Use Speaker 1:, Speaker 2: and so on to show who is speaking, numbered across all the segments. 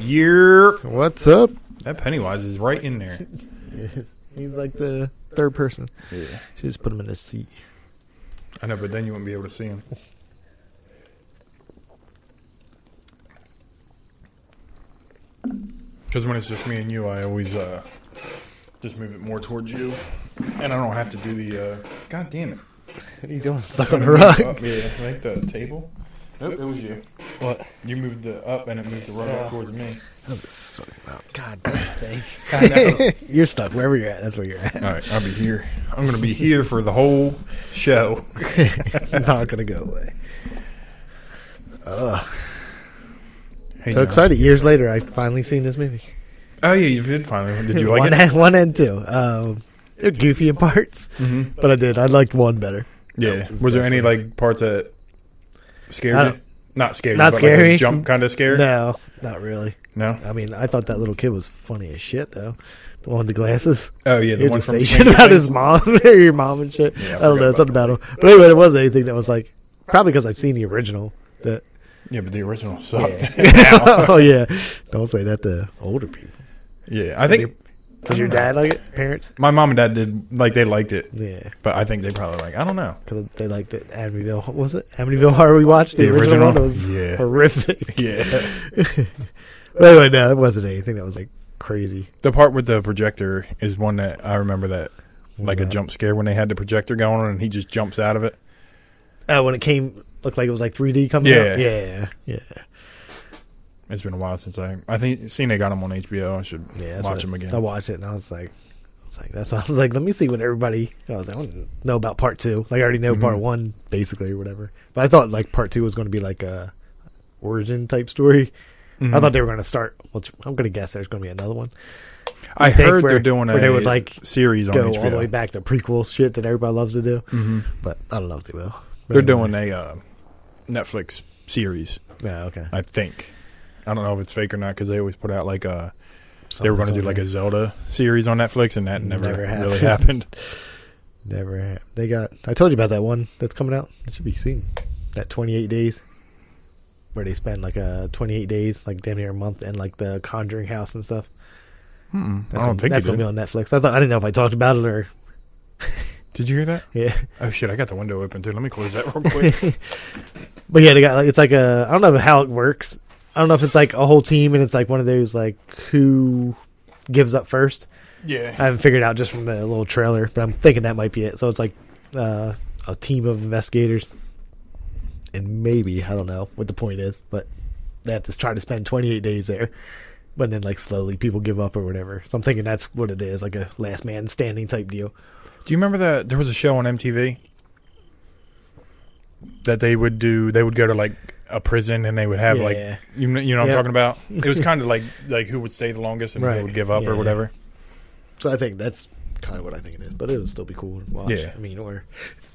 Speaker 1: Year
Speaker 2: What's up?
Speaker 1: that Pennywise is right in there.
Speaker 2: He's like the third person.
Speaker 1: Yeah.
Speaker 2: She just put him in a seat.
Speaker 1: I know, but then you wouldn't be able to see him. Because when it's just me and you, I always uh, just move it more towards you, and I don't have to do the. Uh, God damn it!
Speaker 2: What are you doing? Stuck on a rug.
Speaker 1: Up, yeah, like the table. Nope, it was you.
Speaker 2: What?
Speaker 1: You moved it up, and it moved the rug
Speaker 2: Yeah.
Speaker 1: up towards me.
Speaker 2: What was I talking about? God damn thing.
Speaker 1: I know.
Speaker 2: you're stuck wherever you're at. That's where you're at.
Speaker 1: All right, I'll be here. I'm going to be here for the whole show.
Speaker 2: Not gonna go away.
Speaker 1: Hey,
Speaker 2: so
Speaker 1: John.
Speaker 2: excited! Years later, I finally seen this movie.
Speaker 1: Oh yeah, you did finally. Did you like
Speaker 2: one,
Speaker 1: it?
Speaker 2: And, one and two. Um, they're goofy in parts,
Speaker 1: Mhm.
Speaker 2: but I did. I liked one better.
Speaker 1: Yeah. Was there any like parts that
Speaker 2: I
Speaker 1: scared
Speaker 2: don't-
Speaker 1: you? Not scared.
Speaker 2: Not
Speaker 1: but, like, a
Speaker 2: scary.
Speaker 1: jump kind of scared.
Speaker 2: No, not really.
Speaker 1: No.
Speaker 2: I mean, I thought that little kid was funny as shit though. The one with the glasses.
Speaker 1: Oh yeah,
Speaker 2: You
Speaker 1: the
Speaker 2: had
Speaker 1: one
Speaker 2: to
Speaker 1: from
Speaker 2: say shit about his mom or your mom and shit.
Speaker 1: Yeah, I
Speaker 2: I don't know.
Speaker 1: forgot
Speaker 2: It's something about him. But anyway, it was anything that was like probably because I've seen the original. That
Speaker 1: Yeah, but the original sucked. Yeah.
Speaker 2: oh yeah, don't say that to older people.
Speaker 1: I think
Speaker 2: Did your dad like it? Parents?
Speaker 1: my mom and dad did like they liked it,
Speaker 2: Yeah,
Speaker 1: but I think they probably like I don't know.
Speaker 2: because they liked it. Amityville. What was it Amityville Horror? We watched the,
Speaker 1: The
Speaker 2: original.
Speaker 1: original?
Speaker 2: one. It was
Speaker 1: Yeah.
Speaker 2: horrific.
Speaker 1: Yeah.
Speaker 2: But anyway, no, it wasn't anything that was like crazy.
Speaker 1: the part with the projector is one that I remember that like a
Speaker 2: Yeah.
Speaker 1: jump scare when they had the projector going on and he just jumps out of it.
Speaker 2: Uh, when it came, looked like it was like 3D coming
Speaker 1: Yeah.
Speaker 2: out. Yeah, yeah,
Speaker 1: It's been a while since I I think seen they got him on HBO. I should
Speaker 2: yeah. that's
Speaker 1: watch
Speaker 2: what-
Speaker 1: him again.
Speaker 2: I watched it and I was like, I was like, that's why I was like, let me see what everybody. I was like, I want to know about part two. Like I already know part
Speaker 1: Mhm.
Speaker 2: one basically or whatever. But I thought like part two was going to be like a origin type story. I
Speaker 1: Mhm.
Speaker 2: thought they were going to start. Which I'm going to guess there's going to be another one.
Speaker 1: I
Speaker 2: think
Speaker 1: heard they're
Speaker 2: where-
Speaker 1: doing a
Speaker 2: where they would, like,
Speaker 1: series on
Speaker 2: Go
Speaker 1: HBO.
Speaker 2: all the way back to prequel shit that everybody loves to do.
Speaker 1: hmm
Speaker 2: But I don't know if they will.
Speaker 1: They're doing a uh, Netflix series,
Speaker 2: Yeah, okay.
Speaker 1: I think. I don't know if it's fake or not because they always put out like a. They were going to do like a Zelda series on Netflix, and that never,
Speaker 2: Never
Speaker 1: really
Speaker 2: happened.
Speaker 1: happened.
Speaker 2: Never. ha- They got. I told you about that one that's coming out. It should be soon. That 28 days, where they spend like uh 28 days, like damn near a month, in like the Conjuring house and stuff.
Speaker 1: Mm-mm. I
Speaker 2: That's
Speaker 1: don't
Speaker 2: gonna,
Speaker 1: think
Speaker 2: that's
Speaker 1: they
Speaker 2: gonna
Speaker 1: did.
Speaker 2: be on Netflix. I thought I didn't know if I talked about it or
Speaker 1: Did you hear that?
Speaker 2: yeah.
Speaker 1: Oh shit! I got the window open too. Let me close that real quick.
Speaker 2: But yeah, they got like it's like a. I don't know how it works. I don't know if it's like a whole team and it's like one of those like who gives up first.
Speaker 1: yeah.
Speaker 2: I haven't figured out just from the little trailer, but I'm thinking that might be it. So it's like uh, a team of investigators, and maybe I don't know what the point is, but they have to try to spend 28 days there. But then, like slowly, people give up or whatever. So I'm thinking that's what it is, like a last man standing type deal.
Speaker 1: Do you remember that there was a show on MTV that they would do? They would go to like a prison, and they would have like
Speaker 2: Yeah.
Speaker 1: you know, you know what
Speaker 2: Yeah.
Speaker 1: I'm talking about. It was kind of like like who would stay the longest and
Speaker 2: Right.
Speaker 1: who would give up
Speaker 2: Yeah,
Speaker 1: or
Speaker 2: yeah.
Speaker 1: whatever.
Speaker 2: So I think that's kind of what I think it is. But it'll still be cool to watch.
Speaker 1: Yeah.
Speaker 2: I mean, or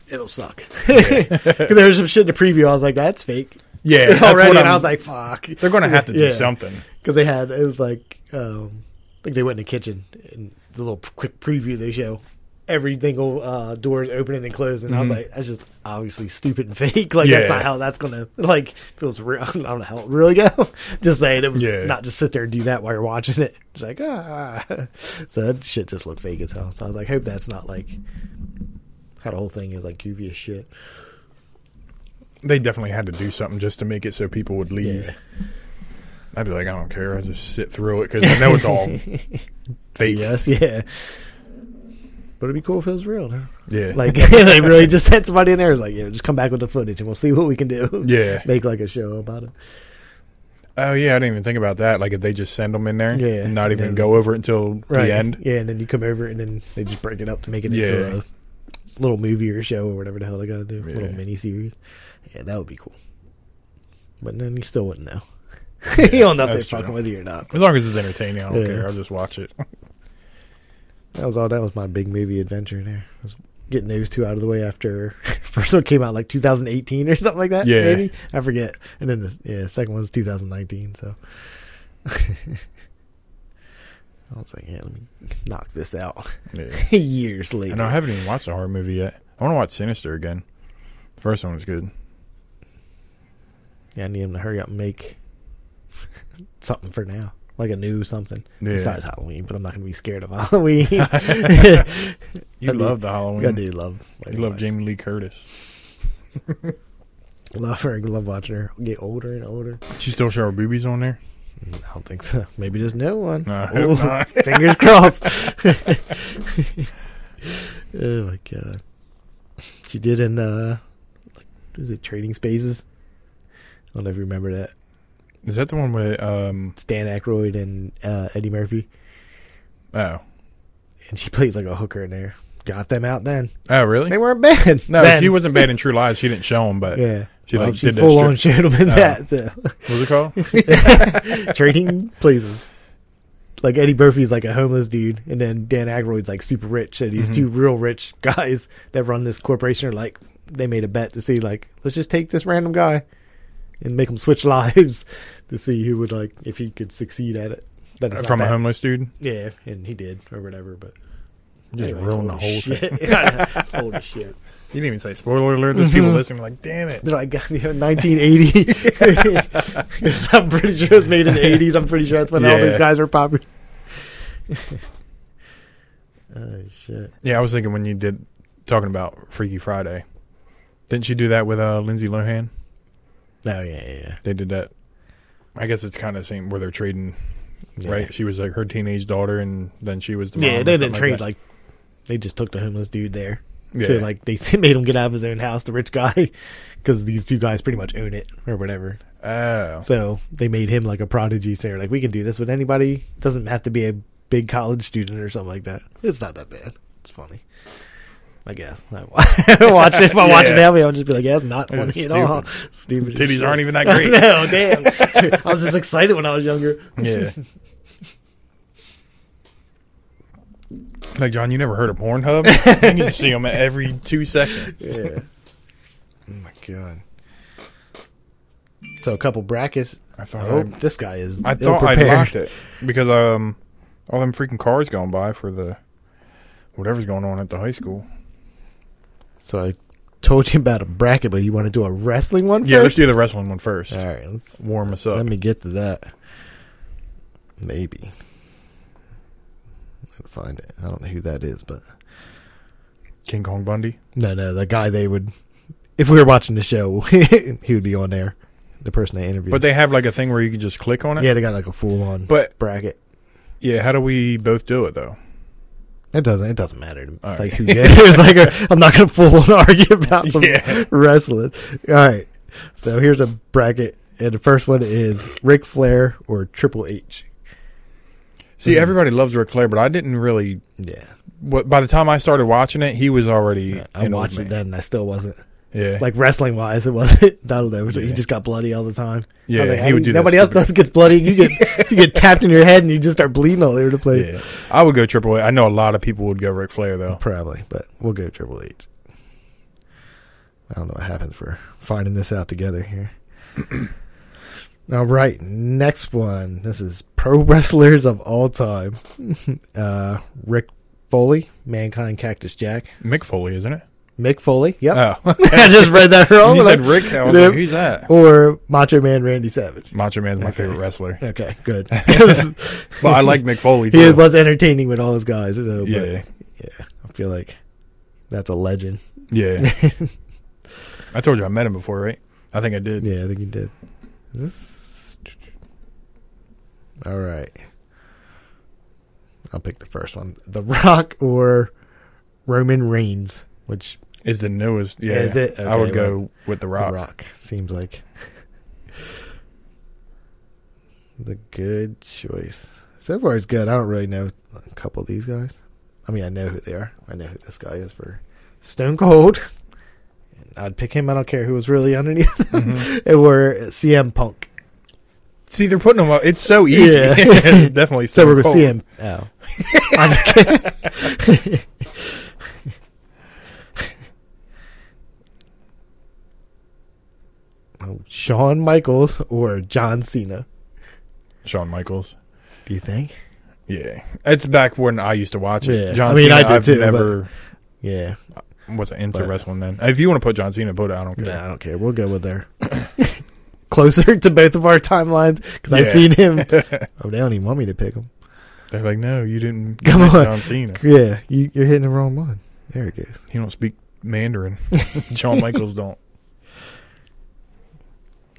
Speaker 2: it'll suck. Because there was some shit in the preview. I was like, that's fake
Speaker 1: Yeah, that's what
Speaker 2: already, and I
Speaker 1: I'm-
Speaker 2: was like, fuck.
Speaker 1: They're going to have to do
Speaker 2: Yeah.
Speaker 1: something.
Speaker 2: because they had it was like um, I think they went in the kitchen and the little p- quick preview they show every single uh, door is opening and closing. I was
Speaker 1: Mhm.
Speaker 2: like, that's just obviously stupid and fake. Like
Speaker 1: Yeah.
Speaker 2: that's not how that's gonna like if it was real. I don't know how it really go. just saying it was
Speaker 1: Yeah.
Speaker 2: not just sit there and do that while you're watching it. It's like ah, so that shit just looked fake as hell. So I was like, hope that's not like how the whole thing is like goofy as shit.
Speaker 1: They definitely had to do something just to make it so people would leave.
Speaker 2: Yeah.
Speaker 1: I'd be like, I don't care. I just sit through it because I know it's all fake.
Speaker 2: Yes, yeah. But it'd be cool if it was real. Huh?
Speaker 1: Yeah.
Speaker 2: Like they really just had somebody in there. It's like, yeah, just come back with the footage and we'll see what we can do.
Speaker 1: yeah.
Speaker 2: Make like a show about it.
Speaker 1: Oh yeah, I didn't even think about that. Like if they just send them in there,
Speaker 2: Yeah.
Speaker 1: and not even
Speaker 2: Yeah.
Speaker 1: go over it until the end.
Speaker 2: Yeah, and then you come over and then they just break it up to make it
Speaker 1: Yeah.
Speaker 2: into a little movie or show or whatever the hell they gotta do.
Speaker 1: Yeah.
Speaker 2: Little mini series. Yeah, that would be cool. But then you still wouldn't know. you don't know if they're
Speaker 1: that's true.
Speaker 2: fucking with you or not.
Speaker 1: As long as it's entertaining, I don't
Speaker 2: Yeah.
Speaker 1: care. I'll just watch it.
Speaker 2: That was all that was my big movie adventure there. I was getting those two out of the way after first one came out like 2018 or something like that.
Speaker 1: Yeah.
Speaker 2: Maybe. I forget. And then the yeah, second one's 2019, so I was like, yeah, let me knock this out
Speaker 1: Yeah.
Speaker 2: years later.
Speaker 1: And I haven't even watched a horror movie yet. I want to watch Sinister again. The first one was good.
Speaker 2: yeah, I need him to hurry up and make something for now, like a new something
Speaker 1: Yeah.
Speaker 2: besides Halloween. But I'm not going to be scared of Halloween.
Speaker 1: You
Speaker 2: I do.
Speaker 1: love the
Speaker 2: I
Speaker 1: Halloween.
Speaker 2: do love.
Speaker 1: You love Jamie Lee Curtis.
Speaker 2: Love her. Love watching her get older and older.
Speaker 1: She still show her boobies on there?
Speaker 2: I don't think so. Maybe there's no one.
Speaker 1: No, I hope
Speaker 2: Ooh,
Speaker 1: not.
Speaker 2: fingers crossed. oh my god. She did in uh like is it Trading Spaces? I don't know if you remember that.
Speaker 1: Is that the one with um
Speaker 2: Stan Aykroyd and uh, Eddie Murphy.
Speaker 1: oh.
Speaker 2: And she plays like a hooker in there. Got them out then.
Speaker 1: Oh really?
Speaker 2: They weren't bad.
Speaker 1: No,
Speaker 2: then.
Speaker 1: she wasn't bad in True Lies. She didn't show them, but
Speaker 2: Yeah.
Speaker 1: she
Speaker 2: Well,
Speaker 1: like
Speaker 2: she
Speaker 1: did
Speaker 2: full on
Speaker 1: that. Stri-
Speaker 2: showed him in
Speaker 1: Oh.
Speaker 2: that. So.
Speaker 1: what was it called?
Speaker 2: trading places. Like Eddie Murphy's like a homeless dude, and then Dan Aykroyd's like super rich, and these
Speaker 1: Mhm.
Speaker 2: two real rich guys that run this corporation are like they made a bet to see like let's just take this random guy and make him switch lives to see who would like if he could succeed at it. That it's not
Speaker 1: From a
Speaker 2: bad.
Speaker 1: homeless dude,
Speaker 2: yeah, and he did or whatever. But
Speaker 1: just
Speaker 2: anyway, it's
Speaker 1: ruined the
Speaker 2: old
Speaker 1: whole
Speaker 2: as
Speaker 1: thing.
Speaker 2: shit. it's old as shit.
Speaker 1: You didn't even say spoiler alert. There's
Speaker 2: Mm-hmm.
Speaker 1: people listening like, damn it.
Speaker 2: They're like, God, yeah, 1980. 'Cause I'm pretty sure it was made in the 80s. I'm pretty sure that's when all
Speaker 1: Yeah.
Speaker 2: these guys were popular. oh, shit.
Speaker 1: Yeah, I was thinking when you did talking about Freaky Friday, didn't you do that with uh, Lindsay Lohan?
Speaker 2: Oh, yeah, yeah,
Speaker 1: They did that. I guess it's kind of the same where they're trading,
Speaker 2: yeah.
Speaker 1: right? She was like her teenage daughter, and then she was the mom
Speaker 2: Yeah,
Speaker 1: or
Speaker 2: they
Speaker 1: something
Speaker 2: didn't trade,
Speaker 1: that.
Speaker 2: like, they just took the homeless dude there.
Speaker 1: yeah.
Speaker 2: So, like, they made him get out of his own house, the rich guy, because these two guys pretty much own it or whatever.
Speaker 1: oh
Speaker 2: So they made him like a prodigy. So they're like, we can do this with anybody. Doesn't have to be a big college student or something like that. It's not that bad. It's funny. I guess. I wa- watch it. If I watch it
Speaker 1: Yeah.
Speaker 2: now, I'll just be like, yeah, it's not funny
Speaker 1: It's
Speaker 2: at all. Stupid. as
Speaker 1: titties
Speaker 2: shit.
Speaker 1: aren't even that
Speaker 2: I
Speaker 1: great.
Speaker 2: know, damn. I was just excited when I was younger.
Speaker 1: yeah. Like John, you never heard of Pornhub? you need to see them every two seconds.
Speaker 2: Yeah. oh my god. So a couple brackets.
Speaker 1: I thought
Speaker 2: Oh,
Speaker 1: I,
Speaker 2: this guy is.
Speaker 1: I thought I
Speaker 2: ill-prepared.
Speaker 1: locked it because um, all them freaking cars going by for the whatever's going on at the high school.
Speaker 2: So I told you about a bracket, but you want to do a wrestling one
Speaker 1: Yeah, let's
Speaker 2: first?
Speaker 1: do the wrestling one first.
Speaker 2: All right, let's
Speaker 1: Warm us up.
Speaker 2: Let me get to that. Maybe. I'll find it. I don't know who that is, but
Speaker 1: King Kong Bundy.
Speaker 2: no, no, the guy they would, if we were watching the show, he would be on there. The person they interviewed.
Speaker 1: But they have like a thing where you can just click on it.
Speaker 2: yeah, they got like a full on
Speaker 1: But
Speaker 2: bracket.
Speaker 1: yeah, how do we both do it though?
Speaker 2: It doesn't. It doesn't matter. To me.
Speaker 1: All
Speaker 2: Like
Speaker 1: right.
Speaker 2: who cares? like i I'm not gonna full on argue about some
Speaker 1: Yeah.
Speaker 2: wrestling. All right. So here's a bracket, and the first one is Ric Flair or Triple H.
Speaker 1: See,
Speaker 2: Mhm.
Speaker 1: everybody loves Ric Flair, but I didn't really.
Speaker 2: Yeah,
Speaker 1: What, by the time I started watching it, he was already.
Speaker 2: I
Speaker 1: an old
Speaker 2: watched it
Speaker 1: man.
Speaker 2: then, and I still wasn't.
Speaker 1: Yeah,
Speaker 2: like wrestling wise, it wasn't. I don't know.
Speaker 1: Yeah.
Speaker 2: He just got bloody all the time.
Speaker 1: yeah,
Speaker 2: I was like,
Speaker 1: he would do. that
Speaker 2: Nobody else
Speaker 1: stupid-
Speaker 2: does gets bloody. You get so you get tapped in your head and you just start bleeding all over the place.
Speaker 1: Yeah. I would go Triple H. I know a lot of people would go Ric Flair though.
Speaker 2: Probably, but we'll go Triple H. I don't know what happens. We're finding this out together here. all right, next one. This is pro wrestlers of all time. uh, Rick Foley, Mankind, Cactus Jack,
Speaker 1: Mick Foley, isn't it?
Speaker 2: Mick Foley. Yep,
Speaker 1: Oh,
Speaker 2: I just read that wrong.
Speaker 1: when you
Speaker 2: Like-
Speaker 1: said Rick. I was
Speaker 2: Nope.
Speaker 1: like, who's that?
Speaker 2: or Macho Man Randy Savage.
Speaker 1: Macho Man's my
Speaker 2: Okay.
Speaker 1: favorite wrestler,
Speaker 2: Okay, good. 'Cause
Speaker 1: but I like Mick Foley
Speaker 2: he
Speaker 1: too.
Speaker 2: was entertaining with all his guys. So,
Speaker 1: Yeah,
Speaker 2: yeah, yeah. I feel like that's a legend.
Speaker 1: yeah. I told you I met him before, right? I think I did.
Speaker 2: Yeah, I think he did. Is This. All right. I'll pick the first one: The Rock or Roman Reigns, which
Speaker 1: Is the newest? Yeah,
Speaker 2: Is it?
Speaker 1: I would
Speaker 2: Okay,
Speaker 1: go with the Rock.
Speaker 2: The Rock seems like the good choice. So far, it's good. I don't really know a couple of these guys. I mean, I know who they are. I know who this guy is for Stone Cold. I'd pick him. I don't care who was really underneath him.
Speaker 1: Mhm.
Speaker 2: or CM Punk.
Speaker 1: See, they're putting them up. It's so easy.
Speaker 2: Yeah.
Speaker 1: Definitely.
Speaker 2: So
Speaker 1: Stone
Speaker 2: we're gonna
Speaker 1: Cold.
Speaker 2: see him. Oh, I'm just kidding. Oh, Shawn Michaels or John Cena?
Speaker 1: Shawn Michaels.
Speaker 2: Do you think?
Speaker 1: Yeah, it's back when I used to watch it.
Speaker 2: Yeah.
Speaker 1: John
Speaker 2: I mean,
Speaker 1: Cena.
Speaker 2: I did
Speaker 1: have
Speaker 2: too,
Speaker 1: never
Speaker 2: Yeah.
Speaker 1: wasn't into
Speaker 2: But-
Speaker 1: wrestling then. If you want to put John Cena, put it. I don't
Speaker 2: No,
Speaker 1: care.
Speaker 2: I don't care. We'll go with there. closer to both of our timelines because I've
Speaker 1: Yeah.
Speaker 2: seen him. oh, they don't even want me to pick him.
Speaker 1: They're like, no, you didn't.
Speaker 2: Come
Speaker 1: pick
Speaker 2: on.
Speaker 1: John Cena.
Speaker 2: Yeah, you, you're hitting the wrong one. There it goes.
Speaker 1: He don't speak Mandarin. John Michaels don't.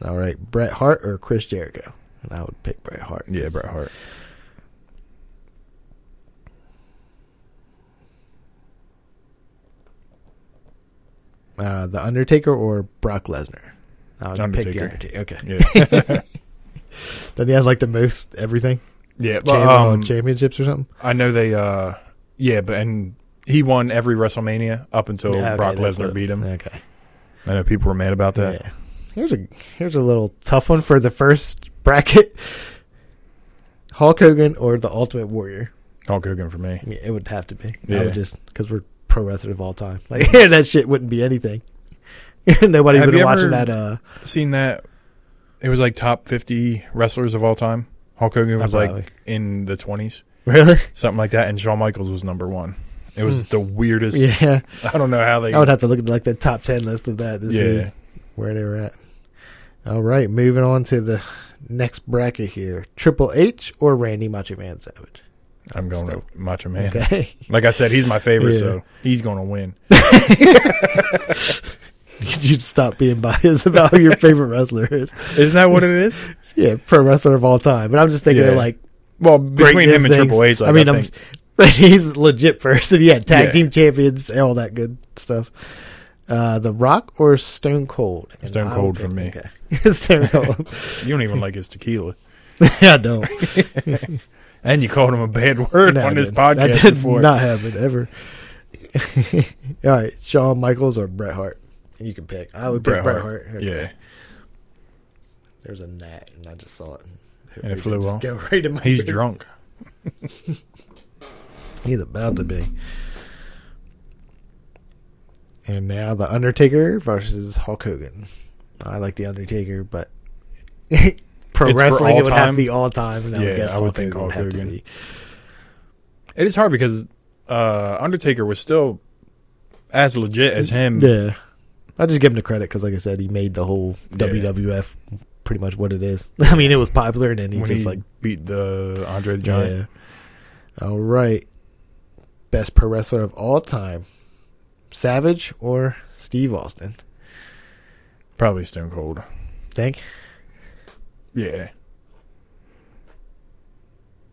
Speaker 2: All right, Bret Hart or Chris Jericho, and I would pick Bret Hart.
Speaker 1: Yeah, Bret Hart.
Speaker 2: Uh, the Undertaker or Brock Lesnar. I would pick the
Speaker 1: Undertaker.
Speaker 2: Undertaker. Okay,
Speaker 1: Yeah,
Speaker 2: then he has like the most everything
Speaker 1: yeah. But,
Speaker 2: champion,
Speaker 1: um,
Speaker 2: championships or something.
Speaker 1: I know they. uh Yeah, but and he won every WrestleMania up until
Speaker 2: Yeah, okay,
Speaker 1: Brock
Speaker 2: that's
Speaker 1: Lesnar
Speaker 2: what-
Speaker 1: beat him.
Speaker 2: Okay.
Speaker 1: I know people were mad about that.
Speaker 2: Yeah. Here's a here's a little tough one for the first bracket. Hulk Hogan or the Ultimate Warrior.
Speaker 1: Hulk Hogan for me.
Speaker 2: I mean, it would have to be. I
Speaker 1: Yeah.
Speaker 2: would just because we're pro wrestling of all time. Like that shit wouldn't be anything. Nobody
Speaker 1: Have
Speaker 2: would be
Speaker 1: you
Speaker 2: watching
Speaker 1: ever-
Speaker 2: that. Uh,
Speaker 1: Seen that? It was like top fifty wrestlers of all time. Hulk Hogan was
Speaker 2: probably.
Speaker 1: like in the twenties,
Speaker 2: really?
Speaker 1: something like that, and Shawn Michaels was number one. It was the weirdest.
Speaker 2: Hmm. Yeah,
Speaker 1: I don't know how they.
Speaker 2: I would have to look at like the top ten list of that to
Speaker 1: yeah,
Speaker 2: see where they were at. All right, moving on to the next bracket here: Triple H or Randy Macho Man Savage.
Speaker 1: I'm going to Macho Man.
Speaker 2: Okay.
Speaker 1: Like I said, he's my favorite,
Speaker 2: Yeah.
Speaker 1: so he's going to win.
Speaker 2: You'd stop being biased about who your favorite wrestler is.
Speaker 1: Isn't that what it is?
Speaker 2: Yeah, pro wrestler of all time. But I'm just thinking
Speaker 1: Yeah.
Speaker 2: of like
Speaker 1: Well, between him and
Speaker 2: greatness things.
Speaker 1: Triple H, like,
Speaker 2: I mean,
Speaker 1: I
Speaker 2: I'm-
Speaker 1: think-
Speaker 2: he's legit person. Yeah, tag
Speaker 1: Yeah.
Speaker 2: team champions and all that good stuff. Uh, the Rock or Stone Cold? And
Speaker 1: Stone
Speaker 2: I would
Speaker 1: Cold for
Speaker 2: pick-
Speaker 1: me.
Speaker 2: Okay. Stone Cold.
Speaker 1: you don't even like his tequila,
Speaker 2: I don't.
Speaker 1: and you called him a bad word
Speaker 2: No, I
Speaker 1: on this
Speaker 2: didn't. I
Speaker 1: podcast
Speaker 2: did
Speaker 1: before.
Speaker 2: not have it ever. all right, Shawn Michaels or Bret Hart? You can pick. I would pick
Speaker 1: Bret
Speaker 2: Bret Hart.
Speaker 1: Hart.
Speaker 2: Okay.
Speaker 1: Yeah,
Speaker 2: There's a gnat, and I just saw it.
Speaker 1: And it
Speaker 2: Hopefully
Speaker 1: flew
Speaker 2: just
Speaker 1: off.
Speaker 2: Go right in my
Speaker 1: he's
Speaker 2: face.
Speaker 1: drunk.
Speaker 2: He's about to be. And now the Undertaker versus Hulk Hogan. I like the Undertaker, but pro
Speaker 1: It's for
Speaker 2: wrestling
Speaker 1: all
Speaker 2: it would have to
Speaker 1: time?
Speaker 2: be all time. And I
Speaker 1: Yeah,
Speaker 2: would guess
Speaker 1: I would
Speaker 2: Hulk
Speaker 1: think
Speaker 2: Hogan would
Speaker 1: Hulk
Speaker 2: have to
Speaker 1: Hogan.
Speaker 2: be.
Speaker 1: It is hard because uh, Undertaker was still as legit as him.
Speaker 2: Yeah, I just give him the credit because, like I said, he made the whole
Speaker 1: Yeah.
Speaker 2: WWF pretty much what it is. I mean, it was popular, and then he
Speaker 1: when
Speaker 2: just
Speaker 1: he
Speaker 2: like
Speaker 1: beat the Andre the Giant.
Speaker 2: Yeah. All right, best pro wrestler of all time, Savage or Steve Austin?
Speaker 1: Probably Stone Cold.
Speaker 2: Think
Speaker 1: Yeah,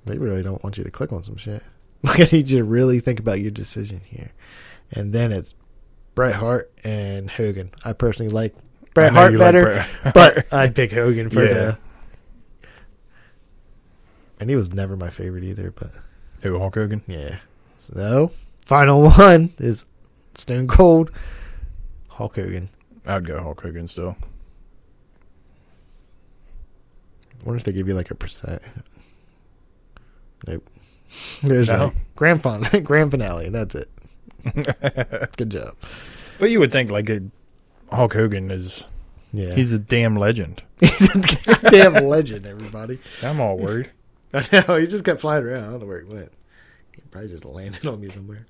Speaker 2: They really don't want you to click on some shit. Like, I need you to really think about your decision here. And then it's Bret Hart and Hogan. I personally like Bret
Speaker 1: I know
Speaker 2: Hart
Speaker 1: you like
Speaker 2: better,
Speaker 1: Bret-
Speaker 2: but I'd pick Hogan for
Speaker 1: Yeah.
Speaker 2: the. And he was never my favorite either, but
Speaker 1: Who Hulk Hogan?
Speaker 2: yeah. So, final one is Stone Cold, Hulk Hogan.
Speaker 1: I'd go Hulk Hogan still.
Speaker 2: I wonder if they give you like a percent. Nope. There's
Speaker 1: No?
Speaker 2: no. grand finale. Grand finale. That's it. Good job.
Speaker 1: But you would think like it, Hulk Hogan is
Speaker 2: Yeah.
Speaker 1: he's a damn legend.
Speaker 2: He's a goddamn legend, everybody.
Speaker 1: I'm all worried.
Speaker 2: I know. He just kept flying around. I don't know where he went. He probably just landed on me somewhere.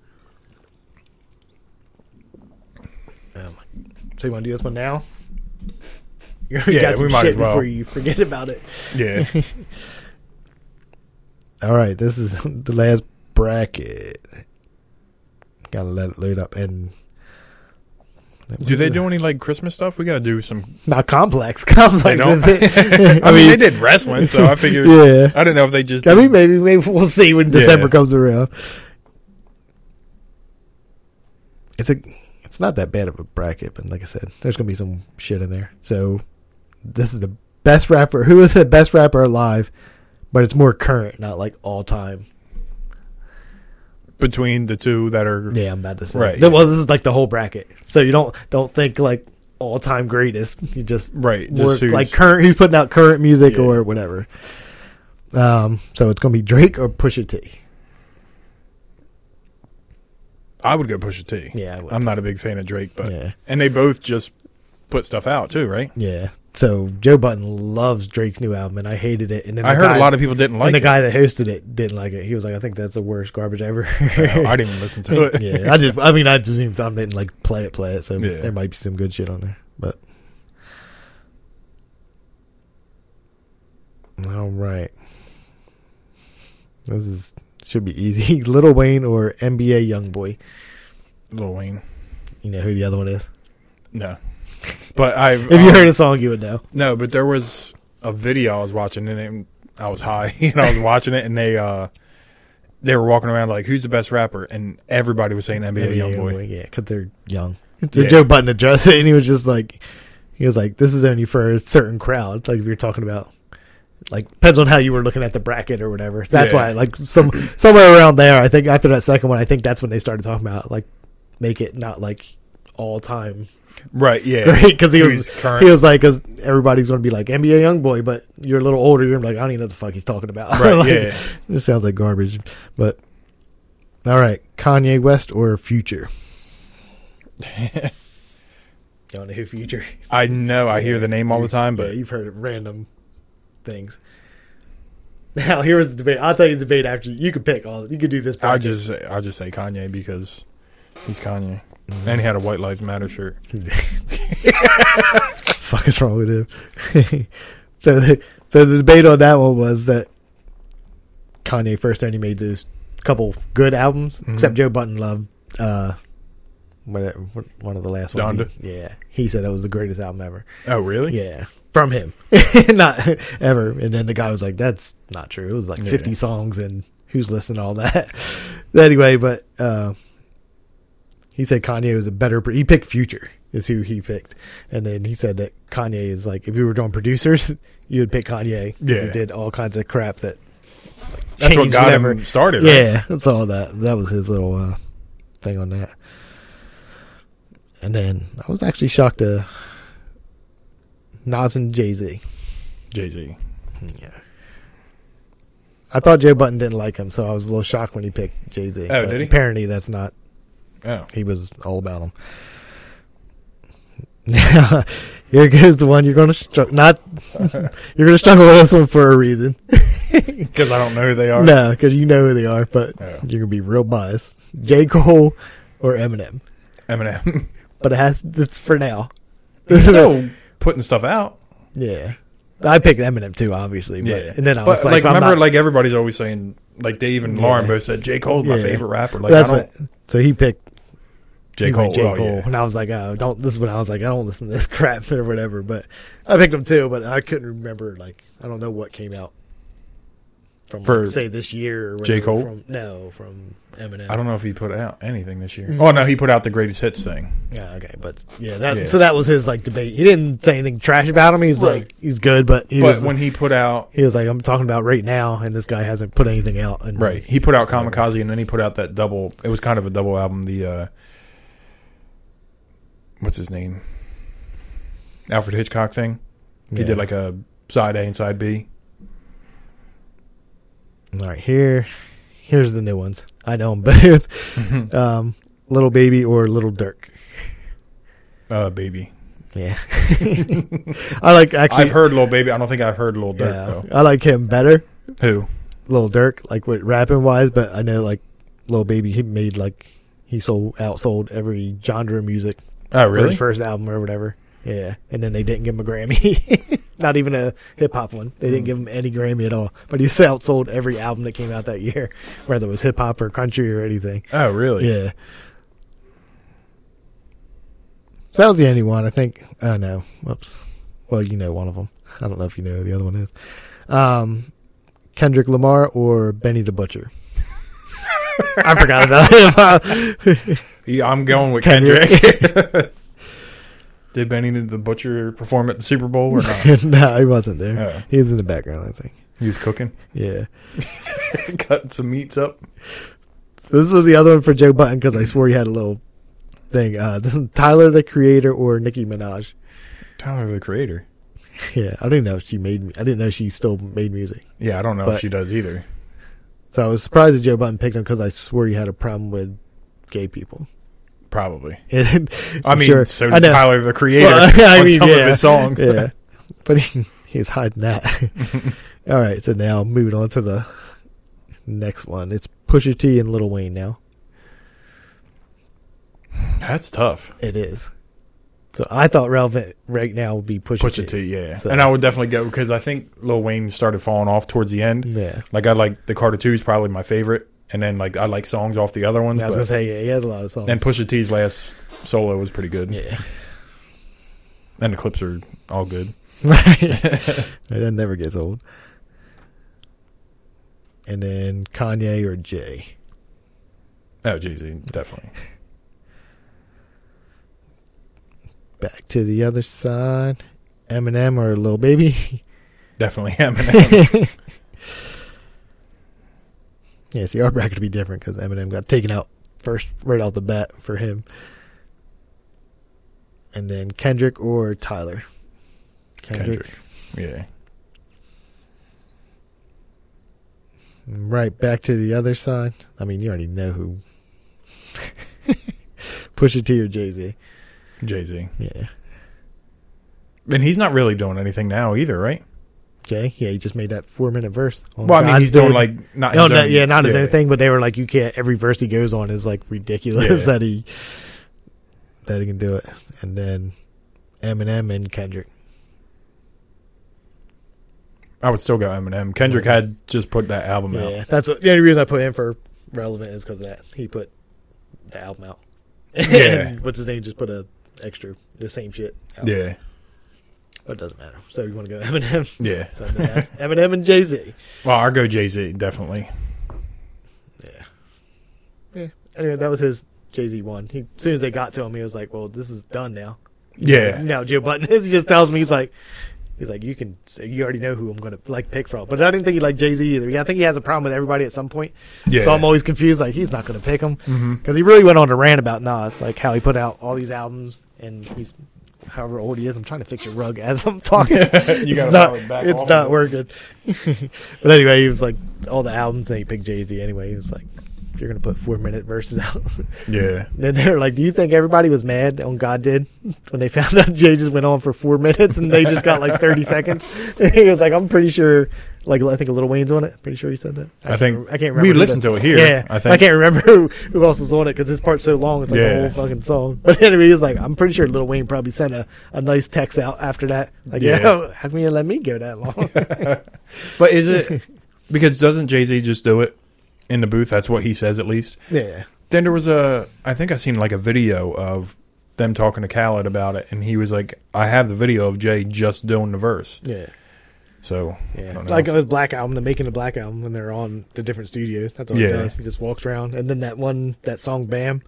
Speaker 2: Um, so you want to do this one now? You already
Speaker 1: Yeah,
Speaker 2: got some
Speaker 1: we might
Speaker 2: shit
Speaker 1: as well.
Speaker 2: before you forget about it.
Speaker 1: Yeah.
Speaker 2: All right, this is the last bracket. Gotta let it load up and.
Speaker 1: do they do any like Christmas stuff? We got to do some.
Speaker 2: Not complex. Complex
Speaker 1: don't?
Speaker 2: is it?
Speaker 1: I mean, they did wrestling, so I figured.
Speaker 2: Yeah.
Speaker 1: I don't know if they just.
Speaker 2: I mean, maybe maybe we'll see when December
Speaker 1: Yeah.
Speaker 2: comes around. It's a it's not that bad of a bracket, but like I said, there's gonna be some shit in there. So this is the best rapper. Who is the best rapper alive? But it's more current, not like all time.
Speaker 1: between the two that are.
Speaker 2: Yeah, I'm about to say.
Speaker 1: Right,
Speaker 2: Th-
Speaker 1: yeah.
Speaker 2: Well, this is like the whole bracket. So you don't don't think like all time greatest. You just
Speaker 1: Right,
Speaker 2: more
Speaker 1: just who's-
Speaker 2: like current. Who's putting out current music
Speaker 1: Yeah.
Speaker 2: or whatever. Um. So it's gonna be Drake or Pusha T.
Speaker 1: I would go Pusha T.
Speaker 2: Yeah, I would.
Speaker 1: I'm not a big fan of Drake, but
Speaker 2: Yeah.
Speaker 1: and they both just put stuff out too, right?
Speaker 2: Yeah. So Joe Button loves Drake's new album, and I hated it. And then
Speaker 1: I
Speaker 2: the
Speaker 1: heard
Speaker 2: guy-
Speaker 1: a lot of people didn't like
Speaker 2: and the
Speaker 1: it.
Speaker 2: guy that hosted it didn't like it. He was like, "I think that's the worst garbage ever."
Speaker 1: No, I didn't even listen to it.
Speaker 2: yeah, I just, I mean, I presume some didn't like play it, play it. So
Speaker 1: Yeah.
Speaker 2: there might be some good shit on there, but All right. This is should be easy. Little Wayne or NBA YoungBoy.
Speaker 1: Lil Wayne.
Speaker 2: You know who the other one is.
Speaker 1: No. But I've
Speaker 2: If you
Speaker 1: um,
Speaker 2: heard a song, you would know.
Speaker 1: No, but there was a video I was watching and it, I was high and I was watching it and they uh they were walking around like who's the best rapper and everybody was saying NBA,
Speaker 2: NBA
Speaker 1: YoungBoy.
Speaker 2: YoungBoy, yeah, because they're young. So
Speaker 1: Yeah.
Speaker 2: Joe Button addressed it, and he was just like, he was like, "This is only for a certain crowd." Like if you're talking about, like depends on how you were looking at the bracket or whatever. That's
Speaker 1: Yeah.
Speaker 2: why, like some somewhere around there, I think after that second one, I think that's when they started talking about like make it not like all time
Speaker 1: Right, yeah.
Speaker 2: great because he was
Speaker 1: Who's current.
Speaker 2: he was like because everybody's going to be like NBA young boy, but you're a little older, you're gonna be like I don't even know what the fuck he's talking about.
Speaker 1: Right,
Speaker 2: Like,
Speaker 1: yeah.
Speaker 2: this sounds like garbage, but. All right, Kanye West or Future? You don't know who Future.
Speaker 1: I know I hear the name all the time,
Speaker 2: yeah,
Speaker 1: but
Speaker 2: you've heard random things. Now here was the debate. I'll tell you the debate after you could pick all. You could do this.
Speaker 1: I
Speaker 2: bracket.
Speaker 1: just I just say Kanye because he's Kanye. And he had a White Lives Matter shirt.
Speaker 2: fuck is wrong with him? so, the, so the debate on that one was that Kanye first only made those couple good albums,
Speaker 1: Mhm.
Speaker 2: except Joe Button loved uh, what- what- one of the last ones.
Speaker 1: Donda?
Speaker 2: He- yeah, he said it was the greatest album ever.
Speaker 1: Oh really?
Speaker 2: Yeah, from him, not ever. And then the guy was like, "That's not true." It was like
Speaker 1: Yeah.
Speaker 2: fifty songs, and who's listening to all that? anyway, but uh, he said Kanye was a better. Pro- he picked Future is who he picked, and then he said that Kanye is like if you were doing producers, you would pick Kanye. 'cause
Speaker 1: Yeah.
Speaker 2: he did all kinds of crap that. like,
Speaker 1: That's what
Speaker 2: changed
Speaker 1: got
Speaker 2: whatever.
Speaker 1: him started, right?
Speaker 2: Yeah, that's all that. That was his little uh, thing on that. And then I was actually shocked to Nas and Jay Z.
Speaker 1: Jay Z.
Speaker 2: Yeah. I thought Joe Button didn't like him, so I was a little shocked when he picked Jay Z.
Speaker 1: Oh, did he?
Speaker 2: Apparently, that's not.
Speaker 1: Oh.
Speaker 2: He was all about him. Now, here goes the one you're going to struggle. Not you're going to struggle with this one for a reason.
Speaker 1: Because I don't know who they are.
Speaker 2: No, because you know who they are, but
Speaker 1: Oh.
Speaker 2: you're gonna be real biased. J. Cole or Eminem,
Speaker 1: Eminem.
Speaker 2: but it has it's for now.
Speaker 1: He's still putting stuff out.
Speaker 2: yeah, I picked Eminem too, obviously. But,
Speaker 1: yeah,
Speaker 2: and then I
Speaker 1: But,
Speaker 2: was like, I'm
Speaker 1: remember,
Speaker 2: not-
Speaker 1: like everybody's always saying, like they even
Speaker 2: Yeah.
Speaker 1: Lauren both said, J Cole's my
Speaker 2: Yeah.
Speaker 1: favorite rapper. Like
Speaker 2: that's
Speaker 1: I don't,
Speaker 2: what. So he picked
Speaker 1: J
Speaker 2: he
Speaker 1: Cole.
Speaker 2: went J.
Speaker 1: oh,
Speaker 2: Cole,
Speaker 1: yeah.
Speaker 2: and I was like, oh, don't. This is when I was like, I don't listen to this crap or whatever. But I picked him too, but I couldn't remember. Like, I don't know what came out from
Speaker 1: For
Speaker 2: like, say this year. Or
Speaker 1: J.
Speaker 2: whatever,
Speaker 1: Cole?
Speaker 2: From, no, from Eminem.
Speaker 1: I don't know if he put out anything this
Speaker 2: Mm-hmm.
Speaker 1: year. Oh no, he put out the greatest hits thing.
Speaker 2: Yeah, okay, but yeah, that
Speaker 1: Yeah.
Speaker 2: so that was his like debate. He didn't say anything trash about him. He's
Speaker 1: Right.
Speaker 2: like he's good, but he
Speaker 1: but
Speaker 2: was
Speaker 1: when he put out
Speaker 2: he was like I'm talking about right now, and this guy hasn't put anything out. And
Speaker 1: right, he put out Kamikaze, and then he put out that double. It was kind of a double album. The uh, what's his name, Alfred Hitchcock thing. He
Speaker 2: Yeah.
Speaker 1: did like a side A and side B.
Speaker 2: all right here, here's the new ones. I know them both. um, little baby or little Dirk.
Speaker 1: uh, baby,
Speaker 2: Yeah, I like actually.
Speaker 1: I've heard Lil Baby. I don't think I've heard Lil Durk
Speaker 2: yeah, I like him better,
Speaker 1: though. Who?
Speaker 2: little Dirk, like with rapping wise. But I know like little baby, he made like he sold outsold every genre of music.
Speaker 1: Oh
Speaker 2: for
Speaker 1: really?
Speaker 2: his first album or whatever. Yeah, and then they didn't give him a Grammy, not even a hip hop one. They didn't give him any Grammy at all. But he outsold every album that came out that year, whether it was hip hop or country or anything.
Speaker 1: Oh really?
Speaker 2: Yeah, that was the only one I think. Oh no, whoops. Well, you know one of them. I don't know if you know who the other one is. Um, Kendrick Lamar or Benny the Butcher. I forgot about him.
Speaker 1: Yeah, I'm going with
Speaker 2: Kendrick.
Speaker 1: Kendrick. Did Benny the Butcher perform at the Super Bowl or not?
Speaker 2: no, he wasn't there.
Speaker 1: Oh,
Speaker 2: He was in the background, I think.
Speaker 1: he was cooking,
Speaker 2: Yeah.
Speaker 1: cutting some meats up.
Speaker 2: So this was the other one for Joe Button because I swore he had a little thing. Uh, this is Tyler the Creator or Nicki Minaj.
Speaker 1: Tyler the Creator.
Speaker 2: Yeah, I didn't know if she made. I didn't know she still made music.
Speaker 1: Yeah, I don't know
Speaker 2: But-
Speaker 1: if she does either.
Speaker 2: So I was surprised that Joe Button picked him because I swore he had a problem with gay people.
Speaker 1: Probably.
Speaker 2: And-
Speaker 1: I mean,
Speaker 2: sure,
Speaker 1: so
Speaker 2: I
Speaker 1: did
Speaker 2: know.
Speaker 1: Tyler the Creator
Speaker 2: Well, I
Speaker 1: on
Speaker 2: mean,
Speaker 1: some
Speaker 2: yeah.
Speaker 1: of his songs.
Speaker 2: yeah, but he, he's hiding that. All right, so now moving on to the next one. It's Pusha T and Lil Wayne. Now
Speaker 1: That's tough.
Speaker 2: it is. So I thought relevant right now would be Pusha,
Speaker 1: Pusha
Speaker 2: T.
Speaker 1: T, yeah.
Speaker 2: So-
Speaker 1: And I would definitely go because I think Lil Wayne started falling off towards the end.
Speaker 2: Yeah.
Speaker 1: Like I like the Carter Two is probably my favorite, and then like I like songs off the other ones.
Speaker 2: I was
Speaker 1: but-
Speaker 2: gonna say yeah, he has a lot of songs.
Speaker 1: and Pusha T's last solo was pretty good,
Speaker 2: yeah,
Speaker 1: and the clips are all good.
Speaker 2: right. that never gets old. And then Kanye or Jay.
Speaker 1: Oh, Jay Z, definitely.
Speaker 2: Back to the other side. Eminem or Lil Baby.
Speaker 1: Definitely Eminem.
Speaker 2: yeah, see, our bracket would be different because Eminem got taken out first right off the bat for him. And then Kendrick or Tyler.
Speaker 1: Kendrick. yeah.
Speaker 2: Mm, Right back to the other side. I mean, you already know who. Pusha T or Jay Z.
Speaker 1: Jay Z.
Speaker 2: Yeah.
Speaker 1: And he's not really doing anything now either, right?
Speaker 2: Jay? Yeah, he just made that four minute verse. on
Speaker 1: Well, I mean,
Speaker 2: God's
Speaker 1: he's doing
Speaker 2: Day.
Speaker 1: like not.
Speaker 2: No,
Speaker 1: his
Speaker 2: no,
Speaker 1: own-
Speaker 2: yeah, not his own thing, but they were like, you can't. Every verse he goes on is like ridiculous
Speaker 1: Yeah.
Speaker 2: that he that he can do it. And then Eminem and Kendrick.
Speaker 1: I would still go Eminem. Kendrick had just put that album
Speaker 2: Yeah,
Speaker 1: out.
Speaker 2: that's what the only reason I put him for relevant is because that he put the album out.
Speaker 1: Yeah.
Speaker 2: And what's his name? Just put a extra the same shit. Out.
Speaker 1: Yeah,
Speaker 2: but it doesn't matter. So you want to go Eminem?
Speaker 1: yeah.
Speaker 2: So then that's Eminem and Jay Z.
Speaker 1: Well, I'll go Jay Z definitely.
Speaker 2: Yeah. Yeah. Anyway, that was his Jay Z one. He, as soon as they got to him, he was like, "Well, this is done now."
Speaker 1: Yeah,
Speaker 2: Now Joe Button, he just tells me he's like, he's like, you can, you already know who I'm gonna like pick from. But I didn't think he liked Jay Z either. I think he has a problem with everybody at some point.
Speaker 1: yeah. Mm-hmm.
Speaker 2: So I'm always confused. Like he's not gonna pick him because he really went on a rant about Nas, like how he put out all these albums and he's. However old he is, I'm trying to fix your rug as I'm talking.
Speaker 1: You
Speaker 2: it's
Speaker 1: gotta
Speaker 2: not,
Speaker 1: probably back
Speaker 2: it's
Speaker 1: off
Speaker 2: not
Speaker 1: a
Speaker 2: working. but anyway, he was like all the albums, and he picked Jay Z. Anyway, he was like, "You're gonna put four minute verses out."
Speaker 1: yeah.
Speaker 2: Then they're like, "Do you think everybody was mad on God did when they found out Jay just went on for four minutes and they just got like thirty seconds?" he was like, "I'm pretty sure, like I think Little Wayne's on it. Pretty sure he said that.
Speaker 1: I think
Speaker 2: can't, rem- I can't
Speaker 1: we
Speaker 2: remember. who
Speaker 1: listened
Speaker 2: the-
Speaker 1: to it here,
Speaker 2: Yeah,
Speaker 1: I think.
Speaker 2: can't remember who, who else was on it because this part's so long. It's like
Speaker 1: Yeah.
Speaker 2: a whole fucking song. But anyway, he was like, "I'm pretty sure Little Wayne probably sent a, a nice text out after that. Like,
Speaker 1: Yeah.
Speaker 2: yeah, how come you let me go that long?
Speaker 1: But is it because doesn't Jay Z just do it in the booth? That's what he says at least.
Speaker 2: yeah,
Speaker 1: Then there was a I think I seen like a video of them talking to Khaled about it, and he was like, "I have the video of Jay just doing the verse."
Speaker 2: yeah."
Speaker 1: So I
Speaker 2: Yeah,
Speaker 1: don't know
Speaker 2: like uh,
Speaker 1: if-
Speaker 2: the black album, the making the black album when they're on the different studios. That's all
Speaker 1: Yeah.
Speaker 2: he does. He just walks around, and then that one, that song, "Bam,"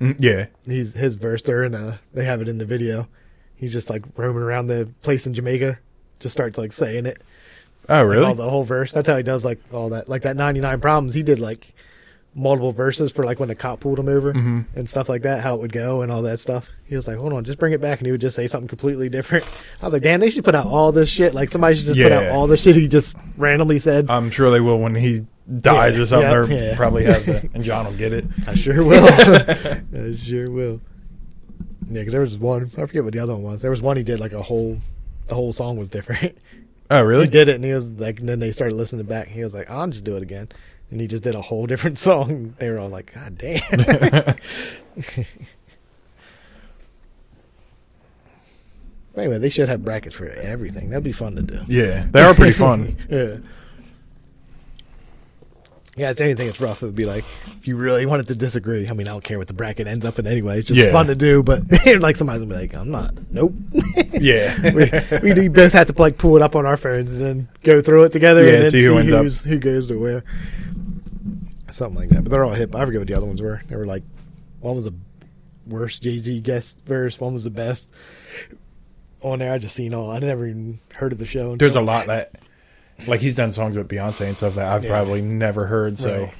Speaker 1: Mm, yeah,
Speaker 2: he's his verse there, and uh, they have it in the video. He's just like roaming around the place in Jamaica, just starts like saying it,
Speaker 1: oh
Speaker 2: like,
Speaker 1: really?
Speaker 2: all the whole verse. That's how he does like all that, like that ninety nine problems. He did like multiple verses for like when the cop pulled him over
Speaker 1: Mm-hmm.
Speaker 2: and stuff like that, how it would go and all that stuff. He was like, "Hold on, just bring it back," and he would just say something completely different. I was like, "Damn, they should put out all this shit. Like somebody should just put out
Speaker 1: Yeah.
Speaker 2: all the shit he just randomly said."
Speaker 1: I'm sure they will when he dies
Speaker 2: Yeah,
Speaker 1: or something.
Speaker 2: yeah,
Speaker 1: they'll
Speaker 2: yeah.
Speaker 1: probably have the and John will get it.
Speaker 2: I sure will. I sure will. Yeah, 'cause there was one. I forget what the other one was. There was one he did like a whole, the whole song was different.
Speaker 1: Oh really?
Speaker 2: he did it, and he was like, and then they started listening back. And he was like, "I'll just do it again," and he just did a whole different song. They were all like, "God damn!" anyway, they should have brackets for everything. That'd be fun to do.
Speaker 1: Yeah, they are pretty fun.
Speaker 2: Yeah. Yeah, it's anything that's rough. It would be like if you really wanted to disagree. I mean, I don't care what the bracket ends up in anyway. It's just
Speaker 1: Yeah.
Speaker 2: fun to do, but like somebody's gonna be like, "I'm not." Nope.
Speaker 1: Yeah,
Speaker 2: we, we do both have to like pull it up on our phones and then go through it together
Speaker 1: Yeah,
Speaker 2: and then
Speaker 1: see
Speaker 2: see,
Speaker 1: who ends up.
Speaker 2: who's, who goes to where. Something like that. But they're all hip. I forget what the other ones were. They were like one was the worst Jay Z guest verse, one was the best. On there, I just seen all. I never even heard of the show. Until
Speaker 1: there's a lot that like he's done songs with Beyonce and stuff that I've
Speaker 2: Yeah.
Speaker 1: probably never heard. So
Speaker 2: Right.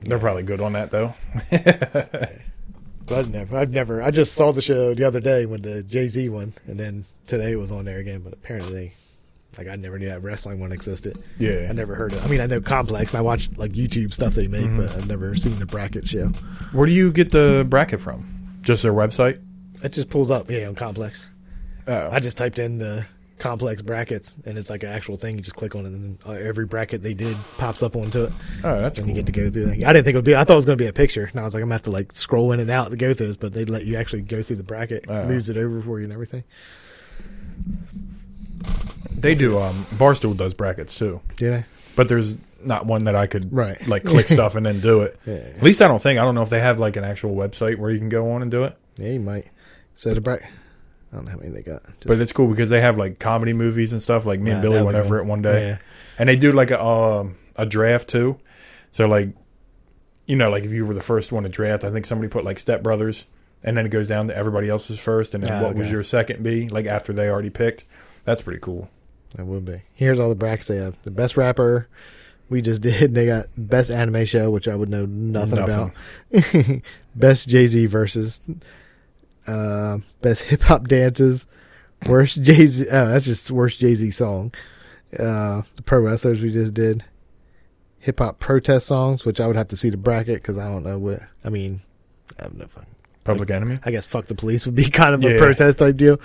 Speaker 1: they're probably good on that though.
Speaker 2: But I've never, I've never, I just saw the show the other day when the Jay Z one, and then today it was on there again. But apparently, like I never knew that wrestling one existed.
Speaker 1: Yeah.
Speaker 2: I never heard it. I mean, I know Complex, and I watch like YouTube stuff they make, but I've never seen the bracket show.
Speaker 1: Where do you get the bracket from? Just their website?
Speaker 2: It just pulls up, yeah, on Complex.
Speaker 1: Oh.
Speaker 2: I just typed in the complex brackets, and it's like an actual thing. You just click on it, and then uh, every bracket they did pops up onto it.
Speaker 1: Oh, that's
Speaker 2: and
Speaker 1: cool.
Speaker 2: you get to go through. That. I didn't think it would be. I thought it was going to be a picture, and I was like, I'm gonna have to like scroll in and out to go through this. But they let you actually go through the bracket,
Speaker 1: Oh.
Speaker 2: moves it over for you, and everything.
Speaker 1: They do. Um, Barstool does brackets too,
Speaker 2: Yeah,
Speaker 1: but there's not one that I could
Speaker 2: Right.
Speaker 1: like click stuff and then do it.
Speaker 2: yeah,
Speaker 1: At least I don't think. I don't know if they have like an actual website where you can go on and do it.
Speaker 2: yeah. You might. So the bracket. I don't know how many they got. Just,
Speaker 1: But it's cool because they have like comedy movies and stuff. Like me and
Speaker 2: Nah,
Speaker 1: Billy
Speaker 2: that'd
Speaker 1: went
Speaker 2: be
Speaker 1: over
Speaker 2: cool.
Speaker 1: it one day,
Speaker 2: Yeah.
Speaker 1: and they do like a um, a draft too. So like, you know, like if you were the first one to draft, I think somebody put like Step Brothers, and then it goes down to everybody else's first, and then
Speaker 2: Ah,
Speaker 1: what was
Speaker 2: okay.
Speaker 1: your second be? Like after they already picked. That's pretty cool.
Speaker 2: That would be. Here's all the brackets they have. The best rapper we just did. and They got best anime show, which I would know nothing, about. best Jay Z versus. Uh, best hip hop dances. Worst Jay Z. Oh, that's just worst Jay Z song. Uh, the pro wrestlers we just did. Hip hop protest songs, which I would have to see the bracket because I don't know what. I mean, I have no fucking.
Speaker 1: Public Enemy.
Speaker 2: I guess fuck the police would be kind of a
Speaker 1: Yeah.
Speaker 2: protest type deal.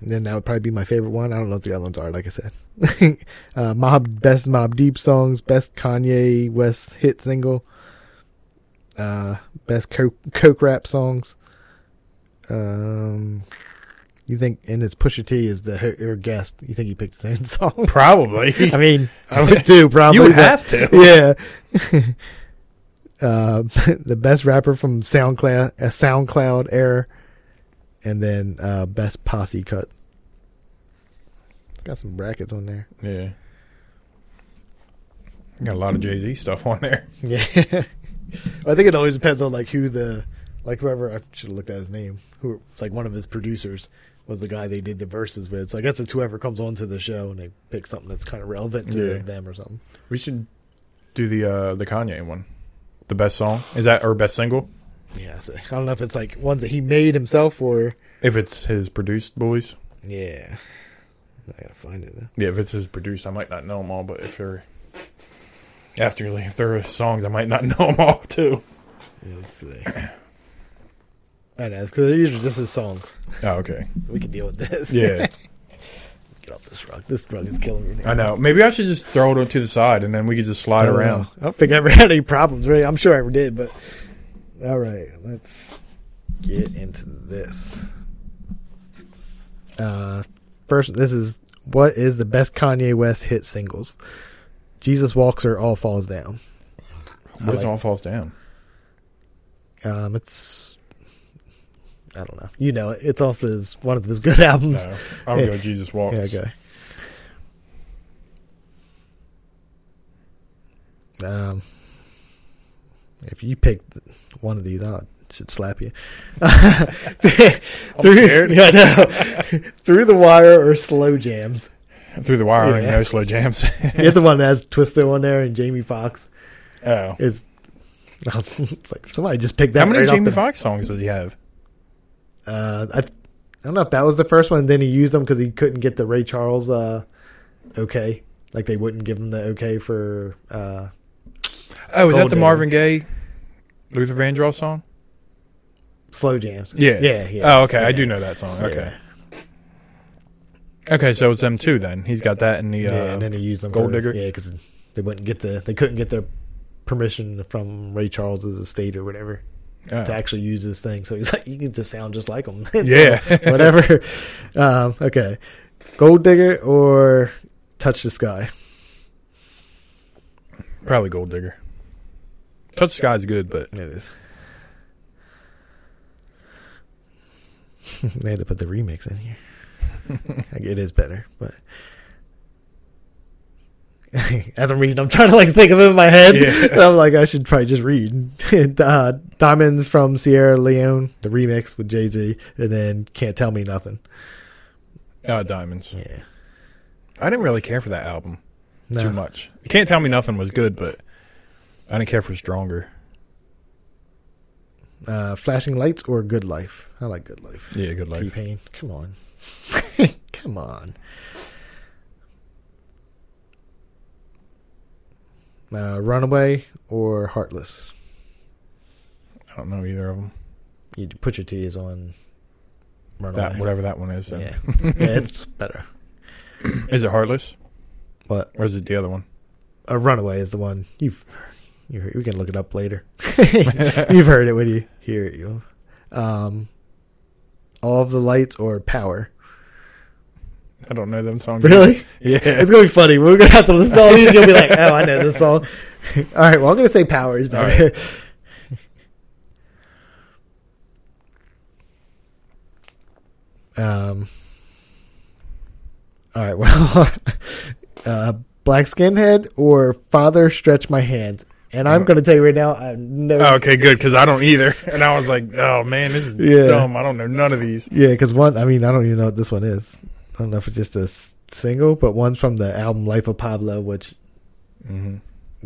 Speaker 2: And then that would probably be my favorite one. I don't know if the other ones are, like I said. uh, mob best mob deep songs, best Kanye West hit single, uh, best coke, coke rap songs. Um, you think and it's Pusha T is the her, her guest. You think he picked his own song?
Speaker 1: Probably.
Speaker 2: I mean, I would too probably.
Speaker 1: you would
Speaker 2: but-
Speaker 1: have to.
Speaker 2: yeah. uh, the best rapper from SoundCloud, uh, SoundCloud era, and then uh, best posse cut. It's got some brackets on there.
Speaker 1: Yeah. Got a lot of Jay Z stuff on there.
Speaker 2: Yeah, I think it always depends on like who the like whoever I should have looked at his name. Who it's like one of his producers was the guy they did the verses with. So I guess it's whoever comes onto the show and they pick something that's kind of relevant to
Speaker 1: Yeah.
Speaker 2: them or something.
Speaker 1: We should do the uh the Kanye one. The best song. Is that or best single?
Speaker 2: Yeah, so I don't know if it's like ones that he made himself or
Speaker 1: If it's his produced boys.
Speaker 2: yeah. I gotta find it. Though.
Speaker 1: Yeah, if it's his produced, I might not know them all, but if they're after like, if there are songs, I might not know them all too.
Speaker 2: Let's see. I know, because these are just his songs.
Speaker 1: Oh, okay.
Speaker 2: We can deal with this.
Speaker 1: Yeah,
Speaker 2: Get off this rug. This rug is killing me. Now.
Speaker 1: I know. Maybe I should just throw it to the side and then we could just slide
Speaker 2: don't
Speaker 1: around.
Speaker 2: know. I don't think I ever had any problems, really. I'm sure I ever did, but. All right, let's get into this. Uh, first, this is what is the best Kanye West hit singles? Jesus Walks or All Falls Down. I
Speaker 1: What if
Speaker 2: like-
Speaker 1: it all falls down?
Speaker 2: Um, it's. I don't know. You know, it. it's off his one of his good albums.
Speaker 1: No, I would
Speaker 2: Yeah.
Speaker 1: go Jesus walks.
Speaker 2: Yeah, okay. Um, if you pick one of these, I should slap you. through, yeah, I know. through the wire or slow jams.
Speaker 1: Through the wire, I don't even
Speaker 2: Yeah.
Speaker 1: know slow jams.
Speaker 2: It's the one that has Twister on there and Jamie Foxx
Speaker 1: oh,
Speaker 2: is. It's like somebody just picked that.
Speaker 1: how many
Speaker 2: right off
Speaker 1: Jamie
Speaker 2: the-
Speaker 1: Foxx songs does he have?
Speaker 2: Uh, I, th- I don't know if that was the first one. Then he used them because he couldn't get the Ray Charles uh, okay. Like they wouldn't give him the okay for uh,
Speaker 1: Oh, is that
Speaker 2: Gold
Speaker 1: the
Speaker 2: Digger.
Speaker 1: Marvin Gaye, Luther Vandross song?
Speaker 2: slow jams.
Speaker 1: Yeah,
Speaker 2: yeah, yeah.
Speaker 1: Oh, okay, I
Speaker 2: Yeah.
Speaker 1: do know that song. Okay, okay, so it's them too. Then he's got that in the. Uh,
Speaker 2: yeah, and then he used them.
Speaker 1: Gold
Speaker 2: for,
Speaker 1: Digger?
Speaker 2: Yeah, because they wouldn't get the they couldn't get their permission from Ray Charles's estate or whatever
Speaker 1: oh.
Speaker 2: to actually use this thing. So he's like, you can just sound just like him. It's
Speaker 1: Yeah.
Speaker 2: like, whatever. um, okay, Gold Digger or Touch the Sky.
Speaker 1: Probably Gold Digger. Touch the Sky's good, but
Speaker 2: It is. they had to put the remix in here. Like, it is better, but as I'm reading, I'm trying to like think of it in my head.
Speaker 1: Yeah.
Speaker 2: And I'm like, I should probably just read uh, "Diamonds from Sierra Leone," the remix with Jay Z, and then "Can't Tell Me Nothing."
Speaker 1: uh, Diamonds.
Speaker 2: Yeah,
Speaker 1: I didn't really care for that album
Speaker 2: no.
Speaker 1: too much. You can't tell me nothing was good, but I didn't care for Stronger.
Speaker 2: Uh, "Flashing Lights" or "Good Life." I like "Good Life."
Speaker 1: Yeah, good
Speaker 2: T
Speaker 1: life.
Speaker 2: Pain, come on, come on. Uh, Runaway or Heartless?
Speaker 1: I don't know either of them.
Speaker 2: You put your T is on Runaway.
Speaker 1: That whatever that one is. Then.
Speaker 2: Yeah. yeah, it's better.
Speaker 1: Is it Heartless
Speaker 2: What?
Speaker 1: or is it the other one?
Speaker 2: A uh, Runaway is the one you've. You heard, we can look it up later. you've heard it when you hear it. You, um, all of the lights or power.
Speaker 1: I don't know them songs.
Speaker 2: Really?
Speaker 1: Yeah.
Speaker 2: It's gonna be funny. We're gonna have to listen to all these. You'll be like, "Oh, I know this song." all right. Well, I'm gonna say "Power" is
Speaker 1: All
Speaker 2: better. um. All right. Well, uh, black skinhead or father stretch my hands, and I'm gonna tell you right now, I've never.
Speaker 1: Oh, okay, good because I don't either. And I was like, oh man, this is
Speaker 2: Yeah.
Speaker 1: dumb. I don't know none of these.
Speaker 2: Yeah, because one. I mean, I don't even know what this one is. I don't know if it's just a s- single, but one's from the album "Life of Pablo," which
Speaker 1: hmm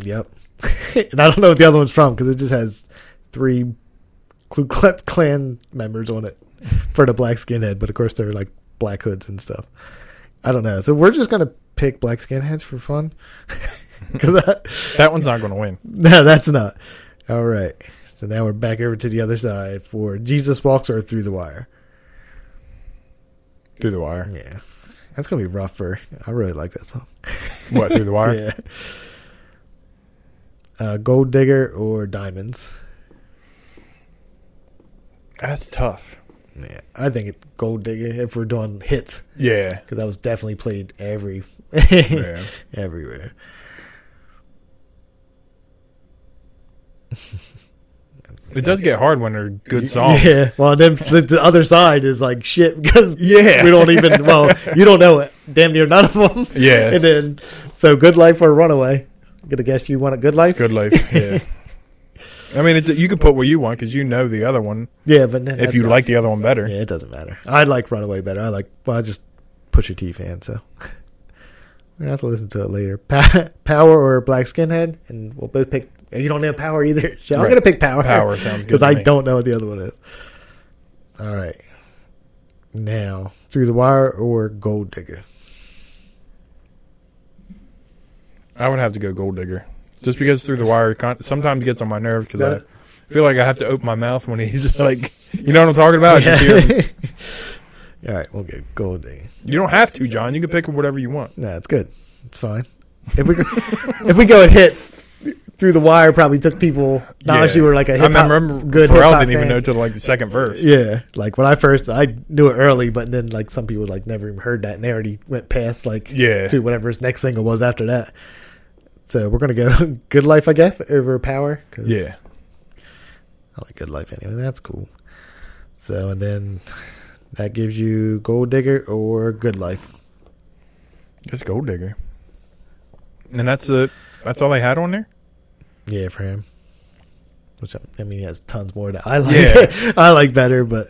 Speaker 2: Yep. and I don't know what the other one's from because it just has three Ku Klux Klan members on it for the black skinhead, but of course they're like black hoods and stuff. I don't know. So we're just gonna pick black skinheads for fun. Because
Speaker 1: That one's not going to win.
Speaker 2: no, that's not all right. So now we're back over to the other side for Jesus walks or through the wire.
Speaker 1: Through the wire.
Speaker 2: Yeah, that's gonna be rough for. I really like that song.
Speaker 1: What? Through the wire.
Speaker 2: Yeah. Uh, gold digger or diamonds.
Speaker 1: That's tough.
Speaker 2: Yeah, I think it Gold Digger if we're doing hits
Speaker 1: Yeah.
Speaker 2: because that was definitely played every
Speaker 1: yeah.
Speaker 2: everywhere.
Speaker 1: It does get hard when they're good songs.
Speaker 2: Yeah. Well, then the, the other side is like shit because
Speaker 1: Yeah.
Speaker 2: we don't even. Well, you don't know it. Damn near none of them.
Speaker 1: Yeah.
Speaker 2: And then so Good Life or Runaway. Gonna guess you want a Good Life.
Speaker 1: Good life. Yeah. I mean, it, you could put what you want because you know the other one.
Speaker 2: Yeah, but then
Speaker 1: if
Speaker 2: that's
Speaker 1: you
Speaker 2: not-
Speaker 1: like the other one better,
Speaker 2: yeah, it doesn't matter. I like Runaway better. I like. Well, I just Pusha T fan, so we're gonna have to listen to it later. Pa- power or Black Skinhead, and we'll both pick. You don't have Power either. Shit, I'm
Speaker 1: Right.
Speaker 2: gonna pick Power.
Speaker 1: Power sounds good
Speaker 2: because
Speaker 1: to
Speaker 2: I
Speaker 1: me.
Speaker 2: don't know what the other one is. All right, now Through the Wire or Gold Digger.
Speaker 1: I would have to go Gold Digger. Just because Through the Wire con- sometimes gets on my nerve because
Speaker 2: Yeah.
Speaker 1: I feel like I have to open my mouth when he's like, you know what I'm talking about? I Just hear him.
Speaker 2: All right, we'll get Gold Digger.
Speaker 1: You don't have to, John. You can pick whatever you want.
Speaker 2: No, it's good. It's fine. If we go, if we go at hits, Through the Wire probably took people. Not unless you were like a hip
Speaker 1: I
Speaker 2: hop
Speaker 1: remember
Speaker 2: good
Speaker 1: Pharrell
Speaker 2: hip-hop
Speaker 1: didn't even
Speaker 2: fan.
Speaker 1: know till like the second verse.
Speaker 2: Yeah, like when I first I knew it early, but then like some people like never even heard that, and they already went past like
Speaker 1: Yeah.
Speaker 2: to whatever his next single was after that. So we're gonna go "Good Life," I guess, over "Power." Cause
Speaker 1: Yeah.
Speaker 2: I like "Good Life" anyway. That's cool. So and then that gives you "Gold Digger" or "Good Life."
Speaker 1: It's Gold Digger. And that's it. That's all they had on there.
Speaker 2: Yeah, for him. Which I, I mean, he has tons more that I like.
Speaker 1: Yeah.
Speaker 2: I like better, but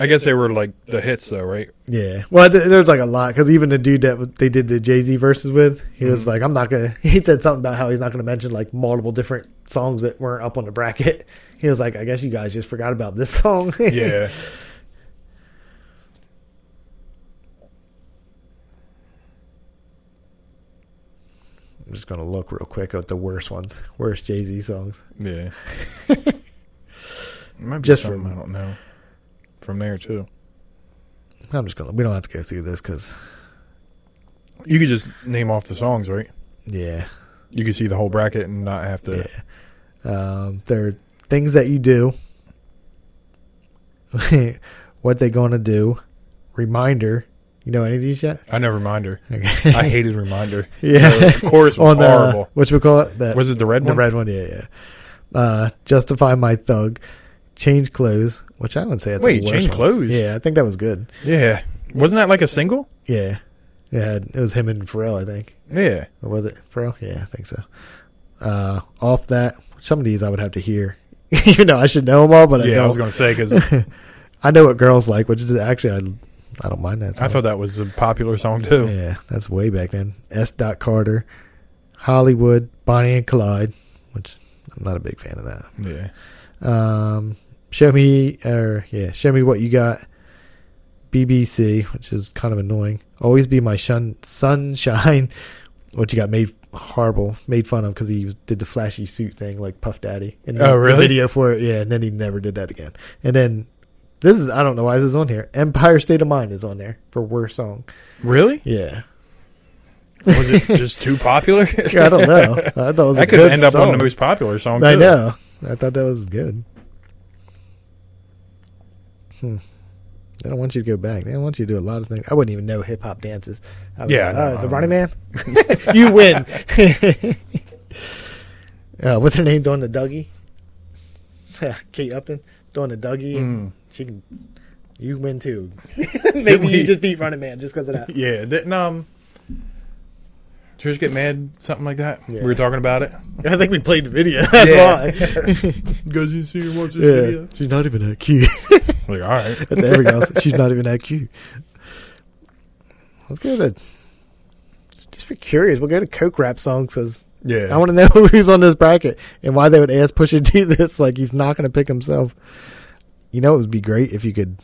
Speaker 1: I guess they were like the hits, though, right?
Speaker 2: Yeah, well, th- there's like a lot because even the dude that they did the Jay Z verses with, he was
Speaker 1: Mhm.
Speaker 2: like, "I'm not gonna." He said something about how he's not gonna mention like multiple different songs that weren't up on the bracket. He was like, "I guess you guys just forgot about this song."
Speaker 1: Yeah.
Speaker 2: I'm just gonna look real quick at the worst ones, worst Jay Z songs.
Speaker 1: yeah. It might be
Speaker 2: Just
Speaker 1: something
Speaker 2: from-
Speaker 1: I don't know. From there too.
Speaker 2: I'm just gonna. We don't have to go through this because
Speaker 1: You could just name off the songs, right?
Speaker 2: yeah,
Speaker 1: You could see the whole bracket and not have to.
Speaker 2: yeah. Um, there are things that you do. what they gonna do? Reminder. You know any of these yet?
Speaker 1: I know Reminder.
Speaker 2: Okay.
Speaker 1: I hated Reminder.
Speaker 2: Yeah.
Speaker 1: The chorus was
Speaker 2: on the
Speaker 1: horrible.
Speaker 2: what you call it? The,
Speaker 1: Was it Uh, the red
Speaker 2: the
Speaker 1: one?
Speaker 2: red one? Yeah, yeah. Uh, justify my thug, change clothes, which I wouldn't say it's
Speaker 1: Wait,
Speaker 2: the worst
Speaker 1: Change
Speaker 2: one.
Speaker 1: Clothes?
Speaker 2: Yeah, I think that was good.
Speaker 1: Yeah. Wasn't that like a single?
Speaker 2: Yeah, yeah. It was him and Pharrell, I think,
Speaker 1: Yeah.
Speaker 2: or was it Pharrell? Yeah, I think so. Uh, off that, some of these I would have to hear. you know, I should know them all, but I
Speaker 1: yeah,
Speaker 2: don't.
Speaker 1: I
Speaker 2: I,
Speaker 1: was going to say because
Speaker 2: know what girls like, which is actually I, I don't mind that. Song.
Speaker 1: I thought that was a popular song too.
Speaker 2: Yeah, that's way back then. S. Dot Carter, Hollywood, Bonnie and Clyde, which I'm not a big fan of that.
Speaker 1: Yeah.
Speaker 2: Um, show me, or yeah, show me what you got. BBC, which is kind of annoying. Always be my shun- sunshine. What you got made horrible, made fun of because he did the flashy suit thing like Puff Daddy. And
Speaker 1: Oh,
Speaker 2: the,
Speaker 1: really?
Speaker 2: The video for it, yeah. And then he never did that again. And then This is I don't know why this is on here. Empire State of Mind is on there for worst song.
Speaker 1: Really?
Speaker 2: Yeah,
Speaker 1: Was it just too popular?
Speaker 2: I don't know. I thought it was a
Speaker 1: that could
Speaker 2: good
Speaker 1: end up
Speaker 2: song.
Speaker 1: on the most popular song.
Speaker 2: I
Speaker 1: too.
Speaker 2: know. I thought that was good. Hmm. They don't want you to go back. They don't want you to do a lot of things. I wouldn't even know hip hop dances. I would be
Speaker 1: Yeah,
Speaker 2: like,
Speaker 1: no,
Speaker 2: "Oh,
Speaker 1: I
Speaker 2: it's a
Speaker 1: don't
Speaker 2: Running Man. you win. uh, what's her name doing the Dougie? Kate Upton doing the Dougie.
Speaker 1: Mm.
Speaker 2: She can. You win too. Maybe
Speaker 1: we-
Speaker 2: you just beat Running Man just because of that.
Speaker 1: Yeah, didn't um, Trish get mad? Something like that.
Speaker 2: Yeah.
Speaker 1: We were talking about it.
Speaker 2: I think we played the video. That's
Speaker 1: Yeah.
Speaker 2: why.
Speaker 1: Goes you see and watch this
Speaker 2: yeah, she's not even that cute.
Speaker 1: Like, all right,
Speaker 2: That's every girl. She's not even that cute. Let's go to. Just for curious, we'll go to Coke rap songs because
Speaker 1: yeah.
Speaker 2: I want to know who's on this bracket and why they would ask Pusha T this. Like he's not going to pick himself. You know, it would be great if you could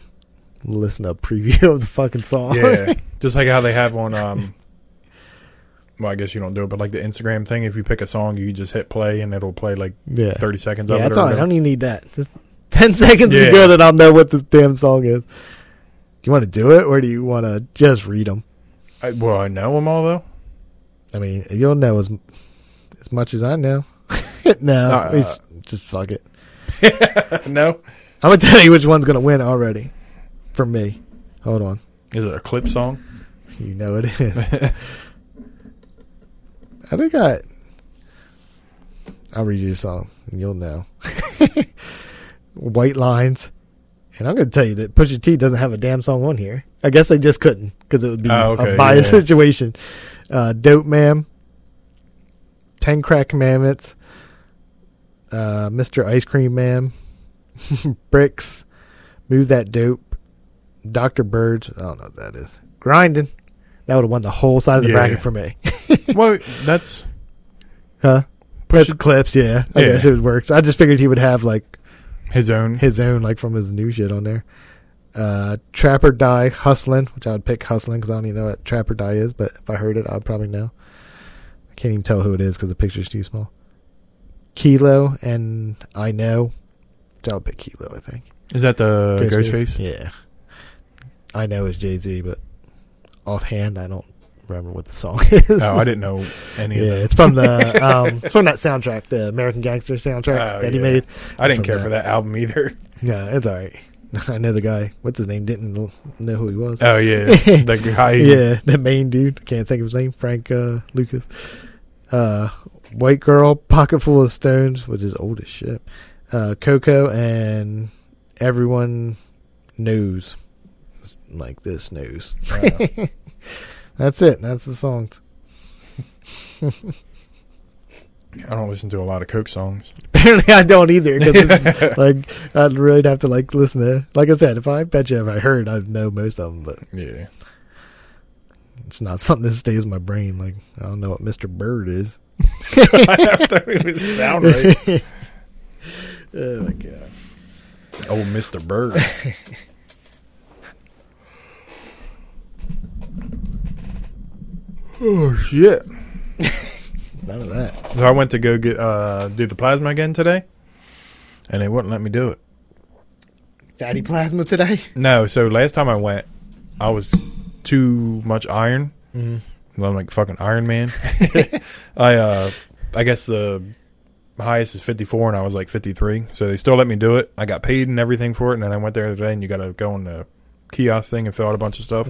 Speaker 2: listen to a preview of the fucking song.
Speaker 1: yeah, just like how they have on um. Well, I guess you don't do it, but like the Instagram thing, if you pick a song, you just hit play and it'll play like
Speaker 2: yeah.
Speaker 1: thirty seconds
Speaker 2: Yeah,
Speaker 1: of it.
Speaker 2: that's
Speaker 1: or
Speaker 2: all. right. I
Speaker 1: whatever.
Speaker 2: don't even need that. Just ten seconds
Speaker 1: Yeah.
Speaker 2: is good, and I'll know what this damn song is. Do you want to do it, or do you want to just read them?
Speaker 1: I,
Speaker 2: e-
Speaker 1: well, I know them all though.
Speaker 2: I mean, you'll know as as much as I know. no,
Speaker 1: Uh,
Speaker 2: we sh- just fuck it.
Speaker 1: no,
Speaker 2: I'm gonna tell you which one's gonna win already. For me, hold on.
Speaker 1: is it a clip song?
Speaker 2: You know it is. I think I. I'll read you the song, and you'll know. White lines, and I'm gonna tell you that Pusha T doesn't have a damn song on here. I guess they just couldn't because it would be
Speaker 1: Oh, okay,
Speaker 2: a biased
Speaker 1: yeah.
Speaker 2: situation. Uh, Dope Ma'am, Ten Crack Commandments, uh, Mister Ice Cream Ma'am, Bricks, Move That Dope, Doctor Birds. I don't know what that is. Grinding. That would have won the whole side of the
Speaker 1: Yeah.
Speaker 2: bracket for me.
Speaker 1: well, that's
Speaker 2: Huh?
Speaker 1: Push
Speaker 2: That's clips, yeah. I
Speaker 1: Yeah.
Speaker 2: guess it works. I just figured he would have like
Speaker 1: his own.
Speaker 2: his own, like from his new shit on there. Uh, Trapper Die Hustlin', which I would pick Hustlin' because I don't even know what Trapper Die is, but if I heard it, I'd probably know. I can't even tell who it is because the picture's too small. Kilo and I Know, which I would pick Kilo, I think.
Speaker 1: Is that the Uh, Ghostface?
Speaker 2: Yeah. I Know is Jay Z, but offhand, I don't remember what the song is.
Speaker 1: Oh, I didn't know any
Speaker 2: Yeah,
Speaker 1: of that.
Speaker 2: it's from the um, it's from that soundtrack, the American Gangster soundtrack
Speaker 1: Oh,
Speaker 2: that he
Speaker 1: yeah.
Speaker 2: made.
Speaker 1: I didn't
Speaker 2: from
Speaker 1: care
Speaker 2: that.
Speaker 1: for that album either.
Speaker 2: Yeah, it's all right. I know the guy. What's his name? Didn't l- know who he was.
Speaker 1: Oh yeah, the guy.
Speaker 2: yeah, the main dude. Can't think of his name. Frank uh, Lucas. Uh, White girl, pocket full of stones, which is old as shit. Uh, Coco and everyone knows, It's like this knows.
Speaker 1: Uh,
Speaker 2: That's it. That's the songs.
Speaker 1: I don't listen to a lot of Coke songs.
Speaker 2: Apparently, I don't either because it's like I'd really have to like listen to. Like I said, if I bet you if I heard, I'd know most of them, but
Speaker 1: Yeah,
Speaker 2: it's not something that stays in my brain. Like I don't know what Mister Bird is.
Speaker 1: I thought it would sound right.
Speaker 2: Oh my god!
Speaker 1: Oh, Mister Bird. oh shit.
Speaker 2: None of that.
Speaker 1: So I went to go get uh, do the plasma again today, and they wouldn't let me do it.
Speaker 2: Fatty plasma today.
Speaker 1: No, so last time I went, I was too much iron. Well, I'm like fucking Iron Man. I uh, I guess the highest is 54, and I was like 53. So they still let me do it. I got paid and everything for it, and then I went there today, and you got to go on the kiosk thing and fill out a bunch of
Speaker 2: Mm-hmm.
Speaker 1: stuff.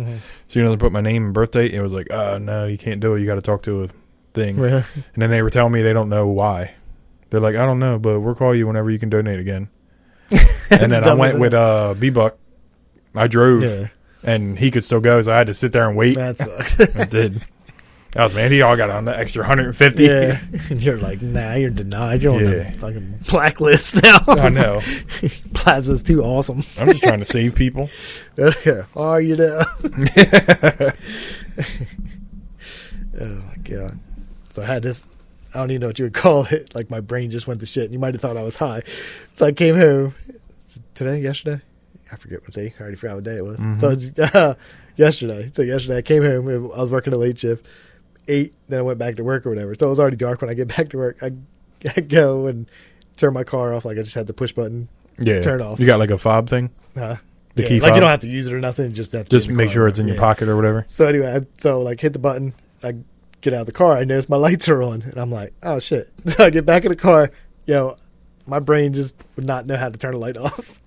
Speaker 1: So you know, they put my name and birth date. It was like, uh, no, you can't do it. You got to talk to a thing.
Speaker 2: Really?
Speaker 1: And then they were telling me they don't know why. They're like, I don't know, but we'll call you whenever you can donate again. and then I
Speaker 2: Dumb
Speaker 1: went
Speaker 2: as
Speaker 1: with uh, B Buck. I drove,
Speaker 2: Yeah,
Speaker 1: and he could still go, so I had to sit there and wait.
Speaker 2: that sucks.
Speaker 1: I did. That was man. He all got on the extra 150.
Speaker 2: yeah, and you're like, nah, you're denied. You're on
Speaker 1: Yeah.
Speaker 2: the fucking blacklist now.
Speaker 1: I know.
Speaker 2: Plasma's too awesome.
Speaker 1: I'm just trying to save people.
Speaker 2: Yeah. Are you know? oh my god. So I had this I don't even know what you would call it. Like my brain just went to shit and you might have thought I was high. So I came home is it today, yesterday? I forget what day. I already forgot what day it was. So it's, uh, yesterday. So yesterday I came home and I was working a late shift. Eight, then I went back to work or whatever. So it was already dark when I get back to work. I, I go and turn my car off like I just had the push button.
Speaker 1: Yeah.
Speaker 2: Turn off.
Speaker 1: You got like a fob thing?
Speaker 2: Uh,
Speaker 1: The
Speaker 2: Yeah,
Speaker 1: key
Speaker 2: like
Speaker 1: fob.
Speaker 2: you don't have to use it or nothing. Just have to
Speaker 1: Just
Speaker 2: be the
Speaker 1: make
Speaker 2: car.
Speaker 1: sure it's in your
Speaker 2: Yeah.
Speaker 1: pocket or whatever.
Speaker 2: So anyway, I, so like hit the button. I get out of the car. I notice my lights are on, and I'm like, oh shit. So I get back in the car. Yo, my brain just would not know how to turn a light off.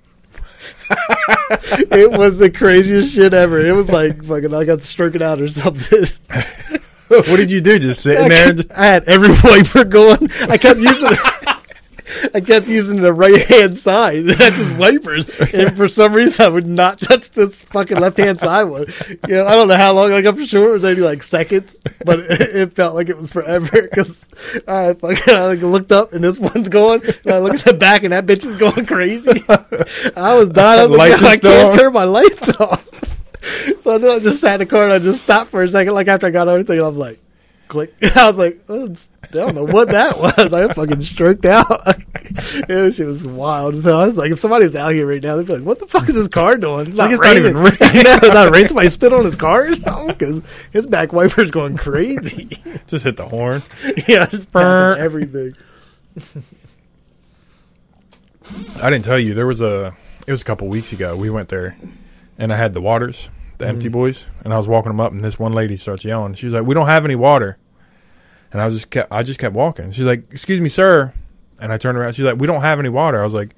Speaker 2: it was the craziest shit ever. It was like fucking I got stroking out or something.
Speaker 1: what did you do? Just sitting there?
Speaker 2: I had every wiper going. I kept using I kept using the right hand side. That's just wipers. And for some reason I would not touch this fucking left hand side one. You know, I don't know how long I got for sure. It was only like seconds, but it, it felt like it was forever because I fucking I like looked up and this one's going. And I look at the back and that bitch is going crazy. I was dying. I was
Speaker 1: Lights
Speaker 2: like, "God,
Speaker 1: are
Speaker 2: I
Speaker 1: still
Speaker 2: can't
Speaker 1: on."
Speaker 2: turn my lights off. So then I just sat in the car and I just stopped for a second, like after I got everything, and I'm like, click. I was like, oh, I'm s- I don't know what that was. I fucking stroked out. yeah, shit was wild. So I was like, if somebody was out here right now, they'd be like, what the fuck is this car doing? It's,
Speaker 1: Like,
Speaker 2: not,
Speaker 1: it's not even
Speaker 2: raining. no, it's not raining. Somebody spit on his car or something because his back wiper's going crazy.
Speaker 1: Just hit the horn.
Speaker 2: yeah, just tapping
Speaker 1: Brr.
Speaker 2: everything.
Speaker 1: I didn't tell you. There was a. It was a couple weeks ago. We went there, and I had the waters, the
Speaker 2: Mm-hmm.
Speaker 1: empty boys, and I was walking them up, and this one lady starts yelling. She's like, "We don't have any water," and I was just kept. I just kept walking. She's like, "Excuse me, sir," and I turned around. She's like, "We don't have any water." I was like,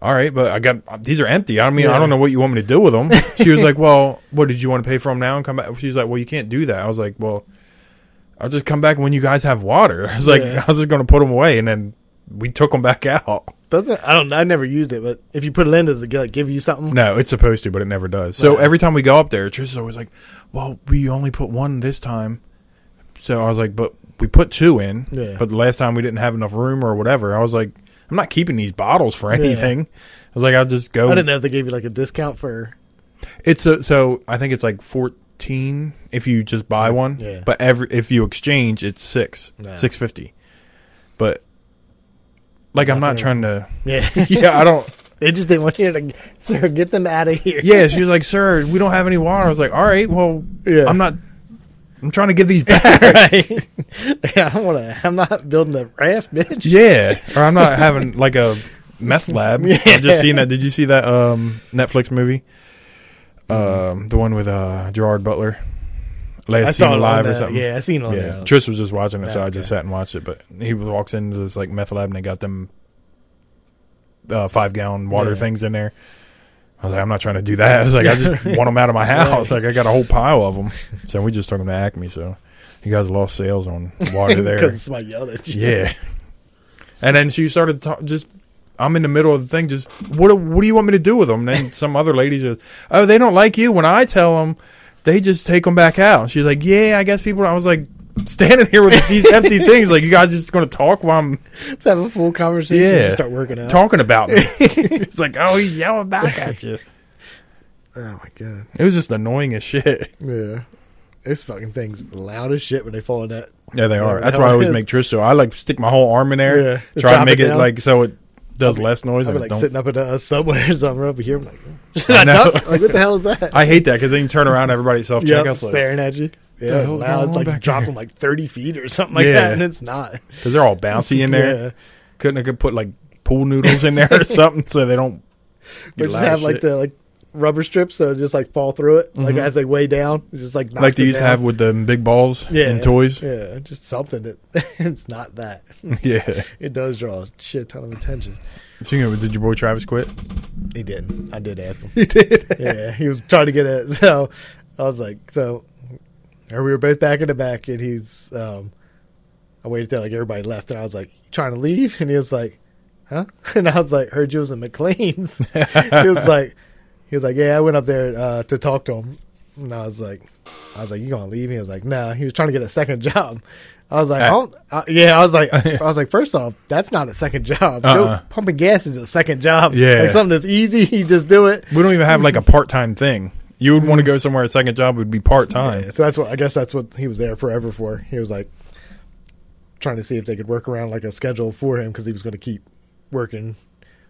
Speaker 1: "All right, but I got these are empty. I mean, I
Speaker 2: Yeah.
Speaker 1: don't know what you want me to do with them." she was like, "Well, what did you want to pay for them now and come back?" She's like, "Well, you can't do that." I was like, "Well." I'll just come back when you guys have water. I was like,
Speaker 2: Yeah.
Speaker 1: I was just going to put them away, and then we took them back out.
Speaker 2: Doesn't I don't I never used it, but if you put it in, does it like, give you something?
Speaker 1: No, it's supposed to, but it never does. So
Speaker 2: Right.
Speaker 1: every time we go up there, Trish is always like, "Well, we only put one this time." So I was like, "But we put two in,
Speaker 2: Yeah.
Speaker 1: but the last time we didn't have enough room or whatever." I was like, "I'm not keeping these bottles for
Speaker 2: Yeah.
Speaker 1: anything." I was like, "I'll just
Speaker 2: I
Speaker 1: go."
Speaker 2: didn't know if they gave you like a discount for
Speaker 1: It's a, so I think it's like fourteen if you just buy one,
Speaker 2: Yeah.
Speaker 1: but every if you exchange, it's six
Speaker 2: Nah.
Speaker 1: six fifty. But like, I'm not
Speaker 2: Nothing.
Speaker 1: trying to.
Speaker 2: yeah.
Speaker 1: Yeah, I don't.
Speaker 2: They just didn't want you to sir, get them out of here.
Speaker 1: Yeah, she was like, "Sir, we don't have any water." I was like, "All right, well,
Speaker 2: Yeah.
Speaker 1: I'm not. I'm trying to give these back.
Speaker 2: right. yeah, I don't want to. I'm not building a raft, bitch.
Speaker 1: yeah, or I'm not having like a meth lab.
Speaker 2: Yeah.
Speaker 1: I just seen that. Did you see that um, Netflix movie? Um, the one with uh, Gerard Butler,
Speaker 2: Mm-hmm. I
Speaker 1: last
Speaker 2: saw
Speaker 1: seen
Speaker 2: it on
Speaker 1: alive or
Speaker 2: the-
Speaker 1: something.
Speaker 2: Yeah, I seen it on
Speaker 1: Yeah.
Speaker 2: there.
Speaker 1: Trish was just watching it, so
Speaker 2: Yeah,
Speaker 1: I just
Speaker 2: okay.
Speaker 1: sat and watched it. But he walks into this like meth lab, and they got them uh, five gallon water
Speaker 2: Yeah.
Speaker 1: things in there. I was like, I'm not trying to do that. I was like, I just want them out of my house. Like, I got a whole pile of them. So we just took them to Acme. So you guys lost sales on water there.
Speaker 2: Because somebody yelled at you.
Speaker 1: yeah. And then she started to talk, just. I'm in the middle of the thing. Just what? do- What do you want me to do with them? And then some other ladies are, oh, they don't like you. When I tell them, they just take them back out. She's like, yeah, I guess people. I was like, standing here with these empty things. Like you guys just going to talk while I'm
Speaker 2: Let's have a full conversation.
Speaker 1: Yeah.
Speaker 2: Yeah. start working out.
Speaker 1: talking about me. it's like, oh, he's yelling back at you.
Speaker 2: oh my god.
Speaker 1: It was just annoying as shit.
Speaker 2: Yeah. This fucking thing's loud as shit when they fall in that.
Speaker 1: Yeah, they are.
Speaker 2: Yeah,
Speaker 1: That's
Speaker 2: the
Speaker 1: why I
Speaker 2: hell
Speaker 1: always
Speaker 2: it is.
Speaker 1: make Trish so I like stick my whole arm in there,
Speaker 2: Yeah. Just
Speaker 1: try and
Speaker 2: drop
Speaker 1: make
Speaker 2: it
Speaker 1: it,
Speaker 2: down.
Speaker 1: like so it does
Speaker 2: I'll be-
Speaker 1: less noise.
Speaker 2: I'd
Speaker 1: and
Speaker 2: be
Speaker 1: it
Speaker 2: like
Speaker 1: don't.
Speaker 2: sitting up at a subway or something over here. I'm like, should
Speaker 1: I
Speaker 2: I,
Speaker 1: know.
Speaker 2: duck? Like, what the hell is that?
Speaker 1: I hate that because then you turn around, everybody's self
Speaker 2: Yep,
Speaker 1: checkouts like
Speaker 2: staring at you.
Speaker 1: the
Speaker 2: Yeah,
Speaker 1: hell's
Speaker 2: loud.
Speaker 1: going
Speaker 2: It's
Speaker 1: on
Speaker 2: like you
Speaker 1: back
Speaker 2: drop
Speaker 1: here?
Speaker 2: them like 30 feet or something like
Speaker 1: Yeah.
Speaker 2: that, and it's not.
Speaker 1: because they're all bouncy in there.
Speaker 2: Yeah.
Speaker 1: Couldn't have could put like pool noodles in there or something so they don't.
Speaker 2: But
Speaker 1: get
Speaker 2: just
Speaker 1: loud
Speaker 2: have
Speaker 1: as
Speaker 2: like
Speaker 1: shit.
Speaker 2: the like rubber strips, so it just like fall through it, like
Speaker 1: Mhm.
Speaker 2: as they weigh down, it just like knocks
Speaker 1: like they
Speaker 2: it
Speaker 1: used to
Speaker 2: down.
Speaker 1: have with the big balls
Speaker 2: Yeah.
Speaker 1: and toys.
Speaker 2: Yeah, just something that it's not that.
Speaker 1: yeah.
Speaker 2: It does draw a shit ton of attention.
Speaker 1: Speaking of, did your boy Travis quit?
Speaker 2: He didn't. I did ask him.
Speaker 1: He did.
Speaker 2: yeah, he was trying to get it. So I was like, so and we were both back in the back, and he's. um I waited till like everybody left, and I was like, trying to leave, and he was like, huh? And I was like, heard you was in McLean's. he was like, he was like, yeah, I went up there uh, to talk to him, and I was like, I was like, you gonna leave? And he was like, no. He was trying to get a second job. I was like,
Speaker 1: Ah.
Speaker 2: I don't, I, yeah. I was like, I was like, first off, that's not a second job. Joe,
Speaker 1: Uh-uh.
Speaker 2: pumping gas is a second job.
Speaker 1: Yeah.
Speaker 2: like something that's easy, you just do it.
Speaker 1: We don't even have like a part time thing. You would want to go somewhere. A second job would be part time.
Speaker 2: Mm. Yeah, so that's what I guess that's what he was there forever for. He was like trying to see if they could work around like a schedule for him because he was going to keep working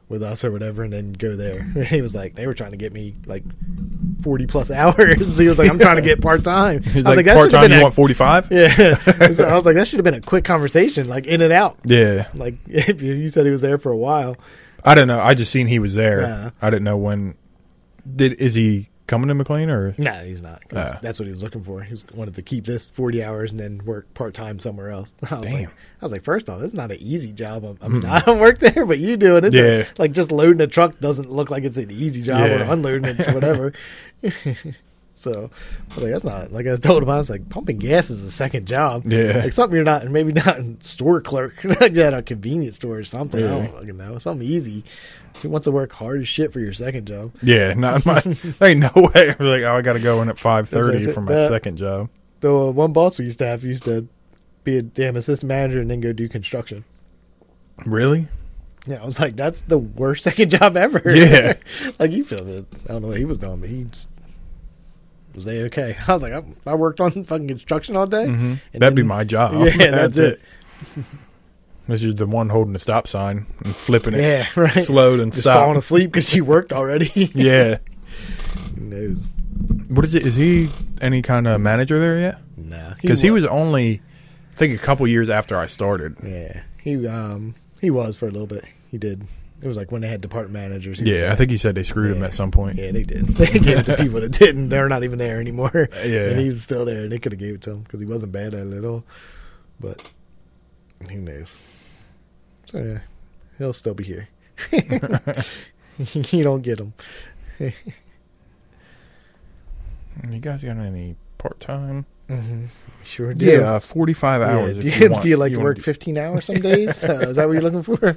Speaker 2: with us or whatever, and then go there. he was like, they were trying to get me like forty plus hours. he was like, I'm trying to get part time. I
Speaker 1: He's
Speaker 2: was
Speaker 1: like,
Speaker 2: like, that
Speaker 1: part
Speaker 2: should have
Speaker 1: time.
Speaker 2: been
Speaker 1: You
Speaker 2: a,
Speaker 1: want forty five?
Speaker 2: yeah. So I was like, that should have been a quick conversation, like in and out.
Speaker 1: Yeah.
Speaker 2: Like if you, you said he was there for a while,
Speaker 1: I don't know. I just seen he was there.
Speaker 2: Yeah.
Speaker 1: I didn't know when. Did is he coming to McLean or?
Speaker 2: No, he's not. 'cause
Speaker 1: Uh.
Speaker 2: that's what he was looking for. He was, wanted to keep this 40 hours and then work part time somewhere else. I was
Speaker 1: Damn.
Speaker 2: Like, I was like, first off, it's not an easy job. I'm, I'm not I work there, but you doing it.
Speaker 1: Yeah.
Speaker 2: Like just loading a truck doesn't look like it's an easy job
Speaker 1: Yeah.
Speaker 2: or unloading it, whatever. so I was like, that's not like I told him. I was like, pumping gas is a second job.
Speaker 1: Yeah.
Speaker 2: Like something you're not, maybe not in store clerk, like at a convenience store or something. I
Speaker 1: Yeah.
Speaker 2: don't fucking know. Something easy. Who wants to work hard as shit for your second job?
Speaker 1: Yeah, not my. ain't no way. I'm like, oh, I got to go in at five
Speaker 2: That's
Speaker 1: thirty
Speaker 2: it,
Speaker 1: for my
Speaker 2: that-
Speaker 1: second job.
Speaker 2: the uh, one boss we used to have used to be a damn assistant manager and then go do construction.
Speaker 1: Really?
Speaker 2: Yeah, I was like, that's the worst second job ever.
Speaker 1: Yeah.
Speaker 2: like he filled it. I don't know what he was doing, but he just, was they okay. I was like, I, I worked on fucking construction all day.
Speaker 1: hmm
Speaker 2: And
Speaker 1: That'd be
Speaker 2: then-
Speaker 1: my job.
Speaker 2: Yeah, that's it.
Speaker 1: this is the one holding the stop sign and flipping it,
Speaker 2: Yeah, right.
Speaker 1: slowed and
Speaker 2: Just falling
Speaker 1: stopped.
Speaker 2: asleep because you worked already.
Speaker 1: Yeah.
Speaker 2: no,
Speaker 1: What is it? Is he any kind of manager there yet?
Speaker 2: nah,
Speaker 1: Because he was only, I think, a couple years after I started.
Speaker 2: Yeah, he um he was for a little bit. He did. It was like when they had department managers. he was
Speaker 1: Yeah, I
Speaker 2: like-
Speaker 1: think he said they screwed him
Speaker 2: Yeah.
Speaker 1: at some point.
Speaker 2: Yeah, they did. They gave it to people that didn't. They're not even there anymore.
Speaker 1: Uh, Yeah.
Speaker 2: and he was still there. They could have gave it to him because he wasn't bad at it at all. But who knows? So yeah, he'll still be here. you don't get him.
Speaker 1: You guys got any part time?
Speaker 2: Mm-hmm. Sure do.
Speaker 1: Yeah, uh, forty five hours.
Speaker 2: do,
Speaker 1: if
Speaker 2: you,
Speaker 1: want.
Speaker 2: do you like to
Speaker 1: wanna
Speaker 2: work
Speaker 1: do-
Speaker 2: 15 hours some days? Uh, is that what you're looking for?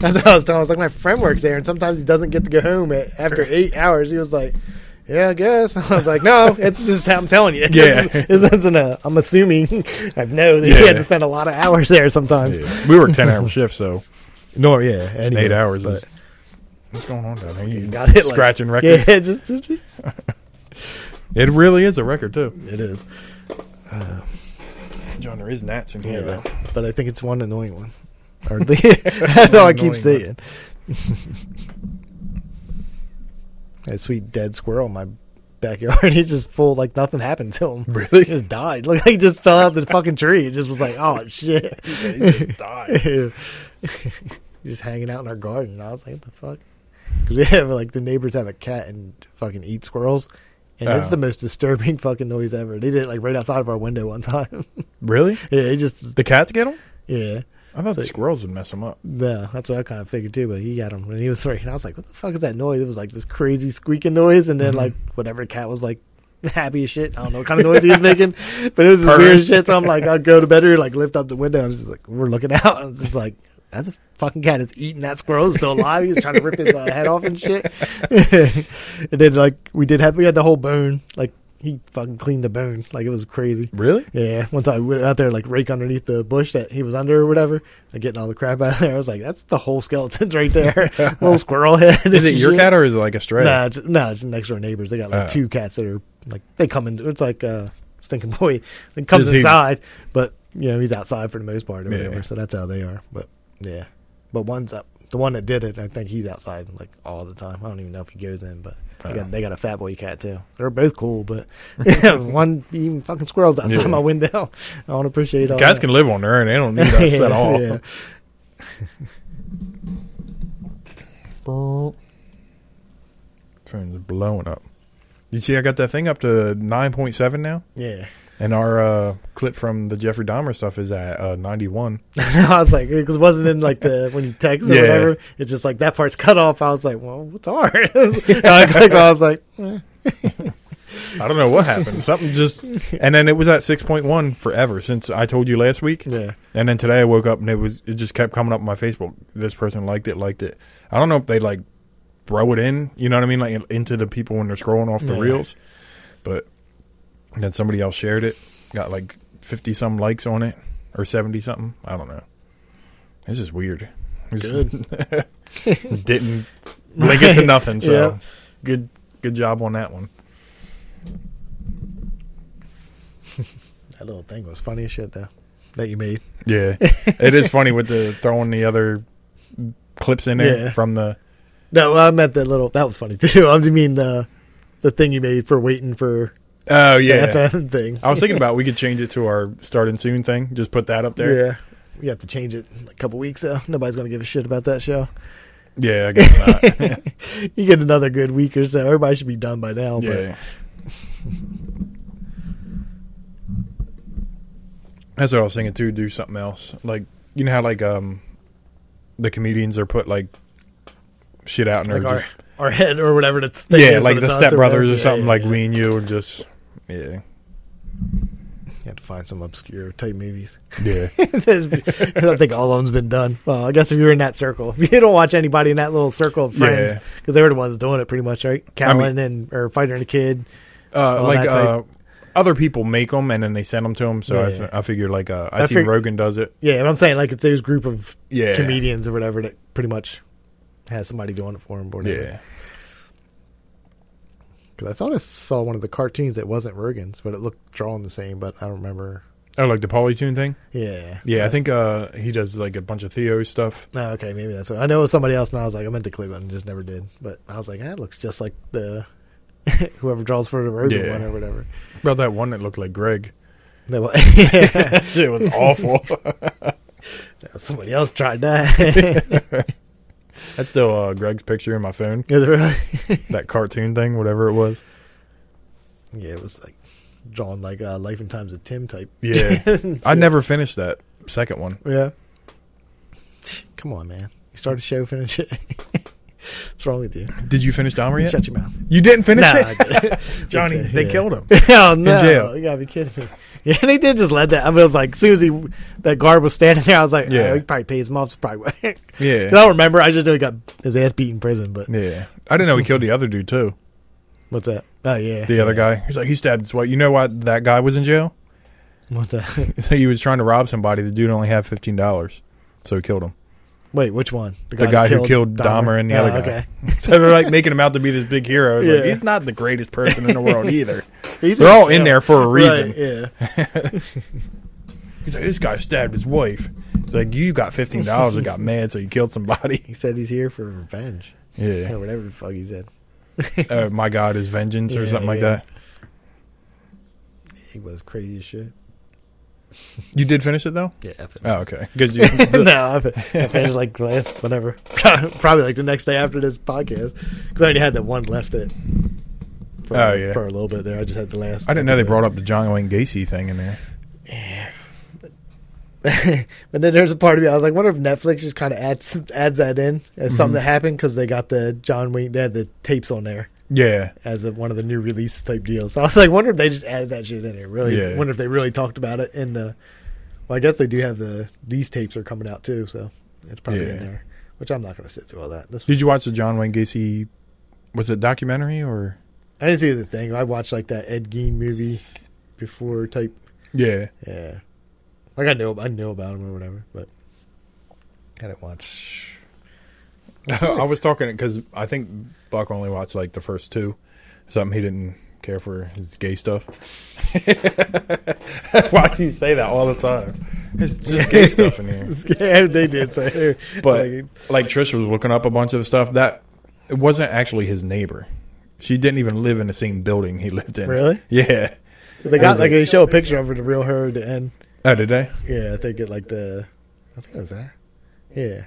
Speaker 2: That's what I was telling. I was like, my friend works there, and sometimes he doesn't get to go home at, after eight hours. He was like, "Yeah, I guess." I was like, "No, it's just I'm telling you.
Speaker 1: Yeah.
Speaker 2: this, is- this isn't a. I'm assuming. I know that he had
Speaker 1: Yeah.
Speaker 2: to spend a lot of hours there sometimes.
Speaker 1: Yeah. We work ten hour shifts, so
Speaker 2: Nor yeah, anyway,
Speaker 1: eight hours.
Speaker 2: but-
Speaker 1: Is, what's going on down there? You
Speaker 2: Got it, like-
Speaker 1: scratching
Speaker 2: yeah,
Speaker 1: records.
Speaker 2: just, just- just-
Speaker 1: It really is a record too.
Speaker 2: it is.
Speaker 1: John, there is gnats in here though.
Speaker 2: but I think it's one annoying one. Or at least- that's all I
Speaker 1: Annoying
Speaker 2: keep
Speaker 1: one.
Speaker 2: saying. that sweet dead squirrel in my backyard. He's just full, like nothing happened to him. He
Speaker 1: Really?
Speaker 2: just died. Look, he just fell out the fucking tree. It just was like, oh shit.
Speaker 1: he just died.
Speaker 2: He's just hanging out in our garden. And I was like, what the fuck? Because we have like the neighbors have a cat and fucking eat squirrels. And it's
Speaker 1: Oh.
Speaker 2: the most disturbing fucking noise ever. They did it like right outside of our window one time.
Speaker 1: Really?
Speaker 2: yeah, it just,
Speaker 1: The cats get them?
Speaker 2: yeah.
Speaker 1: I thought the
Speaker 2: It's like-
Speaker 1: squirrels would mess them up.
Speaker 2: No, that's what I kind of figured too. But he got him when he was three, and I was like, "What the fuck is that noise?" It was like this crazy squeaking noise, and then like whatever cat was like happy as shit. I don't know what kind of noise he was making, but it was just
Speaker 1: Purring.
Speaker 2: weird as shit. So I'm like, I'll go to bed or like lift up the window, and just like we're looking out. and I'm just like, "That's a fucking cat is eating that squirrel. It's still alive. He was trying to rip his uh, head off and shit." and then like we did have we had the whole bone like. He fucking cleaned the bone like it was crazy.
Speaker 1: Really?
Speaker 2: Yeah, once I went out there like rake underneath the bush that he was under or whatever, and getting all the crap out of there, I was like, "That's the whole skeleton's right there, little squirrel head."
Speaker 1: Is it your cat or is it like a stray? Uh,
Speaker 2: Nah, it's, nah, it's next door neighbors. They got like
Speaker 1: Oh.
Speaker 2: two cats that are like they come in. It's like uh, stinking boy. It comes
Speaker 1: Does he-
Speaker 2: inside, but you know he's outside for the most part or
Speaker 1: Yeah.
Speaker 2: whatever. So that's how they are. But yeah, but one's up. The one that did it, I think he's outside like all the time. I don't even know if he goes in, but they
Speaker 1: Oh.
Speaker 2: got, they got a fat boy cat too. They're both cool, but yeah, one even fucking squirrels outside
Speaker 1: Yeah.
Speaker 2: my window. I don't appreciate all
Speaker 1: Cats
Speaker 2: that.
Speaker 1: can live on their own. They don't need us at all.
Speaker 2: Yeah.
Speaker 1: Phone's blowing up. You see, I got that thing up to 9.7 now,
Speaker 2: yeah.
Speaker 1: and our uh, clip from the Jeffrey Dahmer stuff is at uh, 91.
Speaker 2: I was like, because it wasn't in like the when you text or
Speaker 1: Yeah.
Speaker 2: whatever. It's just like that part's cut off. I was like, well, what's ours? And I clicked. I was like, eh.
Speaker 1: I don't know what happened. Something just. And then it was at 6.1 forever since I told you last week.
Speaker 2: yeah,
Speaker 1: And then today I woke up and it was it just kept coming up on my Facebook. This person liked it, liked it. I don't know if they like throw it in, you know what I mean, like in- into the people when they're scrolling off the
Speaker 2: Yeah.
Speaker 1: reels. But then somebody else shared it, got like fifty some likes on it or seventy something. I don't know. It's just weird. It's- didn't link it to nothing. So
Speaker 2: Yeah.
Speaker 1: good good job on that one.
Speaker 2: that little thing was funny as shit though that you made.
Speaker 1: Yeah, it is funny with the throwing the other clips in there
Speaker 2: Yeah.
Speaker 1: from the
Speaker 2: No, I meant that little. That was funny too. I just mean the the thing you made for waiting for
Speaker 1: oh
Speaker 2: the
Speaker 1: yeah.
Speaker 2: FM thing.
Speaker 1: I was thinking about we could change it to our starting soon thing. Just put that up there.
Speaker 2: Yeah, we have to change it in a couple weeks though. Nobody's gonna give a shit about that show.
Speaker 1: Yeah, I guess not.
Speaker 2: you get another good week or so. Everybody should be done by now.
Speaker 1: yeah. That's what I was thinking too. Do something else, like you know how like um, the comedians are put like shit out and
Speaker 2: But like
Speaker 1: they're
Speaker 2: our,
Speaker 1: just,
Speaker 2: our head or whatever that's
Speaker 1: yeah, like the Step Brothers or something. like me and you are just yeah,
Speaker 2: You have to find some obscure type movies.
Speaker 1: yeah,
Speaker 2: I don't think all of them's been done. Well, I guess if you're in that circle, if you don't watch anybody in that little circle of friends,
Speaker 1: Yeah.
Speaker 2: because they were the ones doing it pretty much, right?
Speaker 1: I mean-
Speaker 2: Callan and or Fighter and a Kid.
Speaker 1: uh,
Speaker 2: All
Speaker 1: like
Speaker 2: that type.
Speaker 1: uh, other people make them and then they send them to them. So I,
Speaker 2: Yeah.
Speaker 1: fi- I figure like uh, I,
Speaker 2: I
Speaker 1: see
Speaker 2: fig-
Speaker 1: Rogan does it.
Speaker 2: Yeah, but I'm saying like it's those group of
Speaker 1: Yeah,
Speaker 2: comedians or whatever that pretty much has somebody doing it for them. Or whatever.
Speaker 1: Yeah,
Speaker 2: Because I thought I saw one of the cartoons that wasn't Rogan's, but it looked drawn the same, but I don't remember.
Speaker 1: oh, like the Polytune thing.
Speaker 2: Yeah.
Speaker 1: Yeah, I think uh, he does like a bunch of Theo stuff.
Speaker 2: Oh, okay, maybe that's what I know it was somebody else, and I was like, I meant to click that and just never did. But I was like, that looks just like the whoever draws for the Rogan
Speaker 1: Yeah.
Speaker 2: one or whatever.
Speaker 1: About that one that looked like Greg.
Speaker 2: They wa- Yeah.
Speaker 1: That shit was awful.
Speaker 2: somebody else tried that.
Speaker 1: That's still uh, Greg's picture in my phone.
Speaker 2: Is it really?
Speaker 1: That cartoon thing, whatever it was.
Speaker 2: Yeah, it was like drawn like uh, Life and Times of Tim type.
Speaker 1: Yeah. I never finished that second one.
Speaker 2: Yeah. Come on, man. You start a show, finish it. What's wrong with you?
Speaker 1: Did you finish Dahmer yet?
Speaker 2: Shut your mouth.
Speaker 1: You didn't finish
Speaker 2: Nah,
Speaker 1: it?
Speaker 2: I did.
Speaker 1: Johnny,
Speaker 2: Okay,
Speaker 1: they
Speaker 2: yeah.
Speaker 1: killed him.
Speaker 2: oh no!
Speaker 1: jail.
Speaker 2: You gotta be kidding me. Yeah, they did just let that. I mean, it was like Susie, that guard was standing there. I was like, yeah,
Speaker 1: Yeah.
Speaker 2: he probably pays him off. It's probably. 'Cause I
Speaker 1: Yeah.
Speaker 2: don't remember. I just know he got his ass beat in prison. But
Speaker 1: Yeah. I didn't know he killed the other dude, too.
Speaker 2: what's that? Oh yeah,
Speaker 1: The other guy. He's like, he stabbed his wife. You know why that guy was in jail?
Speaker 2: What the?
Speaker 1: He was trying to rob somebody. The dude only had $15. So he killed him.
Speaker 2: Wait, which one?
Speaker 1: The guy who killed Dahmer
Speaker 2: Oh,
Speaker 1: and the other guy. So they're like making him out to be this big hero. It's like,
Speaker 2: Yeah.
Speaker 1: he's not the greatest person in the world either.
Speaker 2: Okay, He's
Speaker 1: They're all in
Speaker 2: jail.
Speaker 1: there for a reason.
Speaker 2: Right, yeah.
Speaker 1: He's like, this guy stabbed his wife. He's like, you got fifteen dollars and got mad, so you killed somebody.
Speaker 2: He said he's here for revenge or
Speaker 1: Yeah.
Speaker 2: whatever the fuck he said.
Speaker 1: Uh, my God is vengeance or
Speaker 2: Yeah,
Speaker 1: something like
Speaker 2: yeah.
Speaker 1: that.
Speaker 2: He was crazy as shit.
Speaker 1: You did finish it though.
Speaker 2: Yeah, I finished.
Speaker 1: Oh, okay. Because you,
Speaker 2: no, I fin- I finished like last whatever, probably like the next day after this podcast because I already had that one left it. For,
Speaker 1: Oh, yeah.
Speaker 2: for a little bit there. I just had the last.
Speaker 1: I didn't know they brought up the John Wayne Gacy thing in there.
Speaker 2: But then there's a part of me I was like, wonder if Netflix just kind of adds adds that in as something that happened because they got the John Wayne, they had the tapes on there
Speaker 1: Yeah,
Speaker 2: as a, one of the new release type deals. So I was like, wonder if they just added that shit in there. Really,
Speaker 1: Yeah.
Speaker 2: wonder if they really talked about it in the. Well, I guess they do have the these tapes are coming out too, so it's probably
Speaker 1: Yeah.
Speaker 2: in there. Which I'm not going to sit through all that. This
Speaker 1: did you watch the John Wayne Gacy? Was it documentary or?
Speaker 2: I didn't see the thing. I watched like that Ed Gein movie before type.
Speaker 1: Yeah,
Speaker 2: Yeah, like I know I know about him or whatever, but I didn't watch.
Speaker 1: I was talking because I think Buck only watched like the first two. Something he didn't care for his gay stuff. Why do you say that all the time? It's just gay stuff in here.
Speaker 2: yeah, they did say,
Speaker 1: But
Speaker 2: Like,
Speaker 1: like Trish was looking up a bunch of stuff that it wasn't actually his neighbor. She didn't even live in the same building he lived in.
Speaker 2: Really?
Speaker 1: Yeah.
Speaker 2: they got like they show a picture of her, the real her, at the end.
Speaker 1: Oh, did they?
Speaker 2: Yeah, I think it like the. I think it was that. Yeah,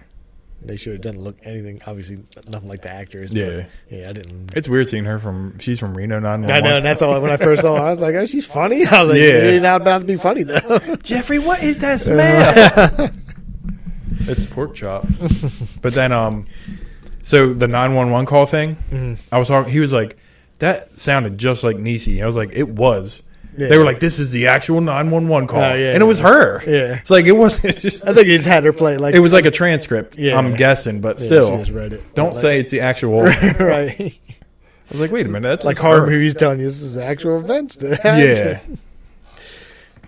Speaker 2: they should have done look anything. Obviously, nothing like the actors. but-
Speaker 1: Yeah.
Speaker 2: yeah, I didn't.
Speaker 1: It's weird seeing her from. She's from Reno. Nine.
Speaker 2: I know, and that's all. When I first saw her, I was like, "Oh, she's funny." I was like,
Speaker 1: Yeah.
Speaker 2: "You're not about to be funny though."
Speaker 1: Jeffrey, what is that smell? it's pork chops. but then, um, so the nine one one call thing.
Speaker 2: Mm-hmm.
Speaker 1: I was talking. He was like, "That sounded just like Nisi." I was like, "It was." They
Speaker 2: Yeah.
Speaker 1: were like, "This is the actual nine one one call,"
Speaker 2: Oh, yeah,
Speaker 1: and it
Speaker 2: yeah.
Speaker 1: was her.
Speaker 2: Yeah.
Speaker 1: it's like it wasn't. it's just-
Speaker 2: I think he just had her play like
Speaker 1: It was like a transcript.
Speaker 2: Yeah.
Speaker 1: I'm guessing, but
Speaker 2: Yeah,
Speaker 1: still,
Speaker 2: she just read it.
Speaker 1: don't
Speaker 2: Like-
Speaker 1: say it's the actual. I
Speaker 2: right.
Speaker 1: was like, wait a minute, that's
Speaker 2: like
Speaker 1: just
Speaker 2: horror
Speaker 1: her.
Speaker 2: movies telling you this is actual events that
Speaker 1: Yeah.
Speaker 2: happened.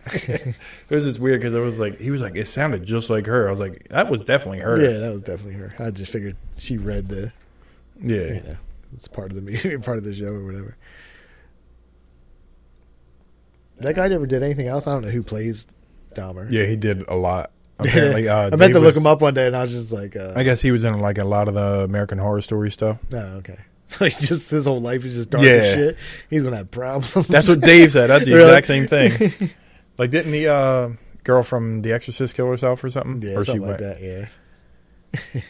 Speaker 1: it was just weird because I was like, he was like, it sounded just like her. I was like, that was definitely her.
Speaker 2: Yeah, that was definitely her. I just figured she read the
Speaker 1: Yeah.
Speaker 2: you know it's part of the movie, part of the show or whatever. That guy never did anything else. I don't know who plays Dahmer.
Speaker 1: Yeah, he did a lot. Apparently, uh,
Speaker 2: I meant
Speaker 1: Dave
Speaker 2: to look
Speaker 1: was-
Speaker 2: him up one day, and I was just like, uh,
Speaker 1: I guess he was in like a lot of the American Horror Story stuff.
Speaker 2: "Oh, okay." So he's just his whole life is just dark
Speaker 1: Yeah.
Speaker 2: as shit. He's gonna have problems.
Speaker 1: That's what Dave said. That's the
Speaker 2: Really?
Speaker 1: exact same thing. Like, didn't the uh, girl from The Exorcist kill herself or something?
Speaker 2: Mm, yeah,
Speaker 1: or
Speaker 2: something like
Speaker 1: went-
Speaker 2: that. Yeah, yeah,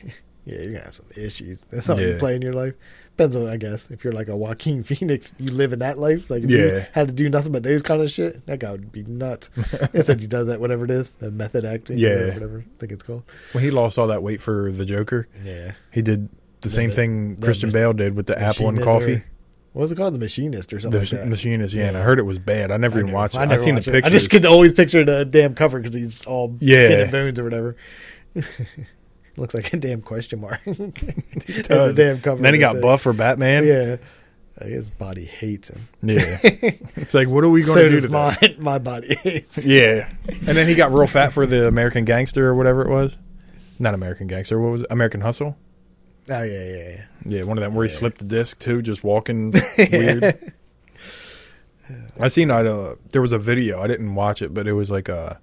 Speaker 2: you're gonna have some issues. That's how you
Speaker 1: Yeah.
Speaker 2: play in your life. Depends on, I guess, if you're like a Joaquin Phoenix, you live in that life. Like, if you
Speaker 1: Yeah.
Speaker 2: had to do nothing but those kind of shit. That guy would be nuts. Instead, he does that, whatever it is, the method acting, or
Speaker 1: Yeah.
Speaker 2: whatever. I think it's called.
Speaker 1: When he lost all that weight for the Joker,
Speaker 2: Yeah,
Speaker 1: he did the
Speaker 2: The
Speaker 1: same
Speaker 2: ma-
Speaker 1: thing
Speaker 2: the
Speaker 1: Christian
Speaker 2: ma-
Speaker 1: Bale did with the apple and
Speaker 2: Machinist
Speaker 1: coffee.
Speaker 2: or- what was it called? The machinist or
Speaker 1: The
Speaker 2: something.
Speaker 1: Machi-
Speaker 2: like that.
Speaker 1: machinist, yeah, and I
Speaker 2: Yeah.
Speaker 1: heard it was bad. I never even
Speaker 2: never-
Speaker 1: watched it.
Speaker 2: I
Speaker 1: I,
Speaker 2: never
Speaker 1: seen the
Speaker 2: watched it.
Speaker 1: pictures.
Speaker 2: I just could always picture the damn cover because he's all skin
Speaker 1: Yeah.
Speaker 2: and bones or whatever. Looks like a damn question mark. And the
Speaker 1: does.
Speaker 2: damn cover.
Speaker 1: And Uh, then he
Speaker 2: that's
Speaker 1: got
Speaker 2: it.
Speaker 1: buff for Batman. Yeah,
Speaker 2: Yeah, Like, his body hates him.
Speaker 1: it's like, what are we going
Speaker 2: so
Speaker 1: to do
Speaker 2: does
Speaker 1: today?
Speaker 2: mine. My body hates.
Speaker 1: Yeah, and then he got real fat for the American Gangster or whatever it was. Not American Gangster. What was it? American Hustle?
Speaker 2: Oh yeah, yeah, yeah.
Speaker 1: Yeah, one of them where he
Speaker 2: Yeah.
Speaker 1: slipped the disc too, just walking weird. I seen I uh, there was a video. I didn't watch it, but it was like uh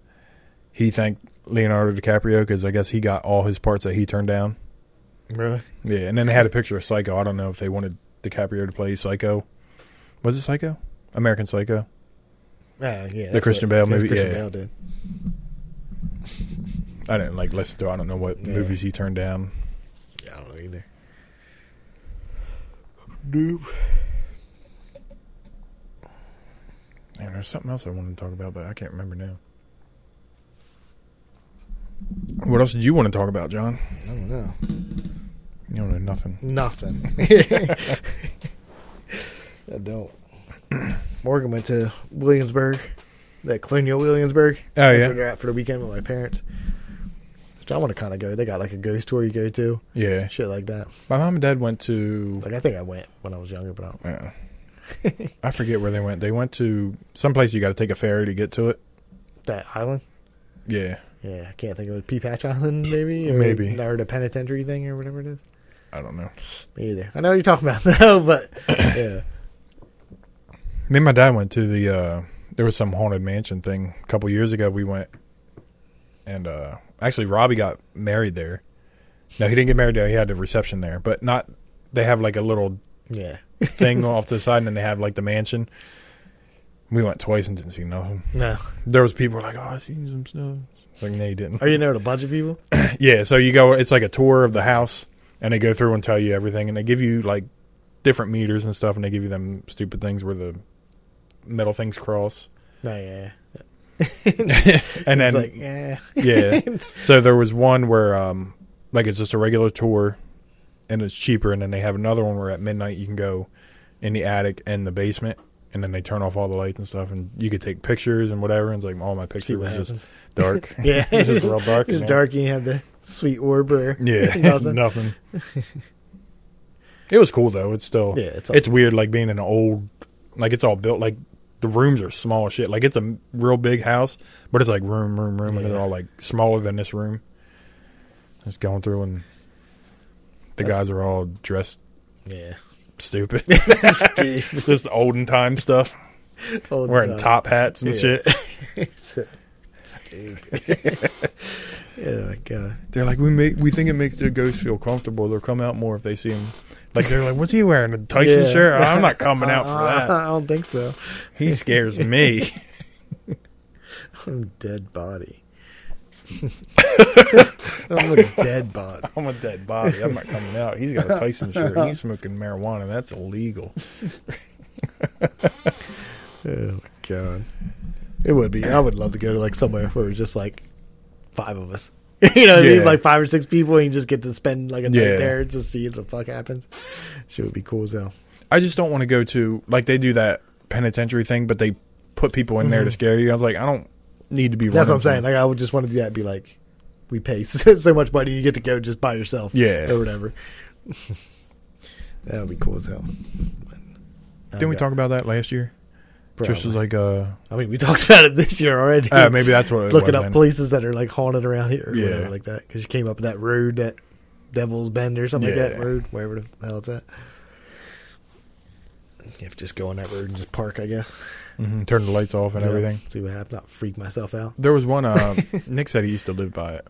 Speaker 1: he thanked Leonardo DiCaprio because I guess he got all his parts that he turned down.
Speaker 2: Really?
Speaker 1: Yeah, and then they had a picture of Psycho. I don't know if they wanted DiCaprio to play Psycho. Was it Psycho? American Psycho.
Speaker 2: Ah, yeah. that's
Speaker 1: The Christian
Speaker 2: what-
Speaker 1: Bale movie,
Speaker 2: Christian
Speaker 1: yeah.
Speaker 2: Bale did.
Speaker 1: I didn't like listen to. I don't know what
Speaker 2: Yeah.
Speaker 1: movies he turned down.
Speaker 2: Yeah, I don't know either. Nope.
Speaker 1: Man, there's something else I wanted to talk about, but I can't remember now. What else did you want to talk about, John?
Speaker 2: I don't know.
Speaker 1: You don't know nothing.
Speaker 2: Nothing. I don't. Morgan went to Williamsburg, that colonial Williamsburg.
Speaker 1: Oh
Speaker 2: That's
Speaker 1: yeah,
Speaker 2: where they're at for the weekend with my parents. Which I want to kind of go. They got like a ghost tour you go to,
Speaker 1: yeah.
Speaker 2: shit like that.
Speaker 1: My mom and dad went to.
Speaker 2: Like I think I went when I was younger, but I don't.
Speaker 1: Uh, I forget where they went. They went to someplace you got to take a ferry to get to it.
Speaker 2: That island.
Speaker 1: Yeah,
Speaker 2: Yeah, I can't think of it. Pea Patch Island, maybe, or
Speaker 1: Maybe.
Speaker 2: or the penitentiary thing, or whatever it is.
Speaker 1: I don't know.
Speaker 2: Me either. I know what you're talking about though, but yeah,
Speaker 1: Me and my dad went to the uh there was some haunted mansion thing a couple years ago we went and uh actually Robbie got married there. No, he didn't get married there, he had a reception there. But not they have like a little
Speaker 2: yeah,
Speaker 1: thing off to the side and then they have like the mansion. We went twice and didn't see nothing.
Speaker 2: no.
Speaker 1: There was people like, Oh, I seen some stuff. It's Like no you didn't.
Speaker 2: Are you in there with a bunch of people?
Speaker 1: Yeah, so you go. It's like a tour of the house, and they go through and tell you everything, and they give you like different meters and stuff, and they give you them stupid things where the metal things cross,
Speaker 2: No, yeah.
Speaker 1: and then
Speaker 2: it's like yeah,
Speaker 1: yeah. So there was one where um like it's just a regular tour, and it's cheaper, and then they have another one where at midnight you can go in the attic and the basement. And then they turn off all the lights and stuff, and you could take pictures and whatever. And it's like all my
Speaker 2: see
Speaker 1: picture was
Speaker 2: what
Speaker 1: just
Speaker 2: happens.
Speaker 1: dark.
Speaker 2: Yeah,
Speaker 1: this is real dark. in
Speaker 2: It's
Speaker 1: there.
Speaker 2: dark. and You have the sweet orb or
Speaker 1: Yeah,
Speaker 2: nothing.
Speaker 1: nothing. it was cool though. It's still
Speaker 2: Yeah, it's,
Speaker 1: it's weird like being in an old like it's all built like the rooms are small as shit. Like it's a m- real big house, but it's like room, room, room, and
Speaker 2: Yeah.
Speaker 1: they're all like smaller than this room. Just going through and the
Speaker 2: That's-
Speaker 1: guys are all dressed
Speaker 2: yeah.
Speaker 1: stupid,
Speaker 2: Steve,
Speaker 1: just olden time stuff,
Speaker 2: old
Speaker 1: wearing
Speaker 2: dog.
Speaker 1: top hats and
Speaker 2: Yeah.
Speaker 1: shit.
Speaker 2: Steve. oh my god.
Speaker 1: They're like, we make we think it makes their ghosts feel comfortable. They'll come out more if they see him. Like they're like, what's he wearing? A Tyson
Speaker 2: Yeah.
Speaker 1: shirt? Oh, I'm not coming out for
Speaker 2: Uh-uh,
Speaker 1: that.
Speaker 2: I don't think so.
Speaker 1: He scares me.
Speaker 2: I'm a dead body. I'm a dead body.
Speaker 1: I'm a dead body. I'm not coming out. He's got a Tyson shirt. and He's smoking marijuana. That's illegal.
Speaker 2: Oh my god. It would be. I would love to go to like somewhere where it's just like five of us. you know, what I mean?
Speaker 1: Yeah.
Speaker 2: like five or six people, and you just get to spend like a night
Speaker 1: Yeah.
Speaker 2: there to see what the fuck happens. Shit would be cool as hell.
Speaker 1: I just don't want to go to like they do that penitentiary thing, but they put people in there to scare you. I was like, I don't need to be.
Speaker 2: Mm-hmm. That's what I'm
Speaker 1: running
Speaker 2: saying.
Speaker 1: from-
Speaker 2: Like, I would just want to do that. Be like, we pay so so much money, you get to go just by yourself.
Speaker 1: Yeah.
Speaker 2: or whatever. that would be cool as hell.
Speaker 1: Didn't we talk about that last year? Trish was like, uh,
Speaker 2: I mean, we talked about it this year already.
Speaker 1: uh, maybe that's what it
Speaker 2: looking
Speaker 1: was
Speaker 2: up
Speaker 1: then.
Speaker 2: places that are like haunted around here, or
Speaker 1: Yeah.
Speaker 2: whatever like that. Because you came up that road, that Devil's Bend or something like that
Speaker 1: Yeah.
Speaker 2: road, wherever the hell it's at. You have to just go on that road and just park, I guess.
Speaker 1: Mhm, turn the lights off and
Speaker 2: Yeah.
Speaker 1: everything.
Speaker 2: See what happens. Not freak myself out.
Speaker 1: There was one. Uh, Nick said he used to live by it,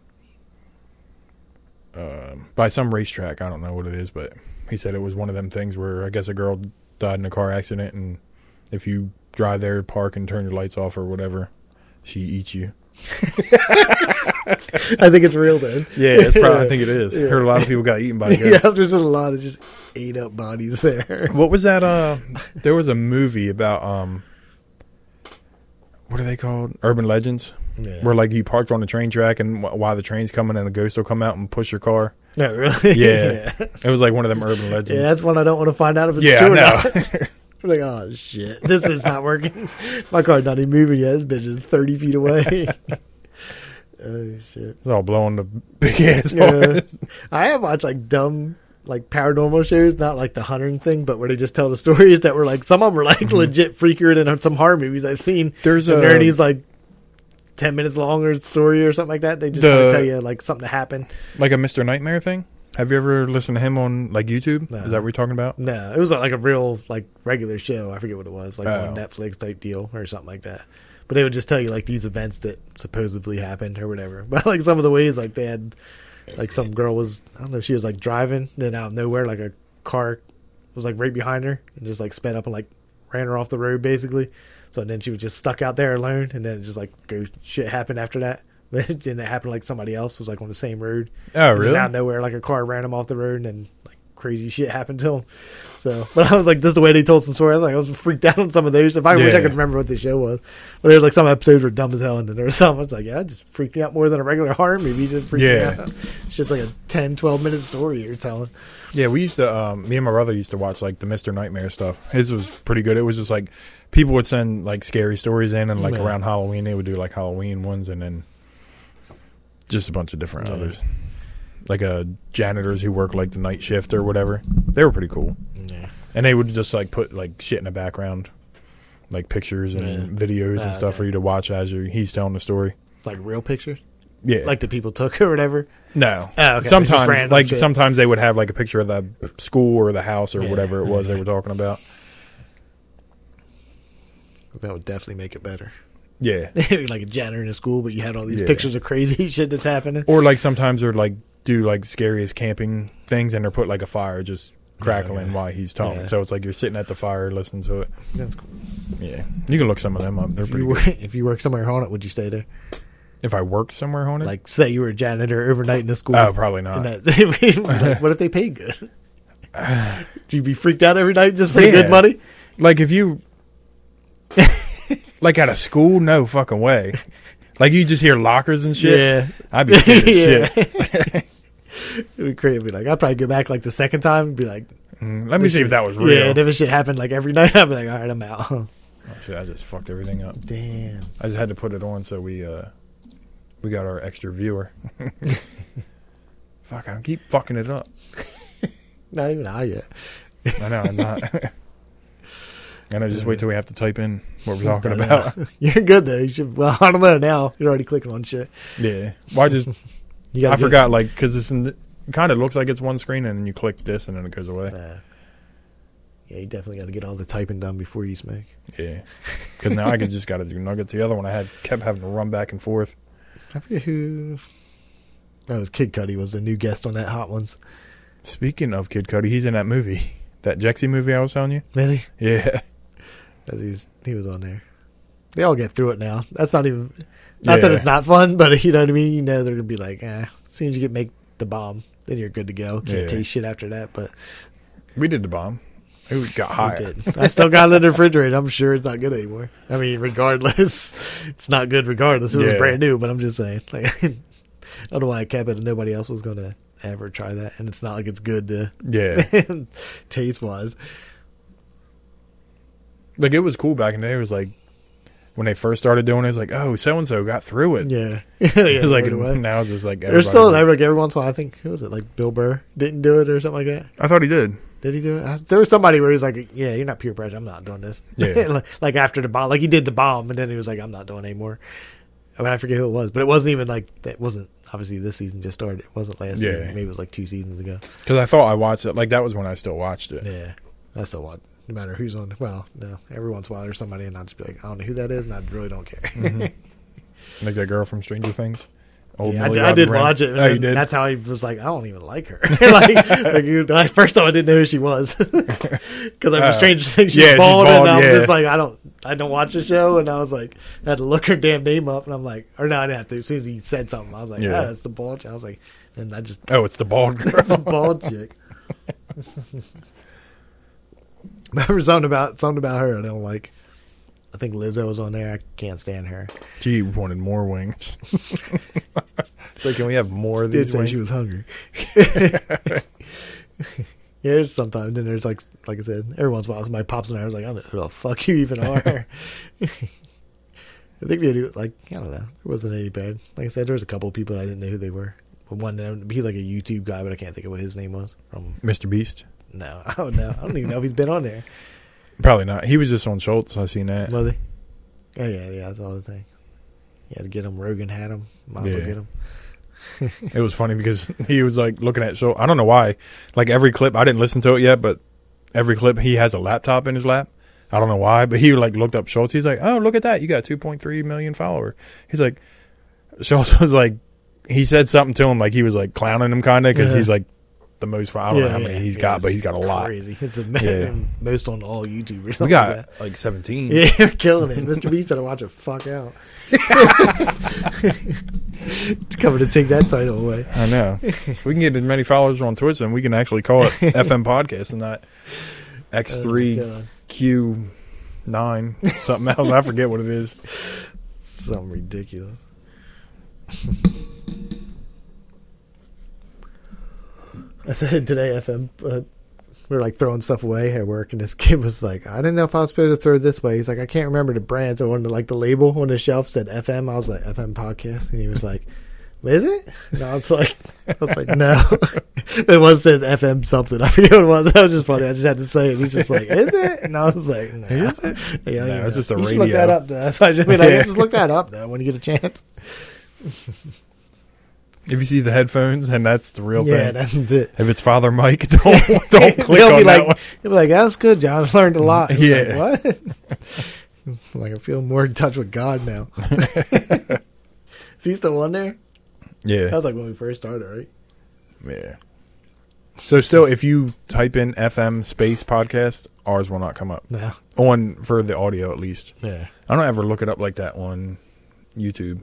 Speaker 1: Um by some racetrack. I don't know what it is, but he said it was one of them things where I guess a girl died in a car accident, and if you drive there, park, and turn your lights off or whatever, she eats you.
Speaker 2: I think it's real then.
Speaker 1: Yeah, it's probably, I think it is.
Speaker 2: Yeah.
Speaker 1: Heard a lot of people got eaten by
Speaker 2: yeah,
Speaker 1: ghosts.
Speaker 2: there's just a lot of just ate up bodies there.
Speaker 1: What was that? Uh, there was a movie about um, what are they called? Urban legends,
Speaker 2: Yeah.
Speaker 1: where like you parked on the train track and wh- while the train's coming and a ghost will come out and push your car.
Speaker 2: Not really.
Speaker 1: Yeah.
Speaker 2: yeah.
Speaker 1: It was like one of them urban
Speaker 2: Yeah,
Speaker 1: legends.
Speaker 2: that's one I don't want to find out if it's
Speaker 1: Yeah,
Speaker 2: true or
Speaker 1: I
Speaker 2: not. I'm like, oh shit, this is not working. My car's not even moving yet. This bitch is 30 feet away. oh shit.
Speaker 1: it's all blowing the big ass.
Speaker 2: Yeah.
Speaker 1: horn.
Speaker 2: I have watched like dumb like paranormal shows, not like the hunting thing, but where they just tell the stories that were like some of them are like legit freakier than some horror movies I've seen.
Speaker 1: There's
Speaker 2: and
Speaker 1: a-
Speaker 2: they're these like ten minutes longer story or something like that. They just
Speaker 1: The-
Speaker 2: want to tell you like something that happened.
Speaker 1: like a Mr. Nightmare thing. Have you ever listened to him on like YouTube?
Speaker 2: No.
Speaker 1: Is that what you're talking about?
Speaker 2: No, it was like a real like regular show. I forget what it was, like
Speaker 1: Oh.
Speaker 2: on Netflix type deal or something like that. But they would just tell you like these events that supposedly happened or whatever. But like some of the ways like they had like some girl was I don't know she was like driving then out of nowhere like a car was like right behind her and just like sped up and like ran her off the road basically. So then she was just stuck out there alone and then it just like go shit happened after that. But then it happened like somebody else was like on the same road.
Speaker 1: Oh,
Speaker 2: Just out
Speaker 1: really?
Speaker 2: of nowhere, like a car ran him off the road and then, like crazy shit happened to him. So, but I was like, just the way they told some story, I was like, I was freaked out on some of those. If I wish I
Speaker 1: Yeah.
Speaker 2: could remember what the show was, but there was like some episodes were dumb as hell, and then there was some. I was like, yeah, it just freaked me out more than a regular horror movie. Just freaked
Speaker 1: Yeah.
Speaker 2: me out. It's just like a 10, 12 minute story you're telling.
Speaker 1: Yeah, we used to. Um, me and my brother used to watch like the Mister Nightmare stuff. His was pretty good. It was just like people would send like scary stories in, and like
Speaker 2: Yeah.
Speaker 1: around Halloween they would do like Halloween ones, and then just a bunch of different
Speaker 2: Yeah.
Speaker 1: others. Like uh, janitors who work like the night shift or whatever. They were pretty cool,
Speaker 2: Yeah,
Speaker 1: and they would just like put like shit in the background, like pictures and
Speaker 2: Yeah.
Speaker 1: videos
Speaker 2: Ah,
Speaker 1: and stuff
Speaker 2: okay.
Speaker 1: for you to watch as you he's telling the story.
Speaker 2: like real pictures,
Speaker 1: Yeah,
Speaker 2: like the people took or whatever.
Speaker 1: no.
Speaker 2: Oh, okay. It's just
Speaker 1: Sometimes,
Speaker 2: random
Speaker 1: like
Speaker 2: shit.
Speaker 1: sometimes they would have like a picture of the school or the house or
Speaker 2: Yeah,
Speaker 1: whatever it was
Speaker 2: yeah.
Speaker 1: they were talking about.
Speaker 2: That would definitely make it better.
Speaker 1: Yeah,
Speaker 2: like a janitor in a school, but you had all these
Speaker 1: Yeah.
Speaker 2: pictures of crazy shit that's happening.
Speaker 1: or like sometimes they're like do like scariest camping things and they're put like a fire just crackling
Speaker 2: okay.
Speaker 1: while he's talking.
Speaker 2: Yeah.
Speaker 1: So it's like you're sitting at the fire listening to it.
Speaker 2: That's cool.
Speaker 1: Yeah, you can look some of them up. They're
Speaker 2: If
Speaker 1: pretty.
Speaker 2: you,
Speaker 1: Good.
Speaker 2: work, if you work somewhere on it, would you stay there?
Speaker 1: If I worked somewhere on it,
Speaker 2: like say you were a janitor overnight in a school.
Speaker 1: oh, probably not.
Speaker 2: and that- like, what if they paid good? Do you be freaked out every night just for good
Speaker 1: Yeah.
Speaker 2: money?
Speaker 1: Like if you, like at a school, no fucking way. Like you just hear lockers and shit. I'd be scared as shit.
Speaker 2: It would create be like I'd probably go back like the second time and be like,
Speaker 1: Mm, let me see if that was real.
Speaker 2: yeah, and if this shit happened like every night, I'd be like, all right, I'm out.
Speaker 1: Oh, shit, I just fucked everything up.
Speaker 2: Damn.
Speaker 1: I just had to put it on so we uh we got our extra viewer. Fuck, I keep fucking it up.
Speaker 2: Not even I yet.
Speaker 1: I know I'm not. I know. Just wait till we have to type in what we're talking
Speaker 2: I know.
Speaker 1: about.
Speaker 2: uh, You're good though. You should. Well, I don't know now. You're already clicking on shit.
Speaker 1: Yeah. Well, I just
Speaker 2: You
Speaker 1: I
Speaker 2: gotta do-
Speaker 1: forgot like because it's in the, kind of looks like it's one screen and then you click this and then it goes away.
Speaker 2: Uh, yeah, you definitely got to get all the typing done before you smoke.
Speaker 1: Yeah. Because now I could just got to do nuggets. The other one I had kept having to run back and forth.
Speaker 2: I forget who. That was Kid Cudi was the new guest on that Hot Ones.
Speaker 1: Speaking of Kid Cody, he's in that movie, that Jexy movie I was telling you.
Speaker 2: Really?
Speaker 1: Yeah.
Speaker 2: As he was, he was on there. They all get through it now. That's not even. Not that
Speaker 1: Yeah.
Speaker 2: it's not fun, but you know what I mean. You know they're gonna be like, eh. As soon as you get make the bomb, then you're good to go. Can't
Speaker 1: Yeah.
Speaker 2: taste shit after that, but
Speaker 1: We did the bomb. Who got
Speaker 2: I
Speaker 1: high?
Speaker 2: did. I still got it in the refrigerator. I'm sure it's not good anymore. I mean, regardless, it's not good. Regardless, it was
Speaker 1: Yeah.
Speaker 2: brand new. But I'm just saying, like, I don't know why I kept it. and Nobody else was gonna ever try that, and it's not like it's good to
Speaker 1: Yeah.
Speaker 2: taste wise.
Speaker 1: like it was cool back in the day. It was like when they first started doing it, it was like, oh, so and so got through it.
Speaker 2: Yeah, yeah.
Speaker 1: It was like
Speaker 2: right away.
Speaker 1: now it's just like
Speaker 2: There's
Speaker 1: everybody's
Speaker 2: still
Speaker 1: like-
Speaker 2: like every once in a while. I think who was it? Like Bill Burr didn't do it or something like that.
Speaker 1: I thought he did.
Speaker 2: Did he do it? I, there was somebody where he's like, "Yeah, you're not peer pressure. I'm not doing this."
Speaker 1: Yeah.
Speaker 2: like, like after the bomb, like he did the bomb, and then he was like, "I'm not doing anymore." I mean, I forget who it was, but it wasn't even like that. Wasn't obviously this season just started. It wasn't last
Speaker 1: Yeah.
Speaker 2: season. Maybe it was like two seasons ago.
Speaker 1: Because I thought I watched it. Like that was when I still watched it.
Speaker 2: Yeah, I still watch. No matter who's on. Well, no. Every once in a while, there's somebody, and I'll just be like, "I don't know who that is," and I really don't care.
Speaker 1: Mm-hmm. Like that girl from Stranger Things. Old
Speaker 2: Yeah, I,
Speaker 1: Oh, Millie
Speaker 2: did, I
Speaker 1: Bobby
Speaker 2: did
Speaker 1: Brown.
Speaker 2: watch it. and
Speaker 1: Oh, you
Speaker 2: then
Speaker 1: did.
Speaker 2: That's how I was like, I don't even like her. like, like, you- like, first time I didn't know who she was because I'm
Speaker 1: Oh.
Speaker 2: a stranger thing. She's
Speaker 1: Yeah, she's
Speaker 2: bald,
Speaker 1: bald,
Speaker 2: and I'm
Speaker 1: yeah.
Speaker 2: just like, I don't. I don't watch the show, and I was like, I had to look her damn name up, and I'm like, or no, I didn't have to. As soon as he said something, I was like,
Speaker 1: Yeah.
Speaker 2: yeah, that's the bald. chick." I was like, and I just
Speaker 1: Oh, it's the bald girl.
Speaker 2: that's a bald chick. Remember something about something about her I don't like. I think Lizzo was on there. I can't stand her.
Speaker 1: She wanted more wings. it's like, can we have more of
Speaker 2: Did
Speaker 1: these
Speaker 2: say
Speaker 1: wings?
Speaker 2: she was hungry. yeah, there's sometimes and there's like like I said, every once in a while somebody pops in there. I was like, I don't know who the fuck you even are. I think they do like I don't know. There wasn't any bad. Like I said, there was a couple of people I didn't know who they were. One, um, he's like a YouTube guy, but I can't think of what his name was. From
Speaker 1: Mr. Beast?
Speaker 2: no, I don't know. I don't even know if he's been on there.
Speaker 1: Probably not. He was just on Schultz. I seen that.
Speaker 2: Was he? Oh yeah, yeah, that's all the thing. You had to get him. Rogan had him. Mama
Speaker 1: Yeah.
Speaker 2: get him.
Speaker 1: It was funny because he was like looking at Schultz. I don't know why. Like every clip, I didn't listen to it yet, but every clip he has a laptop in his lap. I don't know why, but he like looked up Schultz. He's like, "Oh, look at that! You got 2.3 million follower." He's like, Schultz was like, he said something to him like he was like clowning him kind of because
Speaker 2: Yeah.
Speaker 1: he's like the most. fo- I don't know
Speaker 2: Yeah,
Speaker 1: how many
Speaker 2: yeah,
Speaker 1: he's
Speaker 2: yeah,
Speaker 1: got, but
Speaker 2: it's
Speaker 1: he's got a lot.
Speaker 2: Crazy. It's the
Speaker 1: Yeah.
Speaker 2: most on all YouTubers.
Speaker 1: We got like 17.
Speaker 2: Yeah, you're killing it. Mr. Beast better watch it fuck out. it's coming to take that title away. Oh
Speaker 1: I know. we can get as many followers on Twitter, and we can actually call it FM Podcast and not X three
Speaker 2: Oh, God.
Speaker 1: Q nine something else. I forget what it is.
Speaker 2: Something ridiculous. I said today, FM, uh, we were like throwing stuff away at work, and this kid was like, I didn't know if I was supposed to throw this way. He's like, I can't remember the brand. So one of the, like the label on the shelf said FM. I was like, FM podcast. And he was like, Is it? And I was like, I was like, no. it was said FM something. I forget what it was. That was just funny. I just had to say it. He's just like, is it? And I was like, no.
Speaker 1: Is
Speaker 2: it? Yeah,
Speaker 1: No,
Speaker 2: yeah.
Speaker 1: it's just a
Speaker 2: you should Look
Speaker 1: radio.
Speaker 2: that up. Though. That's what I just mean. Like,
Speaker 1: Yeah.
Speaker 2: Just look that up though when you get a chance.
Speaker 1: If you see the headphones, and that's the real
Speaker 2: yeah,
Speaker 1: thing.
Speaker 2: that's it.
Speaker 1: if it's Father Mike, don't don't click
Speaker 2: They'll
Speaker 1: on that
Speaker 2: be like,
Speaker 1: one. Mm-hmm.
Speaker 2: They'll be like, "That's good, John. I learned a lot." It's
Speaker 1: Yeah.
Speaker 2: Like, what? it's like I feel more in touch with God now. Is he still on there? That
Speaker 1: Yeah,
Speaker 2: was like when we first started, right?
Speaker 1: yeah. So still, if you type in FM space podcast, ours will not come up
Speaker 2: No.
Speaker 1: on for the audio at least.
Speaker 2: Yeah.
Speaker 1: I don't ever look it up like that on YouTube.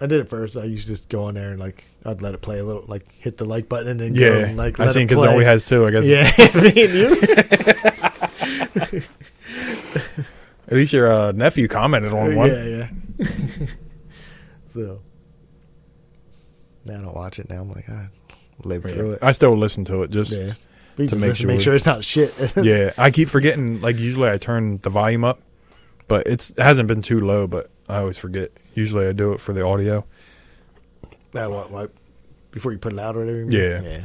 Speaker 2: I did it first. I used to just go on there and like I'd let it play a little, like hit the like button and then go
Speaker 1: Yeah,
Speaker 2: and, like
Speaker 1: I
Speaker 2: let
Speaker 1: seen
Speaker 2: it
Speaker 1: because it
Speaker 2: play.
Speaker 1: only has two. I guess
Speaker 2: yeah, me and you.
Speaker 1: At least your uh, nephew commented on one.
Speaker 2: Yeah, yeah. so now I don't watch it. Now I'm like, I live
Speaker 1: Yeah.
Speaker 2: through it.
Speaker 1: I still listen to it just
Speaker 2: yeah.
Speaker 1: yeah.
Speaker 2: We
Speaker 1: to
Speaker 2: just
Speaker 1: make
Speaker 2: listen to make
Speaker 1: sure.
Speaker 2: sure it's not shit.
Speaker 1: I keep forgetting. Like usually I turn the volume up, but it's it hasn't been too low. But I always forget. Usually I do it for the audio.
Speaker 2: that what, what before you put it out or whatever. you mean?
Speaker 1: Yeah.
Speaker 2: yeah.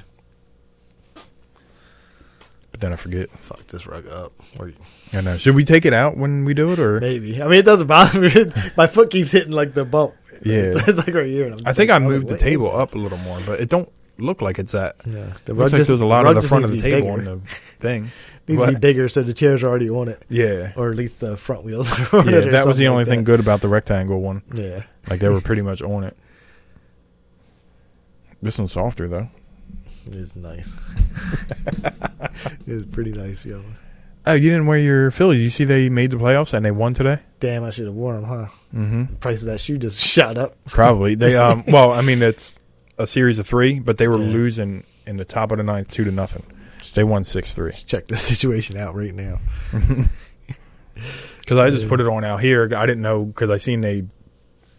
Speaker 1: But then I forget.
Speaker 2: Fuck this rug up. Or-
Speaker 1: I know. Should we take it out when we do it or?
Speaker 2: Maybe. I mean, it doesn't bother me. My foot keeps hitting like the bump.
Speaker 1: Yeah.
Speaker 2: it's like right here. and I'm
Speaker 1: I
Speaker 2: just
Speaker 1: think I
Speaker 2: like, was
Speaker 1: moved the
Speaker 2: like, what is
Speaker 1: table up a little more, but it don't look like it's that.
Speaker 2: that? Yeah. The
Speaker 1: Looks like
Speaker 2: just-
Speaker 1: there's a lot of
Speaker 2: rug
Speaker 1: the
Speaker 2: just
Speaker 1: front of
Speaker 2: needs
Speaker 1: the
Speaker 2: to be
Speaker 1: table
Speaker 2: bigger.
Speaker 1: and the thing.
Speaker 2: needs to be
Speaker 1: But-
Speaker 2: bigger, so the chairs are already on it,
Speaker 1: Yeah.
Speaker 2: or at least the front wheels are on
Speaker 1: Yeah,
Speaker 2: it. or
Speaker 1: that was the
Speaker 2: something
Speaker 1: only
Speaker 2: like
Speaker 1: thing good about the rectangle one.
Speaker 2: that. Yeah.
Speaker 1: Like they were pretty much on it. This one's softer though.
Speaker 2: It is nice. it is pretty nice feeling.
Speaker 1: Oh, you didn't wear your Phillies. You see, they made the playoffs and they won today.
Speaker 2: Damn, I should have worn them, huh?
Speaker 1: Mm-hmm.
Speaker 2: Price of that shoe just shot up.
Speaker 1: Probably they. Um. well, I mean, it's a series of three, but they were
Speaker 2: Yeah.
Speaker 1: losing in the top of the ninth, two to nothing. They won six three.
Speaker 2: Let's check the situation out right now.
Speaker 1: Because I just put it on out here. I didn't know because I seen they,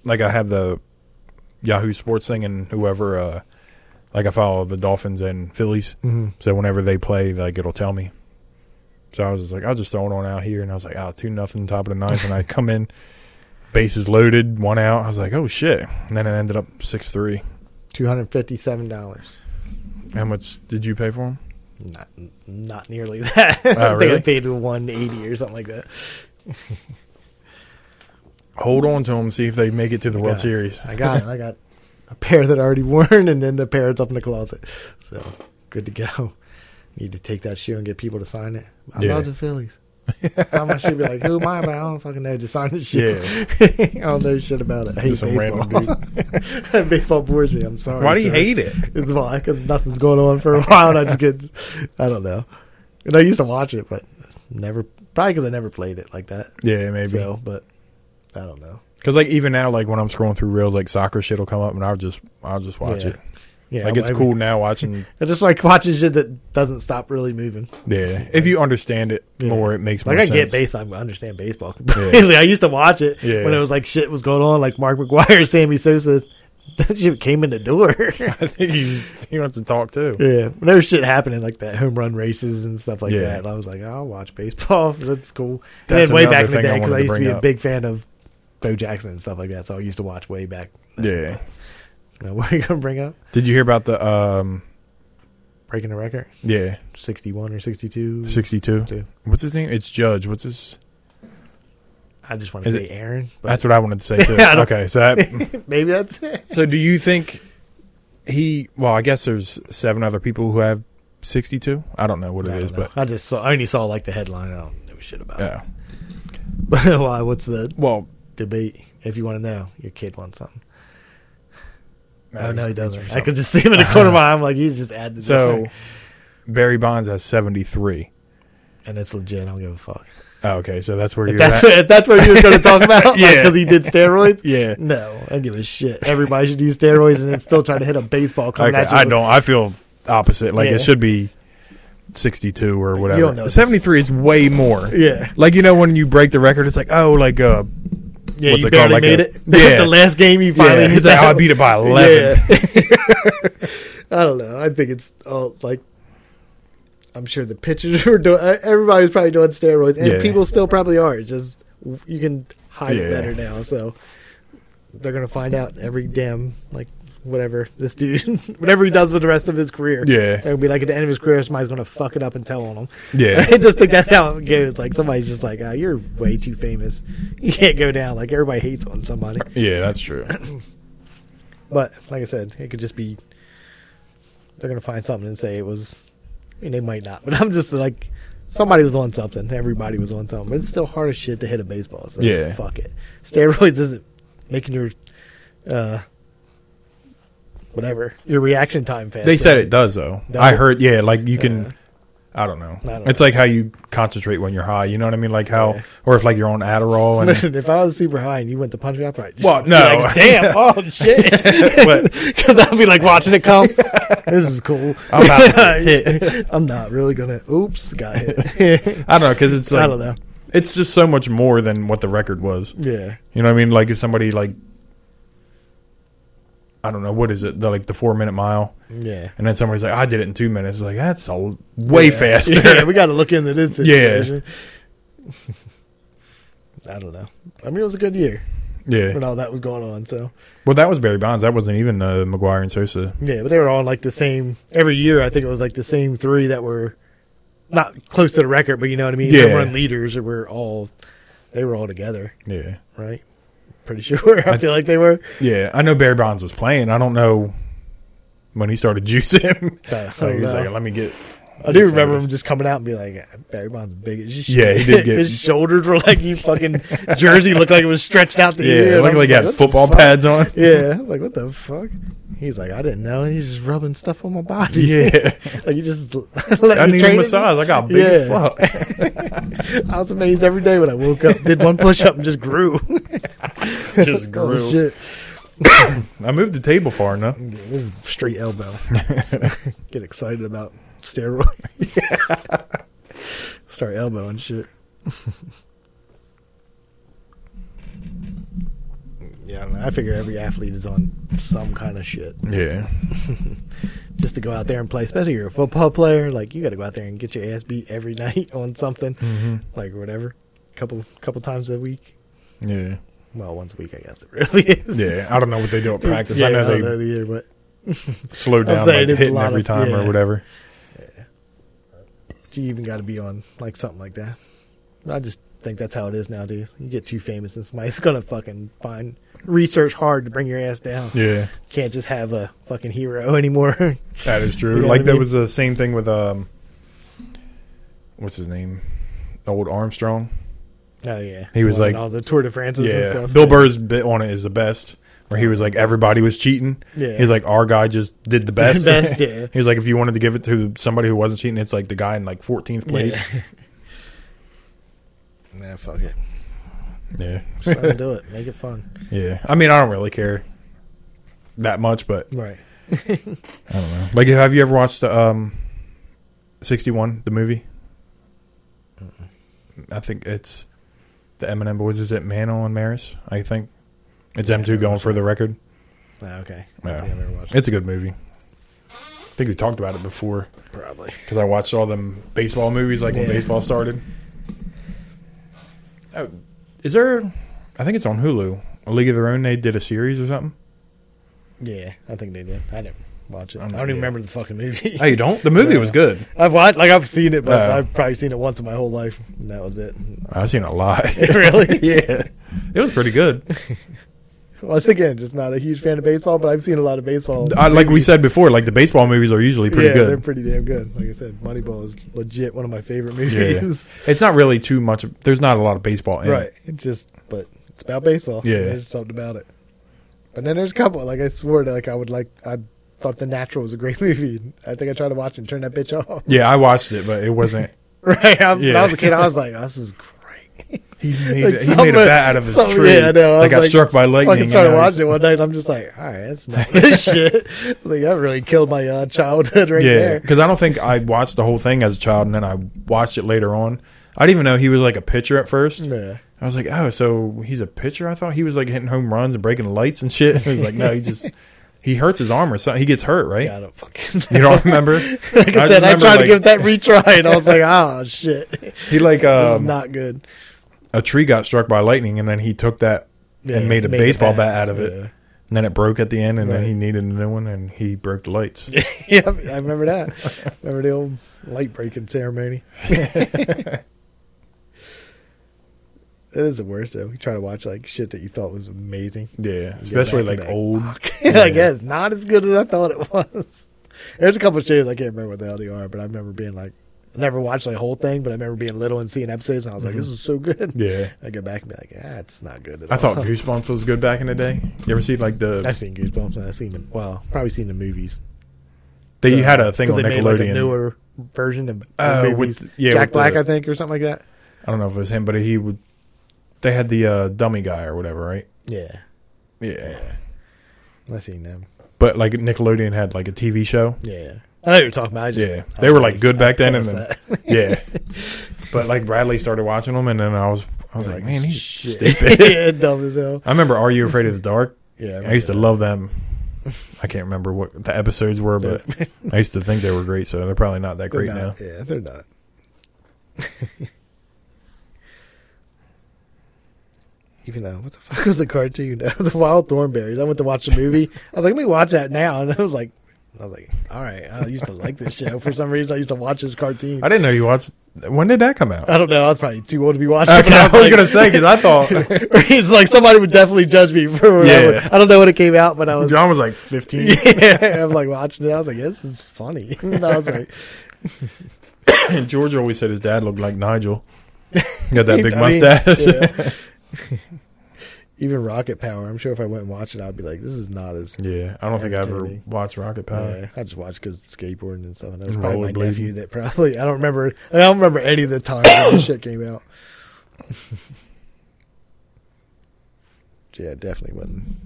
Speaker 1: like I have the Yahoo Sports thing and whoever. uh Like I follow the Dolphins and Phillies,
Speaker 2: Mm-hmm.
Speaker 1: so whenever they play, like it'll tell me. So I was just like, I'll just throw it on out here, and I was like, oh, two nothing, top of the ninth, and I come in, bases loaded, one out. I was like, oh shit, and then it ended up six three.
Speaker 2: Two hundred fifty-seven dollars.
Speaker 1: How much did you pay for them?
Speaker 2: Not, not nearly that. I think I
Speaker 1: really?
Speaker 2: paid one eighty or something like that.
Speaker 1: Hold on to them, see if they make it to the World
Speaker 2: Yeah.
Speaker 1: Series.
Speaker 2: I got, it. I got a pair that I already worn, and then the pair that's up in the closet. So good to go. Need to take that shoe and get people to sign it. I
Speaker 1: Yeah.
Speaker 2: love the Phillies. Someone should be like, "Who am I?" But I don't fucking know. Just sign the shoe.
Speaker 1: Yeah.
Speaker 2: I don't know shit about it. I hate
Speaker 1: Just some
Speaker 2: baseball,
Speaker 1: random-
Speaker 2: dude. baseball bores me. I'm sorry.
Speaker 1: Why do you
Speaker 2: sir.
Speaker 1: hate it?
Speaker 2: It's why because nothing's going on for a while, and I just get, I don't know. And I used to watch it, but never Probably because I never played it like that.
Speaker 1: Yeah, maybe.
Speaker 2: So, but I don't know.
Speaker 1: Cause like even now, like when I'm scrolling through reels, like soccer shit will come up, and I'll just I'll just watch
Speaker 2: Yeah.
Speaker 1: it.
Speaker 2: Yeah,
Speaker 1: like it's
Speaker 2: I-
Speaker 1: cool now watching.
Speaker 2: I just like watching shit that doesn't stop really moving.
Speaker 1: Yeah, if you understand it
Speaker 2: Yeah.
Speaker 1: more, it makes more
Speaker 2: Like I
Speaker 1: sense.
Speaker 2: get base, I understand baseball completely. I used to watch it
Speaker 1: Yeah.
Speaker 2: when it was like shit was going on, like Mark McGuire, Sammy Sosa. That shit came in the door.
Speaker 1: I think he, he wants to talk too.
Speaker 2: yeah, when there was shit happening like that, home run races and stuff like
Speaker 1: Yeah.
Speaker 2: that. And I was like, "Oh, I'll watch baseball. That's cool.
Speaker 1: That's
Speaker 2: and then way back
Speaker 1: another
Speaker 2: in the
Speaker 1: thing I
Speaker 2: day, because
Speaker 1: wanted
Speaker 2: I,
Speaker 1: to
Speaker 2: used to
Speaker 1: bring
Speaker 2: be a
Speaker 1: up.
Speaker 2: big fan of Bo Jackson and stuff like that, so I used to watch way back.
Speaker 1: Yeah.
Speaker 2: Now, what are you gonna bring up?
Speaker 1: Did you hear about the um?
Speaker 2: Breaking the record,
Speaker 1: Yeah,
Speaker 2: sixty-one or sixty-two.
Speaker 1: sixty-two.
Speaker 2: Mm-hmm. Two.
Speaker 1: What's his name? It's Judge. What's his?
Speaker 2: I just want to
Speaker 1: Is
Speaker 2: say
Speaker 1: it-
Speaker 2: Aaron.
Speaker 1: That's what I wanted to say too.
Speaker 2: I don't-
Speaker 1: okay, so that,
Speaker 2: maybe that's it.
Speaker 1: so do you think he? Well, I guess there's seven other people who have sixty-two. I don't know what
Speaker 2: I
Speaker 1: it
Speaker 2: don't
Speaker 1: is,
Speaker 2: know.
Speaker 1: but
Speaker 2: I just saw, I only saw like the headline. I don't know shit about it.
Speaker 1: yeah.
Speaker 2: But why? What's the
Speaker 1: Well,
Speaker 2: debate? If you want to know, your kid wants something. oh
Speaker 1: he's-
Speaker 2: no, he
Speaker 1: he's
Speaker 2: doesn't.
Speaker 1: or
Speaker 2: I could just see him in the corner of my eye. I'm like, you just add the
Speaker 1: So
Speaker 2: different-
Speaker 1: Barry Bonds has 73.
Speaker 2: and it's legit. I don't give a fuck.
Speaker 1: Oh, okay, so that's where
Speaker 2: If
Speaker 1: you're
Speaker 2: that's
Speaker 1: at.
Speaker 2: what, if that's what you were going to talk about, yeah,
Speaker 1: Yeah.
Speaker 2: because he did steroids.
Speaker 1: yeah.
Speaker 2: No, I don't give a shit. Everybody should do steroids and then still try to hit a baseball coming
Speaker 1: Okay,
Speaker 2: at you.
Speaker 1: I don't. I feel opposite. Like
Speaker 2: Yeah.
Speaker 1: it should be 62 or whatever.
Speaker 2: don't know this.
Speaker 1: 73 is way more.
Speaker 2: Yeah,
Speaker 1: Like you know when you break the record, it's like oh, like uh,
Speaker 2: yeah,
Speaker 1: What's
Speaker 2: you
Speaker 1: it called?
Speaker 2: barely
Speaker 1: Like
Speaker 2: made
Speaker 1: a-
Speaker 2: it.
Speaker 1: Yeah.
Speaker 2: the last game you finally
Speaker 1: yeah,
Speaker 2: hit
Speaker 1: it's like,
Speaker 2: that
Speaker 1: oh, I beat it by 11.
Speaker 2: Yeah. I don't know. I think it's all like. I'm sure the pitchers were doing. uh, Everybody was probably doing steroids, and
Speaker 1: Yeah.
Speaker 2: people still probably are. It's just you can hide it
Speaker 1: Yeah.
Speaker 2: better now, so they're gonna find out every damn like whatever this dude, whatever he does with the rest of his career.
Speaker 1: Yeah.
Speaker 2: it'll be like at the end of his career, somebody's gonna fuck it up and tell on him.
Speaker 1: Yeah.
Speaker 2: I just think that's how it goes. Like somebody's just like, oh, "You're way too famous. You can't go down." Like everybody hates on somebody.
Speaker 1: Yeah, that's true.
Speaker 2: But like I said, it could just be they're gonna find something and say it was. I mean, they might not, but I'm just like somebody was on something. Everybody was on something. But it's still hard as shit to hit a baseball. So
Speaker 1: Yeah.
Speaker 2: fuck it. Steroids isn't making your uh whatever your reaction time faster.
Speaker 1: They said it does though.
Speaker 2: Does
Speaker 1: I
Speaker 2: it?
Speaker 1: heard. Yeah, like you can.
Speaker 2: Yeah.
Speaker 1: I don't know.
Speaker 2: don't
Speaker 1: it's like how you concentrate when you're high. You know what I mean? Like how,
Speaker 2: Yeah.
Speaker 1: or if like you're on Adderall and
Speaker 2: Listen, if I was super high and you went to punch me, I'd probably just
Speaker 1: Well,
Speaker 2: be
Speaker 1: no.
Speaker 2: like, damn, oh shit,
Speaker 1: What?
Speaker 2: because I'd be like watching it come. this is cool.
Speaker 1: I'm about to
Speaker 2: Yeah. I'm not really gonna. Oops, got hit.
Speaker 1: I don't know because it's like
Speaker 2: I don't know.
Speaker 1: it's just so much more than what the record was.
Speaker 2: Yeah,
Speaker 1: You know what I mean? Like if somebody like I don't know what is it the like the four minute mile,
Speaker 2: yeah.
Speaker 1: and then somebody's like I did it in two minutes. It's like that's a l- way
Speaker 2: Yeah.
Speaker 1: faster.
Speaker 2: Yeah, we got to look into this
Speaker 1: Yeah.
Speaker 2: situation. I don't know. I mean, it was a good year
Speaker 1: yeah.
Speaker 2: when all that was going on. So
Speaker 1: Well, that was Barry Bonds. That wasn't even uh, McGuire and Sosa.
Speaker 2: yeah, but they were all like the same every year. I think it was like the same three that were not close to the record, but you know what I mean. They
Speaker 1: Yeah.
Speaker 2: run leaders that were all they were all together,
Speaker 1: Yeah.
Speaker 2: right? Pretty sure. I,
Speaker 1: I-
Speaker 2: feel like they were.
Speaker 1: Yeah. I know Barry Bonds was playing. I don't know when he started juicing.
Speaker 2: Uh, I,
Speaker 1: like,
Speaker 2: don't
Speaker 1: he's
Speaker 2: know.
Speaker 1: like, let me get.
Speaker 2: I do remember him just coming out and be like, "Barry Bonds is big as shit."
Speaker 1: Yeah, he did get-
Speaker 2: his shoulders were like he fucking jersey looked like it was stretched out the ear.
Speaker 1: Yeah,
Speaker 2: And
Speaker 1: look
Speaker 2: I'm
Speaker 1: like he
Speaker 2: just
Speaker 1: had
Speaker 2: "What the
Speaker 1: football
Speaker 2: fuck?"
Speaker 1: pads on.
Speaker 2: Yeah, I was like what the fuck? He's like, I didn't know. He's just rubbing stuff on my body.
Speaker 1: Yeah,
Speaker 2: like you just let
Speaker 1: I
Speaker 2: me
Speaker 1: need a
Speaker 2: train it.
Speaker 1: massage. I got big as
Speaker 2: Yeah.
Speaker 1: fuck.
Speaker 2: I was amazed every day when I woke up, did one push up, and just grew.
Speaker 1: Just
Speaker 2: oh
Speaker 1: grew.
Speaker 2: shit!
Speaker 1: I moved the table far enough.
Speaker 2: Yeah, this is straight elbow. Get excited about steroids. Start elbowing shit. yeah, I, don't know. I figure every athlete is on some kind of shit.
Speaker 1: Yeah.
Speaker 2: just to go out there and play, especially if you're a football player, like you got to go out there and get your ass beat every night on something, like whatever, couple couple times a week.
Speaker 1: Yeah.
Speaker 2: Well, once a week, I guess it really is.
Speaker 1: Yeah, I don't know what they do at practice. I
Speaker 2: Yeah,
Speaker 1: know they
Speaker 2: the year, but
Speaker 1: slow down
Speaker 2: saying
Speaker 1: like
Speaker 2: it's a
Speaker 1: hitting
Speaker 2: lot
Speaker 1: every
Speaker 2: of-
Speaker 1: time
Speaker 2: yeah.
Speaker 1: or whatever.
Speaker 2: you even got to be on like something like that. I just think that's how it is nowadays. You get too famous, and somebody's gonna fucking find research hard to bring your ass down.
Speaker 1: Yeah,
Speaker 2: Can't just have a fucking hero anymore.
Speaker 1: that is true.
Speaker 2: You know what
Speaker 1: like
Speaker 2: I
Speaker 1: that
Speaker 2: mean?
Speaker 1: was the same thing with um, what's his name, The old Armstrong.
Speaker 2: oh yeah,
Speaker 1: He was
Speaker 2: Well,
Speaker 1: like-
Speaker 2: all the Tour de France and
Speaker 1: Yeah,
Speaker 2: stuff.
Speaker 1: Bill Burr's bit on it is the best. Where he was like everybody was cheating.
Speaker 2: Yeah.
Speaker 1: He's like our guy just did the best.
Speaker 2: Best, yeah.
Speaker 1: He was like if you wanted to give it to somebody who wasn't cheating, it's like the guy in like 14th place.
Speaker 2: Yeah. Nah, fuck it.
Speaker 1: Yeah.
Speaker 2: Just let 'em do it. Make it fun.
Speaker 1: yeah. I mean, I don't really care that much, but
Speaker 2: Right.
Speaker 1: I don't know. Like, have you ever watched um, 61, the movie? I think it's the Eminem Boys. Is it Mano and Maris? I think it's
Speaker 2: Yeah, I
Speaker 1: M2
Speaker 2: never
Speaker 1: going
Speaker 2: watched
Speaker 1: for the record.
Speaker 2: Ah, okay.
Speaker 1: Yeah.
Speaker 2: I think I've never watched it.
Speaker 1: It's a good movie. I think we talked about it before
Speaker 2: Probably.
Speaker 1: because I watched all them baseball movies like when
Speaker 2: Yeah.
Speaker 1: baseball started. Oh, is there? I think it's on Hulu. A League of Their Own. They did a series or something.
Speaker 2: Yeah, I think they did. I didn't watch it.
Speaker 1: I'm
Speaker 2: I don't
Speaker 1: not-
Speaker 2: even
Speaker 1: yeah.
Speaker 2: remember the fucking movie.
Speaker 1: Oh, you don't? The movie was
Speaker 2: No.
Speaker 1: good.
Speaker 2: I've watched, like, I've seen it, but
Speaker 1: No.
Speaker 2: I've probably seen it once in my whole life, and that was it.
Speaker 1: I've seen a lot.
Speaker 2: Really?
Speaker 1: yeah. It was pretty good.
Speaker 2: Once again, just not a huge fan of baseball, but I've seen a lot of baseball.
Speaker 1: I, like we said before, like the baseball movies are usually Uh, pretty
Speaker 2: yeah, they're
Speaker 1: good.
Speaker 2: pretty damn good. Like I said, Moneyball is legit one of my favorite
Speaker 1: yeah.
Speaker 2: movies.
Speaker 1: It's not really too much. Of, there's not a lot of baseball in
Speaker 2: right.
Speaker 1: it.
Speaker 2: It's just, but it's about baseball.
Speaker 1: Yeah.
Speaker 2: There's something about it. But then there's a couple. Like I swore, to, like I would like. I thought The Natural was a great movie. I think I tried to watch it and turn that bitch off.
Speaker 1: Yeah, I watched it, but it wasn't.
Speaker 2: right. I, When
Speaker 1: Yeah.
Speaker 2: I was a kid, I was like, "This is great."
Speaker 1: He made,
Speaker 2: Like
Speaker 1: he
Speaker 2: somebody-
Speaker 1: made a bat out of his
Speaker 2: somebody-
Speaker 1: tree.
Speaker 2: yeah, I know. I
Speaker 1: That
Speaker 2: was
Speaker 1: got
Speaker 2: like,
Speaker 1: struck by
Speaker 2: I
Speaker 1: lightning.
Speaker 2: fucking
Speaker 1: and
Speaker 2: started
Speaker 1: now he's-
Speaker 2: watching it one night, and I'm just like, "All right, that's not this shit." Like that really killed my uh, childhood right
Speaker 1: yeah,
Speaker 2: there.
Speaker 1: because I don't think I watched the whole thing as a child, and then I watched it later on. I didn't even know he was like a pitcher at first.
Speaker 2: Yeah.
Speaker 1: I was like, oh, so he's a pitcher? I thought he was like hitting home runs and breaking lights and shit. He was like, no, he just he hurts his arm or something. He gets hurt, right?
Speaker 2: Yeah, I don't fucking.
Speaker 1: You don't remember?
Speaker 2: like I,
Speaker 1: I
Speaker 2: said, I
Speaker 1: remember,
Speaker 2: tried
Speaker 1: like-
Speaker 2: to give that retry, and I was like, "Ah, shit, this
Speaker 1: He like
Speaker 2: is
Speaker 1: um,
Speaker 2: not good."
Speaker 1: a tree got struck by lightning, and then he took that,
Speaker 2: Yeah,
Speaker 1: made a
Speaker 2: the
Speaker 1: baseball bat out of it.
Speaker 2: Yeah.
Speaker 1: and then it broke at the end, and
Speaker 2: Right.
Speaker 1: then he needed a new one, and he broke the lights.
Speaker 2: yeah, I remember that. remember the old light breaking ceremony. That is the worst though. You try to watch like shit that you thought was amazing.
Speaker 1: Yeah, especially
Speaker 2: back
Speaker 1: like
Speaker 2: to back.
Speaker 1: old.
Speaker 2: I guess not as good as I thought it was. There's a couple shades I can't remember what the hell they are, but I remember being like, I never watched the whole thing, but I remember being little and seeing episodes, and I was like, "This is so good."
Speaker 1: Yeah,
Speaker 2: I go back and be like, "Ah, it's not good." At
Speaker 1: Mm-hmm. I
Speaker 2: all.
Speaker 1: thought Goosebumps was good back in the day. You ever see like
Speaker 2: I've
Speaker 1: the
Speaker 2: seen Goosebumps and I've seen them. Well, probably seen the movies. Uh,
Speaker 1: they had a thing
Speaker 2: 'Cause
Speaker 1: on
Speaker 2: they made, like,
Speaker 1: Nickelodeon?
Speaker 2: a newer version of the
Speaker 1: Uh,
Speaker 2: movies.
Speaker 1: with- yeah,
Speaker 2: Jack
Speaker 1: with
Speaker 2: Black,
Speaker 1: the-
Speaker 2: I think, or something like that.
Speaker 1: I don't know if it was him, but he would. They had the uh, dummy guy or whatever, right?
Speaker 2: Yeah,
Speaker 1: Yeah.
Speaker 2: I seen them.
Speaker 1: But like Nickelodeon had like a TV show.
Speaker 2: Yeah, I know what you're talking about. I just-
Speaker 1: Yeah,
Speaker 2: I
Speaker 1: they
Speaker 2: was
Speaker 1: were like good back then, and
Speaker 2: past
Speaker 1: then
Speaker 2: that.
Speaker 1: yeah. But like Bradley started watching them, and then I was I was
Speaker 2: You're
Speaker 1: like, man, he's
Speaker 2: shit.
Speaker 1: stupid.
Speaker 2: yeah, dumb as hell.
Speaker 1: I remember Are You Afraid of the Dark?
Speaker 2: Yeah,
Speaker 1: I used to love them. I can't remember what the episodes were, but I used to think they were great. So they're probably not that
Speaker 2: They're
Speaker 1: great now.
Speaker 2: not, Yeah, they're not. Even though, what the fuck was the cartoon? the Wild Thornberries. I went to watch the movie. I was like, let me watch that now, and I was like, I was like, all right. I used to like this show for some reason. I used to watch this cartoon.
Speaker 1: I didn't know you watched. When did that come out?
Speaker 2: I don't know. I was probably too old to be watching.
Speaker 1: Okay,
Speaker 2: but
Speaker 1: I was
Speaker 2: like-
Speaker 1: gonna say because I thought
Speaker 2: it's like somebody would definitely judge me for.
Speaker 1: Yeah.
Speaker 2: I don't know when it came out, but I was.
Speaker 1: John was like 15.
Speaker 2: Yeah, I'm like watching it. I was like, this is funny. And I was like,
Speaker 1: And George always said his dad looked like Nigel. Got that big
Speaker 2: I mean,
Speaker 1: mustache.
Speaker 2: yeah. Even Rocket Power. I'm sure if I went and watched it, I'd be like, this is not as.
Speaker 1: Yeah, I don't think I ever
Speaker 2: Entertaining.
Speaker 1: watched Rocket Power.
Speaker 2: Uh, I just watched because skateboarding and stuff. And that was probably my
Speaker 1: Rollerblading.
Speaker 2: nephew that probably. I don't remember. I don't remember any of the time when this shit came out. yeah, definitely wouldn't.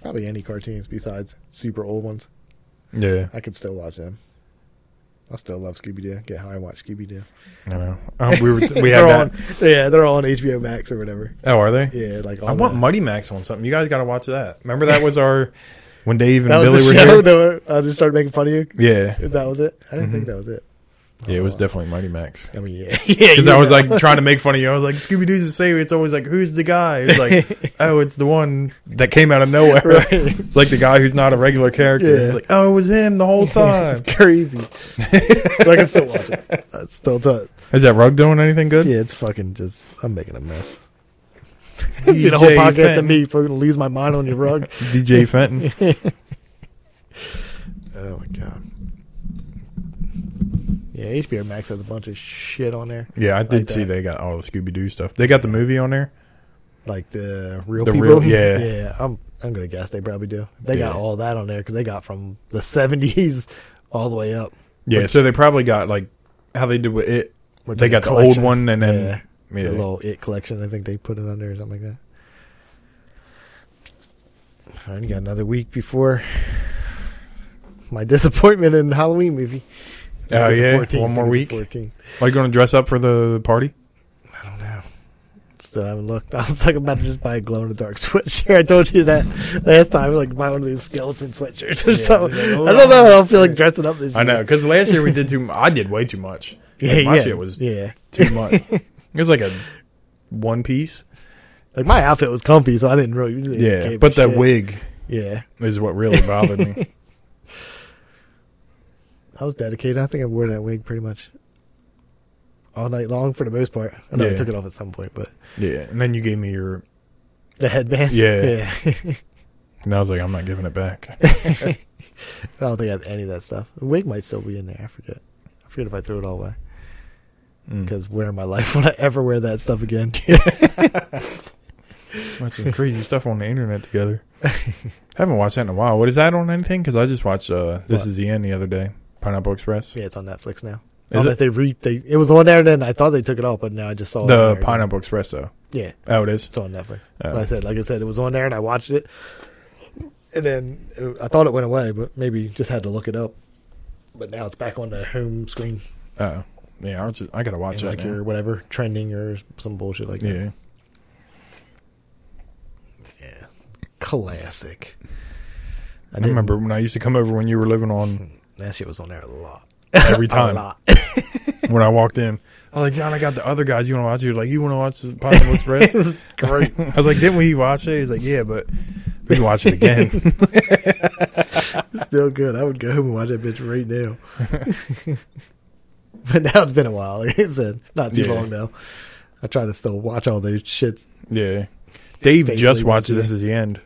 Speaker 2: Probably any cartoons besides super old ones.
Speaker 1: Yeah,
Speaker 2: I could still watch them. I still love Scooby Doo. Get high and watch Scooby Doo.
Speaker 1: I know. Um, we were, we
Speaker 2: they're
Speaker 1: had
Speaker 2: on,
Speaker 1: that.
Speaker 2: yeah, they're all on HBO Max or whatever.
Speaker 1: Oh, are they?
Speaker 2: Yeah, like all
Speaker 1: I want
Speaker 2: that.
Speaker 1: Muddy Max on something. You guys got to watch that. Remember that was our when Dave and
Speaker 2: that
Speaker 1: Billy
Speaker 2: was
Speaker 1: were
Speaker 2: the show.
Speaker 1: here.
Speaker 2: That I just started making fun of you.
Speaker 1: Yeah,
Speaker 2: If that was it, I didn't think that was it.
Speaker 1: yeah, it was
Speaker 2: Oh.
Speaker 1: definitely Muddy Max.
Speaker 2: Mm-hmm. I mean, yeah, yeah.
Speaker 1: Because
Speaker 2: you
Speaker 1: I was
Speaker 2: know.
Speaker 1: like trying to make fun of you. I was like, Scooby Doo's the same. It's always like, who's the guy? It's like, oh, it's the one that came out of nowhere.
Speaker 2: right.
Speaker 1: It's like the guy who's not a regular character.
Speaker 2: Yeah.
Speaker 1: It's like, oh, it was him the whole time.
Speaker 2: it's crazy. but I can still watch it. I still do it.
Speaker 1: Is that rug doing anything good?
Speaker 2: Yeah, it's fucking just. I'm making a mess. It's been a whole
Speaker 1: DJ
Speaker 2: podcast of
Speaker 1: Fenton.
Speaker 2: me fucking lose my mind on your rug.
Speaker 1: DJ Fenton.
Speaker 2: Oh my god. Yeah, HBO Max has a bunch of shit on there,
Speaker 1: Yeah, I did
Speaker 2: Like
Speaker 1: see
Speaker 2: that.
Speaker 1: they got all the Scooby Doo stuff. They got the movie on there.
Speaker 2: like the real
Speaker 1: The
Speaker 2: people.
Speaker 1: real- yeah.
Speaker 2: yeah. I'm I'm gonna guess they probably do. They got
Speaker 1: Yeah.
Speaker 2: all that on there because they got from the '70s all the way up.
Speaker 1: Yeah, so they probably got like how they did with it.
Speaker 2: Which
Speaker 1: they
Speaker 2: is a
Speaker 1: got the old
Speaker 2: collection.
Speaker 1: one and then
Speaker 2: Yeah.
Speaker 1: Yeah.
Speaker 2: The little it collection. I think they put it under or something like that. All right, you got another week before my disappointment in Halloween movie.
Speaker 1: Oh,
Speaker 2: It's the
Speaker 1: yeah?
Speaker 2: 14th.
Speaker 1: One
Speaker 2: I
Speaker 1: more
Speaker 2: think it's the
Speaker 1: week?
Speaker 2: 14th.
Speaker 1: Are you going to dress up for the party?
Speaker 2: I don't know. Still haven't looked. I was like about to just buy a glow in the dark sweatshirt. I told you that last time. Like buy one of these skeleton sweatshirts or
Speaker 1: Yeah,
Speaker 2: something.
Speaker 1: it's like, oh,
Speaker 2: I don't know. I don't
Speaker 1: that's
Speaker 2: feel like
Speaker 1: great.
Speaker 2: dressing up this
Speaker 1: I know
Speaker 2: year.
Speaker 1: because last year we did too. I did way too much.
Speaker 2: Yeah,
Speaker 1: Like, my
Speaker 2: yeah,
Speaker 1: shit was
Speaker 2: yeah.
Speaker 1: too much. it was like a one piece.
Speaker 2: Like my outfit was comfy, so I didn't really. really
Speaker 1: Yeah,
Speaker 2: give
Speaker 1: but
Speaker 2: a
Speaker 1: that
Speaker 2: shit.
Speaker 1: wig
Speaker 2: Yeah,
Speaker 1: is what really bothered me.
Speaker 2: I was dedicated. I think I wore that wig pretty much all night long for the most part. I know I
Speaker 1: Yeah.
Speaker 2: took it off at some point, but
Speaker 1: Yeah, and then you gave me your,
Speaker 2: the headband.
Speaker 1: Yeah.
Speaker 2: yeah.
Speaker 1: and I was like, I'm not giving it back.
Speaker 2: I don't think I have any of that stuff. The wig might still be in there. I forget. I forget if I threw it all away.
Speaker 1: Mm.
Speaker 2: Because where in my life would I ever wear that stuff again?
Speaker 1: Watched some crazy stuff on the internet together. Haven't watched that in a while. What is that on anything? Because I just watched uh, This
Speaker 2: What?
Speaker 1: Is the End the other day. Pineapple Express.
Speaker 2: Yeah, it's on Netflix now.
Speaker 1: Is
Speaker 2: oh,
Speaker 1: it?
Speaker 2: but they re they it was on there then. I thought they took it off, but now I just saw it on
Speaker 1: The
Speaker 2: there.
Speaker 1: Pineapple Express, though.
Speaker 2: Yeah,
Speaker 1: Oh, it is.
Speaker 2: it's on Netflix.
Speaker 1: Oh.
Speaker 2: Like I said, like I said, it was on there, and I watched it, and then it, I thought it went away, but maybe just had to look it up. But now it's back on the home screen,
Speaker 1: Oh. yeah. I, just, I gotta watch
Speaker 2: in,
Speaker 1: it.
Speaker 2: like
Speaker 1: now.
Speaker 2: your whatever trending or some bullshit like that.
Speaker 1: yeah.
Speaker 2: yeah, classic.
Speaker 1: I,
Speaker 2: didn't-
Speaker 1: remember when I used to come over when you were living on
Speaker 2: that shit was on there a lot,
Speaker 1: every
Speaker 2: a
Speaker 1: time
Speaker 2: lot.
Speaker 1: when I walked in. I was like, John, I got the other guys you want to watch. You're like, you want to watch the Pineapple Express?
Speaker 2: It's great.
Speaker 1: I was like, didn't we watch it? He's like, yeah, but we can watch it again.
Speaker 2: Still good. I would go home and watch that bitch right now. but now it's been a while. Like I said, not too
Speaker 1: Yeah.
Speaker 2: long now. I try to still watch all those shits
Speaker 1: yeah. Dave
Speaker 2: Basically
Speaker 1: just watched
Speaker 2: watched it.
Speaker 1: This Is the End.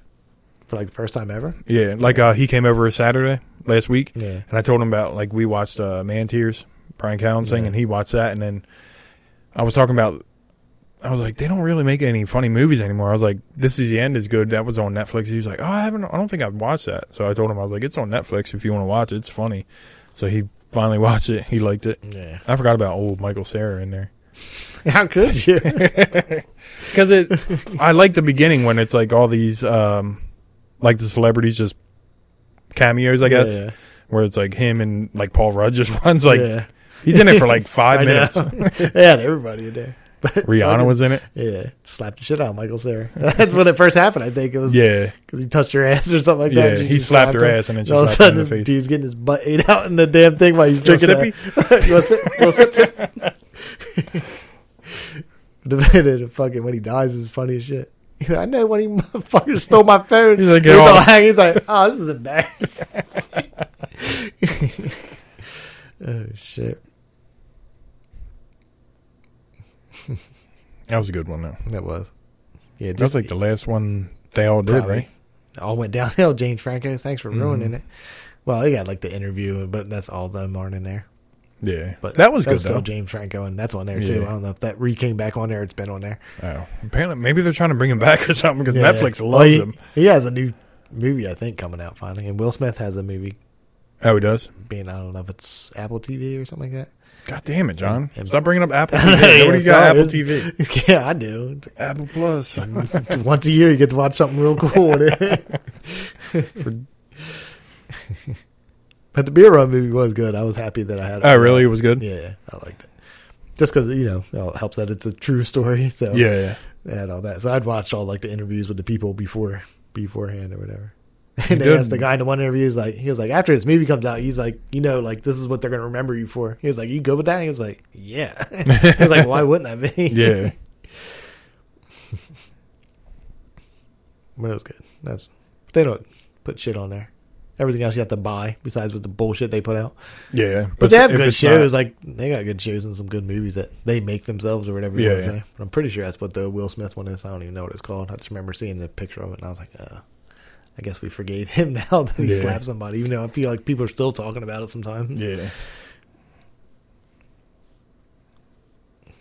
Speaker 2: for like the first time ever.
Speaker 1: Yeah, like uh, he came over Saturday last week,
Speaker 2: Yeah.
Speaker 1: and I told him about like we watched uh, Man Tears, Brian Callen thing,
Speaker 2: Yeah.
Speaker 1: and he watched that, and then I was talking about, I was like, they don't really make any funny movies anymore. I was like, This Is the End is good. That was on Netflix. He was like, Oh, I haven't. I don't think I've watched that. So I told him I was like, It's on Netflix if you want to watch it. It's funny. So he finally watched it. He liked it.
Speaker 2: Yeah.
Speaker 1: I forgot about old Michael Sarah in there
Speaker 2: How could you?
Speaker 1: because it. I like the beginning when it's like all these, um, like the celebrities just cameos. I guess
Speaker 2: Yeah.
Speaker 1: where it's like him and like Paul Rudd just runs like
Speaker 2: yeah.
Speaker 1: he's in it for like five
Speaker 2: I know.
Speaker 1: minutes.
Speaker 2: they had everybody in there. But
Speaker 1: Rihanna was in it.
Speaker 2: Yeah. Slapped the shit out of Michael's there. That's when it first happened, I think. It was
Speaker 1: Yeah,
Speaker 2: because he touched her ass or something like that.
Speaker 1: yeah.
Speaker 2: and she
Speaker 1: He
Speaker 2: just
Speaker 1: slapped her
Speaker 2: him.
Speaker 1: ass and then she
Speaker 2: And all of a
Speaker 1: slapped him
Speaker 2: sudden,
Speaker 1: in the face.
Speaker 2: this dude's getting his butt ate out in the damn thing while he's
Speaker 1: You know,
Speaker 2: drinking. a- you want sip? You want sip? Sip? the, the, the fucking when he dies is funny as shit. He's like, I know when he motherfucker stole my phone.
Speaker 1: He's like,
Speaker 2: he's
Speaker 1: "Get
Speaker 2: all
Speaker 1: off."
Speaker 2: hanging. He's like, oh, this is embarrassing. oh shit,
Speaker 1: That was a good one though.
Speaker 2: that was. Yeah,
Speaker 1: That's
Speaker 2: just
Speaker 1: like the last one they all did,
Speaker 2: Probably.
Speaker 1: right?
Speaker 2: it all went downhill. James Franco, thanks
Speaker 1: Mm-hmm.
Speaker 2: for ruining it. Well, they got like the interview, but that's all them aren't in there.
Speaker 1: Yeah,
Speaker 2: But
Speaker 1: that was
Speaker 2: that
Speaker 1: good
Speaker 2: was still
Speaker 1: though.
Speaker 2: James Franco, and that's on there too.
Speaker 1: Yeah.
Speaker 2: I don't know if that re came back on there. It's been on there.
Speaker 1: Oh, apparently maybe they're trying to bring him back or something because
Speaker 2: Yeah.
Speaker 1: Netflix
Speaker 2: Well,
Speaker 1: loves
Speaker 2: he,
Speaker 1: him.
Speaker 2: He has a new movie, I think, coming out finally, and Will Smith has a movie
Speaker 1: Oh, he does.
Speaker 2: being I don't know if it's Apple TV or something like
Speaker 1: God damn it, John!
Speaker 2: And-
Speaker 1: Stop bringing up Apple
Speaker 2: I know,
Speaker 1: TV. Nobody
Speaker 2: yeah,
Speaker 1: got
Speaker 2: sorry.
Speaker 1: Apple TV.
Speaker 2: that. yeah, I do.
Speaker 1: Apple Plus.
Speaker 2: Once a year, you get to watch something real cool. on it. but the Beer Run movie was good. I was happy that I had. it.
Speaker 1: oh, really? It was good. Yeah.
Speaker 2: Yeah, I liked it. Just because you know you know, it helps that it's a true story. So
Speaker 1: yeah.
Speaker 2: and all that. So I'd watch all like the interviews with the people before beforehand or whatever. And they
Speaker 1: Good.
Speaker 2: asked the guy in the one interview, he's like, he was like, after this movie comes out, he's like, you know, like this is what they're gonna remember you for. He was like, you good with that? He was like, yeah. he was like, why wouldn't I be?
Speaker 1: yeah.
Speaker 2: but it was good. That's they don't put shit on there. Everything else you have to buy besides with the bullshit they put out.
Speaker 1: Yeah.
Speaker 2: But, they have
Speaker 1: if
Speaker 2: good
Speaker 1: it's not-
Speaker 2: shows. like they got good shows and some good movies that they make themselves or whatever. You
Speaker 1: Yeah,
Speaker 2: want to
Speaker 1: yeah.
Speaker 2: say. But I'm pretty sure that's what the Will Smith one is. I don't even know what it's called. I just remember seeing the picture of it and I was like, uh, I guess we forgave him now that he
Speaker 1: Yeah.
Speaker 2: slapped somebody. Even though I feel like people are still talking about it sometimes.
Speaker 1: yeah.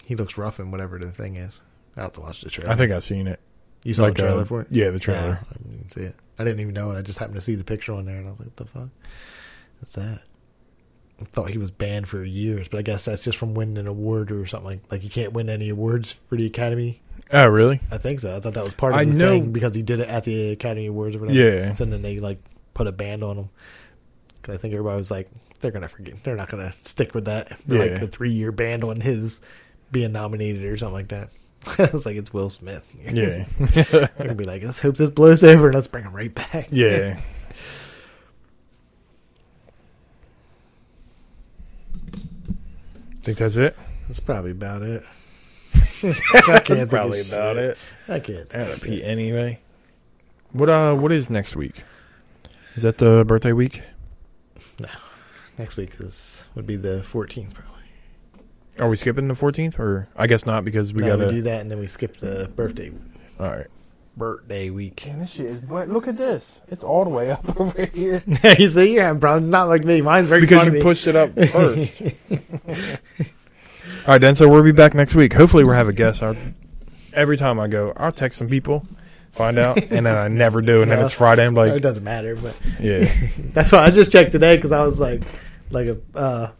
Speaker 2: He looks rough in whatever the thing is. I have to watch the trailer.
Speaker 1: I think I've seen it.
Speaker 2: you saw
Speaker 1: like,
Speaker 2: the trailer
Speaker 1: uh,
Speaker 2: for it.
Speaker 1: Yeah, the trailer.
Speaker 2: Yeah, I didn't see it. I didn't even know it. I just happened to see the picture on there and I was like, what the fuck? What's that? thought he was banned for years, but I guess that's just from winning an award or something. Like, like you can't win any awards for the Academy.
Speaker 1: Oh, really?
Speaker 2: I think so. I thought that was part of
Speaker 1: I
Speaker 2: the
Speaker 1: know-
Speaker 2: thing because he did it at the Academy Awards or whatever.
Speaker 1: Yeah.
Speaker 2: So then they like put a band on him. 'Cause I think everybody was like, they're gonna forget. They're not gonna stick with that.
Speaker 1: Yeah.
Speaker 2: Like the three year ban on his being nominated or something like that. it's like it's Will Smith.
Speaker 1: Yeah.
Speaker 2: They're gonna be like, let's hope this blows over and let's bring him right back.
Speaker 1: yeah. Think that's it?
Speaker 2: That's probably about it. I can't think of shit.
Speaker 1: Out
Speaker 2: I can't.
Speaker 1: of
Speaker 2: think of shit.
Speaker 1: P anyway. What uh what is next week? Is that the birthday week?
Speaker 2: Next week is would be the 14th probably.
Speaker 1: Are we skipping the fourteenth or I guess not because we
Speaker 2: We no,
Speaker 1: gotta
Speaker 2: we do that and then we skip the birthday
Speaker 1: Alright.
Speaker 2: birthday week.
Speaker 1: this shit is wet. Look at this. It's all the way up over here.
Speaker 2: you see, you're having problems. Not like me. Mine's very
Speaker 1: because
Speaker 2: funny.
Speaker 1: you pushed it up first. All right, then. So we'll be back next week. Hopefully, we'll have a guest. I'll, every time I go, I'll text some people, find out, and then I never do. And then
Speaker 2: No.
Speaker 1: it's Friday. I'm
Speaker 2: it
Speaker 1: like,
Speaker 2: doesn't matter, but
Speaker 1: yeah,
Speaker 2: that's why I just checked today because I was like, like a uh,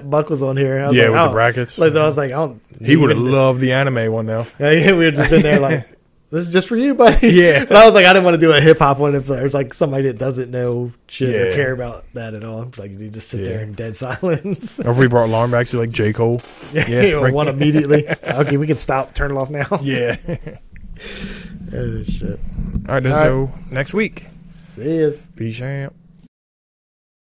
Speaker 2: Buck was on here. I was
Speaker 1: yeah,
Speaker 2: like, oh,
Speaker 1: with
Speaker 2: I
Speaker 1: the
Speaker 2: don't-
Speaker 1: brackets.
Speaker 2: Like I was like, I don't.
Speaker 1: he would have
Speaker 2: even-
Speaker 1: loved the anime one now.
Speaker 2: Yeah, yeah, we were just in there like, this is just for you, buddy.
Speaker 1: Yeah.
Speaker 2: But I was like, I didn't want to do a hip hop one if there's like somebody that doesn't know shit or
Speaker 1: Yeah.
Speaker 2: care about that at all. It's Like you just sit
Speaker 1: Yeah.
Speaker 2: there in dead silence.
Speaker 1: Or if we brought alarm back, so like J Cole. Yeah,
Speaker 2: you
Speaker 1: right.
Speaker 2: one immediately. okay, we can stop. Turn it off now.
Speaker 1: Yeah.
Speaker 2: Oh shit.
Speaker 1: All right, then.
Speaker 2: All
Speaker 1: So next week,
Speaker 2: See ya.
Speaker 1: peace out.